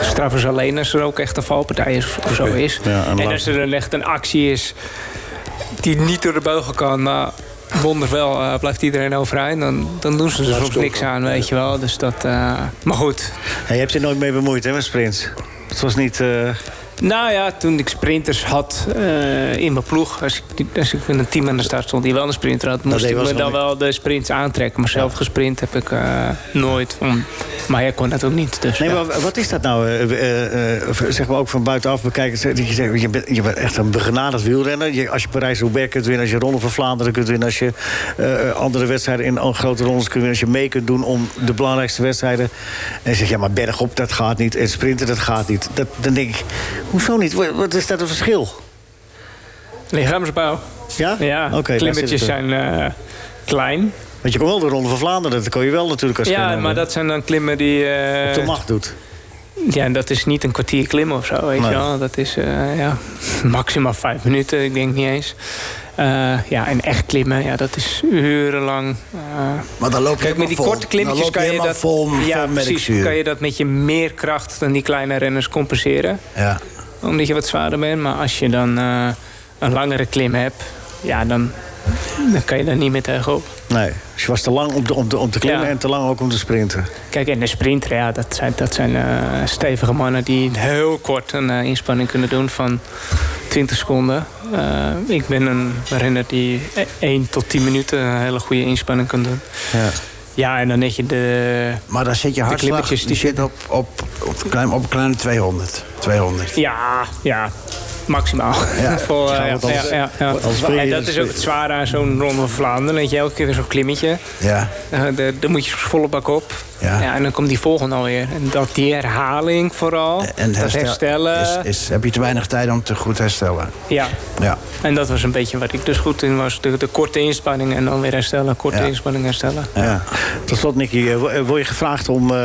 K: straffen ze alleen als er ook echt een valpartij is of zo is. en
C: laat-
K: als er dan echt een actie is die niet door de beugel kan, maar wonderwel eh, blijft iedereen overeind, dan, dan doen ze er soms niks aan, weet je wel. Dus dat, eh, maar goed.
C: Ja, je hebt je nooit mee bemoeid hè, met sprints. Het was niet... eh,
K: Nou ja, toen ik sprinters had eh, in mijn ploeg, als ik, als ik met een team aan de start stond die wel een sprinter had, moest
C: deed
K: ik
C: was
K: me
C: wel
K: dan
C: niet.
K: wel de sprints aantrekken. Maar zelf gesprint heb ik eh, nooit. om- maar jij kon dat ook niet. Dus,
C: Nee,
K: ja.
C: maar wat is dat nou? eh, eh, eh, zeg maar ook van buitenaf bekijken. Dat je, zegt, je, bent, je bent echt een begenadigd wielrenner. Je, als je Parijs-Roubaix kunt winnen, als je Ronde van Vlaanderen kunt winnen... als je eh, andere wedstrijden in al- grote rondes kunt winnen... als je mee kunt doen om de belangrijkste wedstrijden... en je zegt, ja, maar bergop, dat gaat niet. En sprinten, dat gaat niet. Dat, dan denk ik, hoezo niet? Wat, wat is dat een verschil?
K: Lichaamsbouw.
C: Ja?
K: Ja,
C: Oké, daar
K: klimmetjes
C: zit het
K: zijn eh, klein.
C: Want je kon wel de Ronde van Vlaanderen, dat kon je wel natuurlijk als
K: Ja,
C: renner.
K: maar dat zijn dan klimmen die... eh,
C: Op de macht doet.
K: Ja, en dat is niet een kwartier klimmen of zo, weet [LAUGHS]
C: Nee.
K: je wel. Dat is eh, ja, maximaal vijf minuten, ik denk niet eens. Eh, ja, en echt klimmen, ja, dat is urenlang. eh.
N: Maar dan loop je
K: Kijk, met die
N: helemaal vol.
K: korte klimmetjes
N: Dan loop je
K: kan je
N: helemaal
K: dat
N: vol-
K: ja,
N: vol
K: precies,
N: merkzuur.
K: kan je dat met je meer kracht dan die kleine renners compenseren.
N: Ja.
K: Omdat je wat zwaarder bent. Maar als je dan eh, een langere klim hebt, ja, dan, dan kan je daar niet meer tegenop.
C: Nee, dus je was te lang om te, om te, om te klimmen en te lang ook om te sprinten.
K: Kijk, en de sprinter, ja, dat zijn, dat zijn eh, stevige mannen die heel kort een eh, inspanning kunnen doen van 20 seconden. Eh, ik ben een renner die 1 tot 10 minuten een hele goede inspanning kan doen.
C: Ja.
K: Ja, en dan net je de.
N: Maar dan zit je
K: de
N: hartslag
K: clippetjes
N: die zit op, op, op, een klein, op een kleine 200. 200.
K: Ja, ja. Maximaal.
N: Ja.
K: [LAUGHS] Voor, eh,
N: Ja, want
K: ja,
N: anders-
K: ja, ja.
N: want anders spring je-
K: En dat is ook het zware aan zo'n Ronde van Vlaanderen. Dat je elke keer weer zo'n klimmetje.
N: Ja.
K: Eh, daar- daar moet je volle bak op.
N: Ja.
K: en dan komt die volgende alweer. En dat die herhaling vooral.
N: En het
K: dat
N: herstel-
K: herstellen.
N: Is, is, heb je te weinig tijd om te goed herstellen.
K: Ja.
N: Ja.
K: En dat was een beetje wat ik dus goed in was. De, de korte inspanning en dan weer herstellen. Korte inspanning herstellen.
C: Ja. Tot slot, Nicky, eh, wo- eh, word je gevraagd om eh,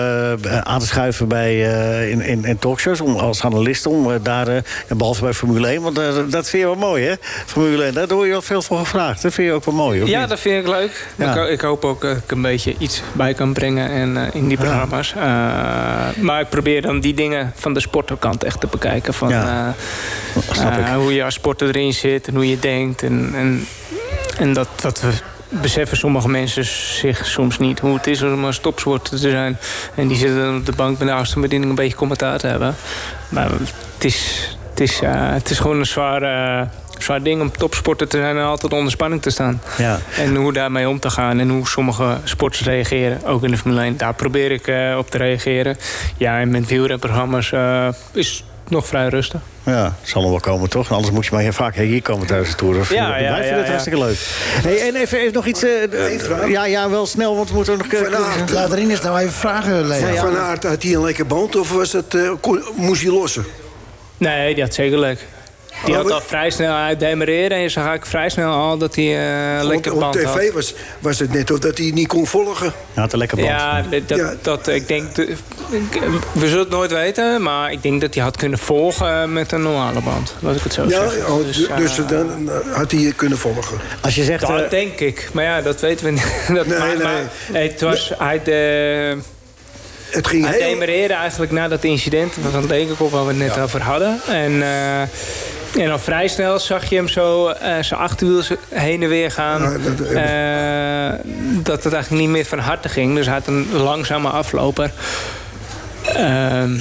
C: b- eh, aan te schuiven bij, eh, in, in, in talkshows om, als analist? Om, eh, daar, eh, en behalve bij Formule 1, want eh, dat vind je wel mooi, hè? Formule 1, daar word je wel veel voor gevraagd. Dat vind je ook wel mooi, of
K: Ja,
C: niet?
K: dat vind ik leuk.
C: Ja.
K: Ik, ho- ik hoop ook dat ik een beetje iets bij kan brengen en, eh, in die programma's. Eh, maar ik probeer dan die dingen van de sporterkant echt te bekijken. Van,
C: Ja.
K: eh, eh, hoe je als sporter erin zit en hoe je denkt. En, en, en dat, dat we beseffen sommige mensen zich soms niet hoe het is om als topsporter te zijn. En die zitten dan op de bank met de afstandsbediening een beetje commentaar te hebben. Maar het is, het is, eh, het is gewoon een zwaar, eh, zwaar ding om topsporter te zijn en altijd onder spanning te staan.
C: Ja.
K: En hoe daarmee om te gaan en hoe sommige sporters reageren, ook in de Formule 1, daar probeer ik eh, op te reageren. Ja, en met wielrenprogramma's eh, is het nog vrij rustig.
C: Ja, het zal nog wel komen, toch? Anders moet je maar heel vaak hier komen tijdens de Tour. Of-
K: Ja,
C: Wij
K: ja,
C: vinden
K: ja,
C: het
K: ja.
C: hartstikke leuk. Hey, en even, even nog iets... eh, eh, ja, ja, wel snel, want we moeten nog... eh,
N: Laat erin eens nou even vragen, Leo.
C: Ja, ja.
F: Van Aert, had hij een lekker band of was het, eh, kon- moest hij lossen?
K: Nee, die had zeker leuk. Die
F: Oh,
K: had al vrij snel uit demereren en je zag eigenlijk vrij snel al dat hij eh, een lekker
F: op, op
K: band had.
F: tv was, was het net of dat hij niet kon volgen.
C: Hij had een lekker
K: Ja, dat, dat ik denk, de- ik- we zullen het nooit weten, maar ik denk dat hij had kunnen volgen eh, met een normale band. Laat ik het zo
F: Ja,
K: zeggen.
F: oh, du-
K: eh,
F: dus dan had hij kunnen volgen.
C: Als je zegt...
K: Dat
F: eh,
K: denk ik. Maar ja, dat weten we niet. [LAUGHS] Dat
F: Nee,
K: maar,
F: nee.
K: maar het was uit de...
F: Het ging
K: Hij
F: heel-
K: demereerde eigenlijk na dat incident van Dekenkop waar we het net over hadden. En, eh, en al vrij snel zag je hem zo eh, zijn achterwiel zo heen en weer gaan. Eh, dat het eigenlijk niet meer van harte ging. Dus hij had een langzame afloper. Ehm,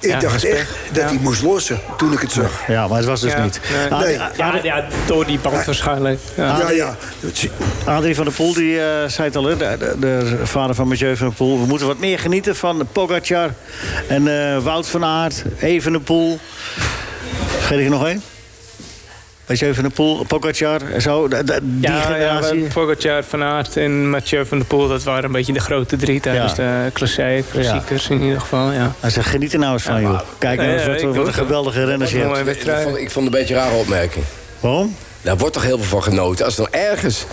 F: Ik
K: ja,
F: dacht
K: respect.
F: echt dat hij moest lossen toen ik het zag.
C: Ja, maar het was dus
K: Ja,
C: niet.
K: nee.
C: Nou,
K: Nee. Ja, ja, door die band waarschijnlijk.
C: Ja, ja. Adrie van der Poel die, eh, zei het al, hè, de, de, de vader van Mathieu van der Poel. We moeten wat meer genieten van Pogacar en eh, Wout van Aert, Evenepoel. Vergeet ik er nog één? Mathieu van der Poel, Pogacar en zo. de- de- die
K: Ja,
C: generatie.
K: ja, Pogacar, Van Aert en Mathieu van der Poel... dat waren een beetje de grote drie tijdens de klassiek, klassiekers in ieder geval. Ja.
C: Hij zegt, geniet er nou eens van, joh. Kijk nou
K: Ja,
C: eens
K: ja,
C: wat,
K: ik
C: wat
K: doe
C: een
K: het.
C: geweldige renners je hebt.
E: Ik vond, ik vond het een beetje een rare opmerking.
C: Waarom?
E: Daar wordt toch heel veel van genoten. Als het nou ergens...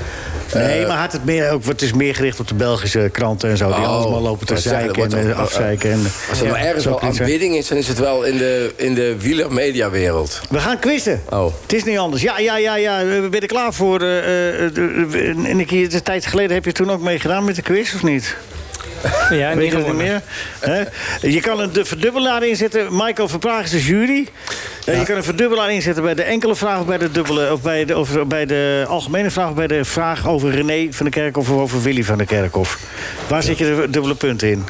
C: Nee,
E: eh,
C: maar had het, meer, ook, het is meer gericht op de Belgische kranten en zo. Die
E: Oh,
C: allemaal lopen te
E: ik wou zeggen,
C: zeiken en
E: dat wordt
C: eh,
E: ook-
C: afzeiken. En,
E: Als er nou
C: Ja,
E: ergens
C: zo
E: wel
C: klinkt het.
E: aanbidding is, dan is het wel in de, in de wielermediawereld.
C: We gaan quizzen. Het is niet anders. Ja, ja, ja, ja. We zijn er klaar voor. eh, eh, eh, eh, eh, Nicky, een tijd geleden heb je toen ook meegedaan met de quiz, of niet?
K: [LAUGHS] Ja,
C: Weet
K: niet
C: je het niet
K: gewonnen.
C: meer? Hè? Je kan een de- verdubbelaar inzetten. Michael Verpraag is de jury. Eh, Je kan een verdubbelaar inzetten bij de enkele vraag... of bij de, dubbele, of bij de, of bij de algemene vraag... of bij de vraag over René van der Kerkhoff... of over Willy van der Kerkhoff. Waar zit je de dubbele punten in?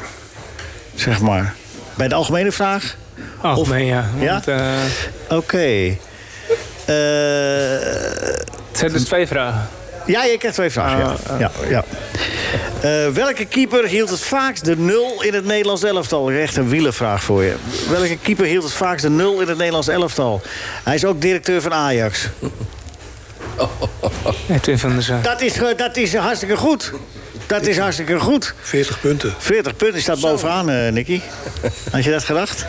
C: Zeg maar. Bij de algemene vraag?
K: Algemeen, ja.
C: Ja?
K: Want, eh,
C: Oké. Eh,
K: het zijn dus twee vragen. Ah,
C: ja, je krijgt twee vragen. ja. ja, ja. Eh, welke keeper hield het vaakst de nul in het Nederlands elftal? Echt een wielenvraag voor je. Welke keeper hield het vaakst de nul in het Nederlands elftal? Hij is ook directeur van Ajax.
K: Edwin van der Zaak.
C: Dat is, eh, dat is hartstikke goed. Dat is hartstikke goed.
F: 40 punten.
C: 40 punten staat bovenaan, eh, Nicky. Had je dat gedacht?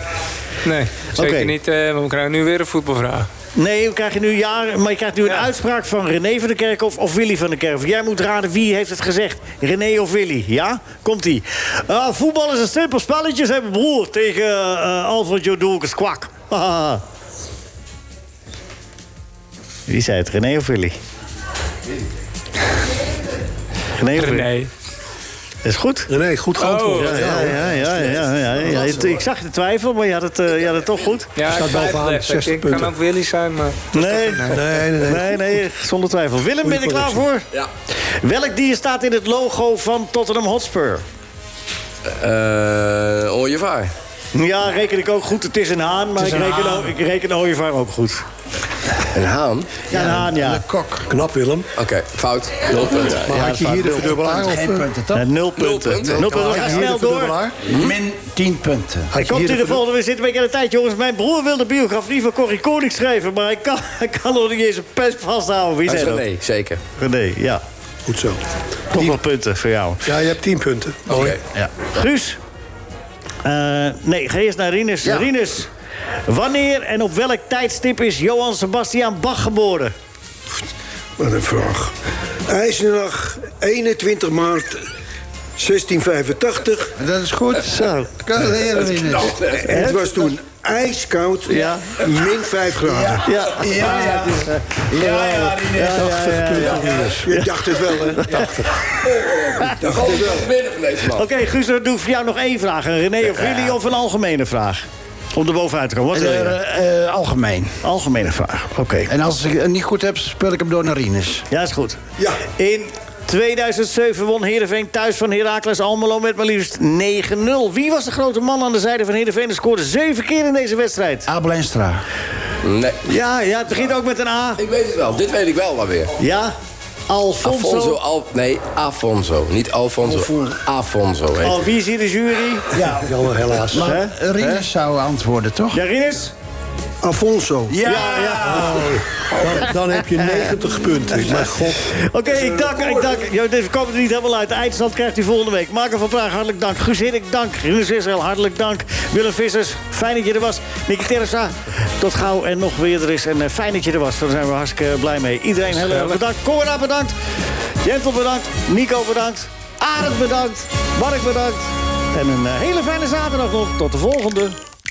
K: Nee, zeker
C: Oké.
K: niet. eh, want we krijgen nu weer een voetbalvraag.
C: Nee, we krijgen nu ja, maar je krijgt nu een uitspraak van René van der Kerkhof of Willy van der Kerkhof. Jij moet raden wie heeft het gezegd. René of Willy, ja? Komt-ie. Ah, voetbal is een simpel spelletje, zei mijn broer tegen eh Alfred Jodulkes kwak. [LAUGHS] Haha. wie zei het, René of Willy? René. René. Is goed?
D: Nee, goed
K: Oh.
C: antwoord. Ja, ja, ja, ja, ja, ja, ja. Ik- Ik zag de twijfel, maar je had het, eh, je had het toch goed.
K: Ja, ik twijfel even. Ik kan ook Willy zijn, maar...
C: Nee, nee, nee, nee, zonder twijfel. Willem, ben je er klaar voor?
E: Ja.
C: Welk dier staat in het logo van Tottenham Hotspur?
E: Eh ooievaar.
C: Ja, reken ik ook goed. Het is een haan, maar
E: Het is
C: ik
E: een
C: reken,
E: haan.
C: ook- ik reken ooievaar ook goed.
E: Een haan?
C: Ja, een haan, ja. Een
E: kok. Knap, Willem. Hm? Oké, fout. Nul punten.
C: Maar had je hier de verdubbelaar of, eh? Ja, nul punten. Nul punten. We gaan snel door.
N: Min 10 punten.
C: Hij komt in de volgende. We zitten een beetje aan de tijd, jongens. Mijn broer wil de biografie van Corrie Koning schrijven... maar ik kan, ik kan nog niet eens een pens vasthouden. Wie
E: Dat is
C: zei dat?
E: René, zeker.
C: René, ja.
D: Goed zo.
C: Toch nog punten voor jou.
D: Ja, je hebt tien punten.
E: Oké.
C: Ja. Guus. Eh, nee, ga eerst naar Rinus. Rinus, wanneer en op welk tijdstip is Johan Sebastian Bach geboren?
F: Wat een vraag. IJsselnacht, 21 maart 1685.
N: Dat is goed.
F: Zo.
N: Kan het leren, Rinus.
F: Het was toen ijskoud,
N: Ja.
F: min 5 graden.
C: Ja,
N: ja, ja. dus, eh,
F: Ja, ja,
N: ja, ja, ja, ja.
F: Je dacht het wel, hè?
K: Oh,
E: Dat valt wel binnen van deze
C: Oké, Guus, dan doe ik voor jou nog één vraag. Een René of Willy of een algemene vraag? Om er bovenuit te komen. Wat wil je?
N: Eh, eh, algemeen.
C: Algemene vraag, oké.
N: En als ik het niet goed heb, speel ik hem door naar Rinus.
C: Ja, is goed. In 2007 won Heerenveen thuis van Heracles Almelo met maar liefst 9-0. Wie was de grote man aan de zijde van Heerenveen? en scoorde zeven keer in deze wedstrijd.
N: Abel Enstra.
E: Nee.
C: Ja, ja, het begint ook met een A.
E: Ik weet het wel. Dit weet ik wel maar weer.
C: Ja? Alfonso.
E: Alfonso Al, nee, Afonso. Niet Alfonso. Afonso heet
C: Oh, wie is hier de jury?
N: Ja,
D: jammer helaas.
N: Maar Rinus zou antwoorden, toch?
C: Ja, Rinus?
D: Alfonso.
N: Ja! Oh.
D: Dan, dan heb je
N: Eh,
D: 90 punten. Mijn god.
C: Oké, ik dank, ik dank. Ja, deze komen er niet helemaal uit. De eindstand krijgt u volgende week. Marco van Praag, hartelijk dank. Guus Hiddink, dank. Rinus Israël, hartelijk dank. Willem Vissers, fijn dat je er was. Nicky Terza, tot gauw en nog weer er is. En eh, fijn dat je er was, daar zijn we hartstikke eh, blij mee. Iedereen heel erg bedankt. Cora bedankt. Jentel bedankt. Nico bedankt. Arend bedankt. Mark bedankt. En een eh, hele fijne zaterdag nog. Tot de volgende.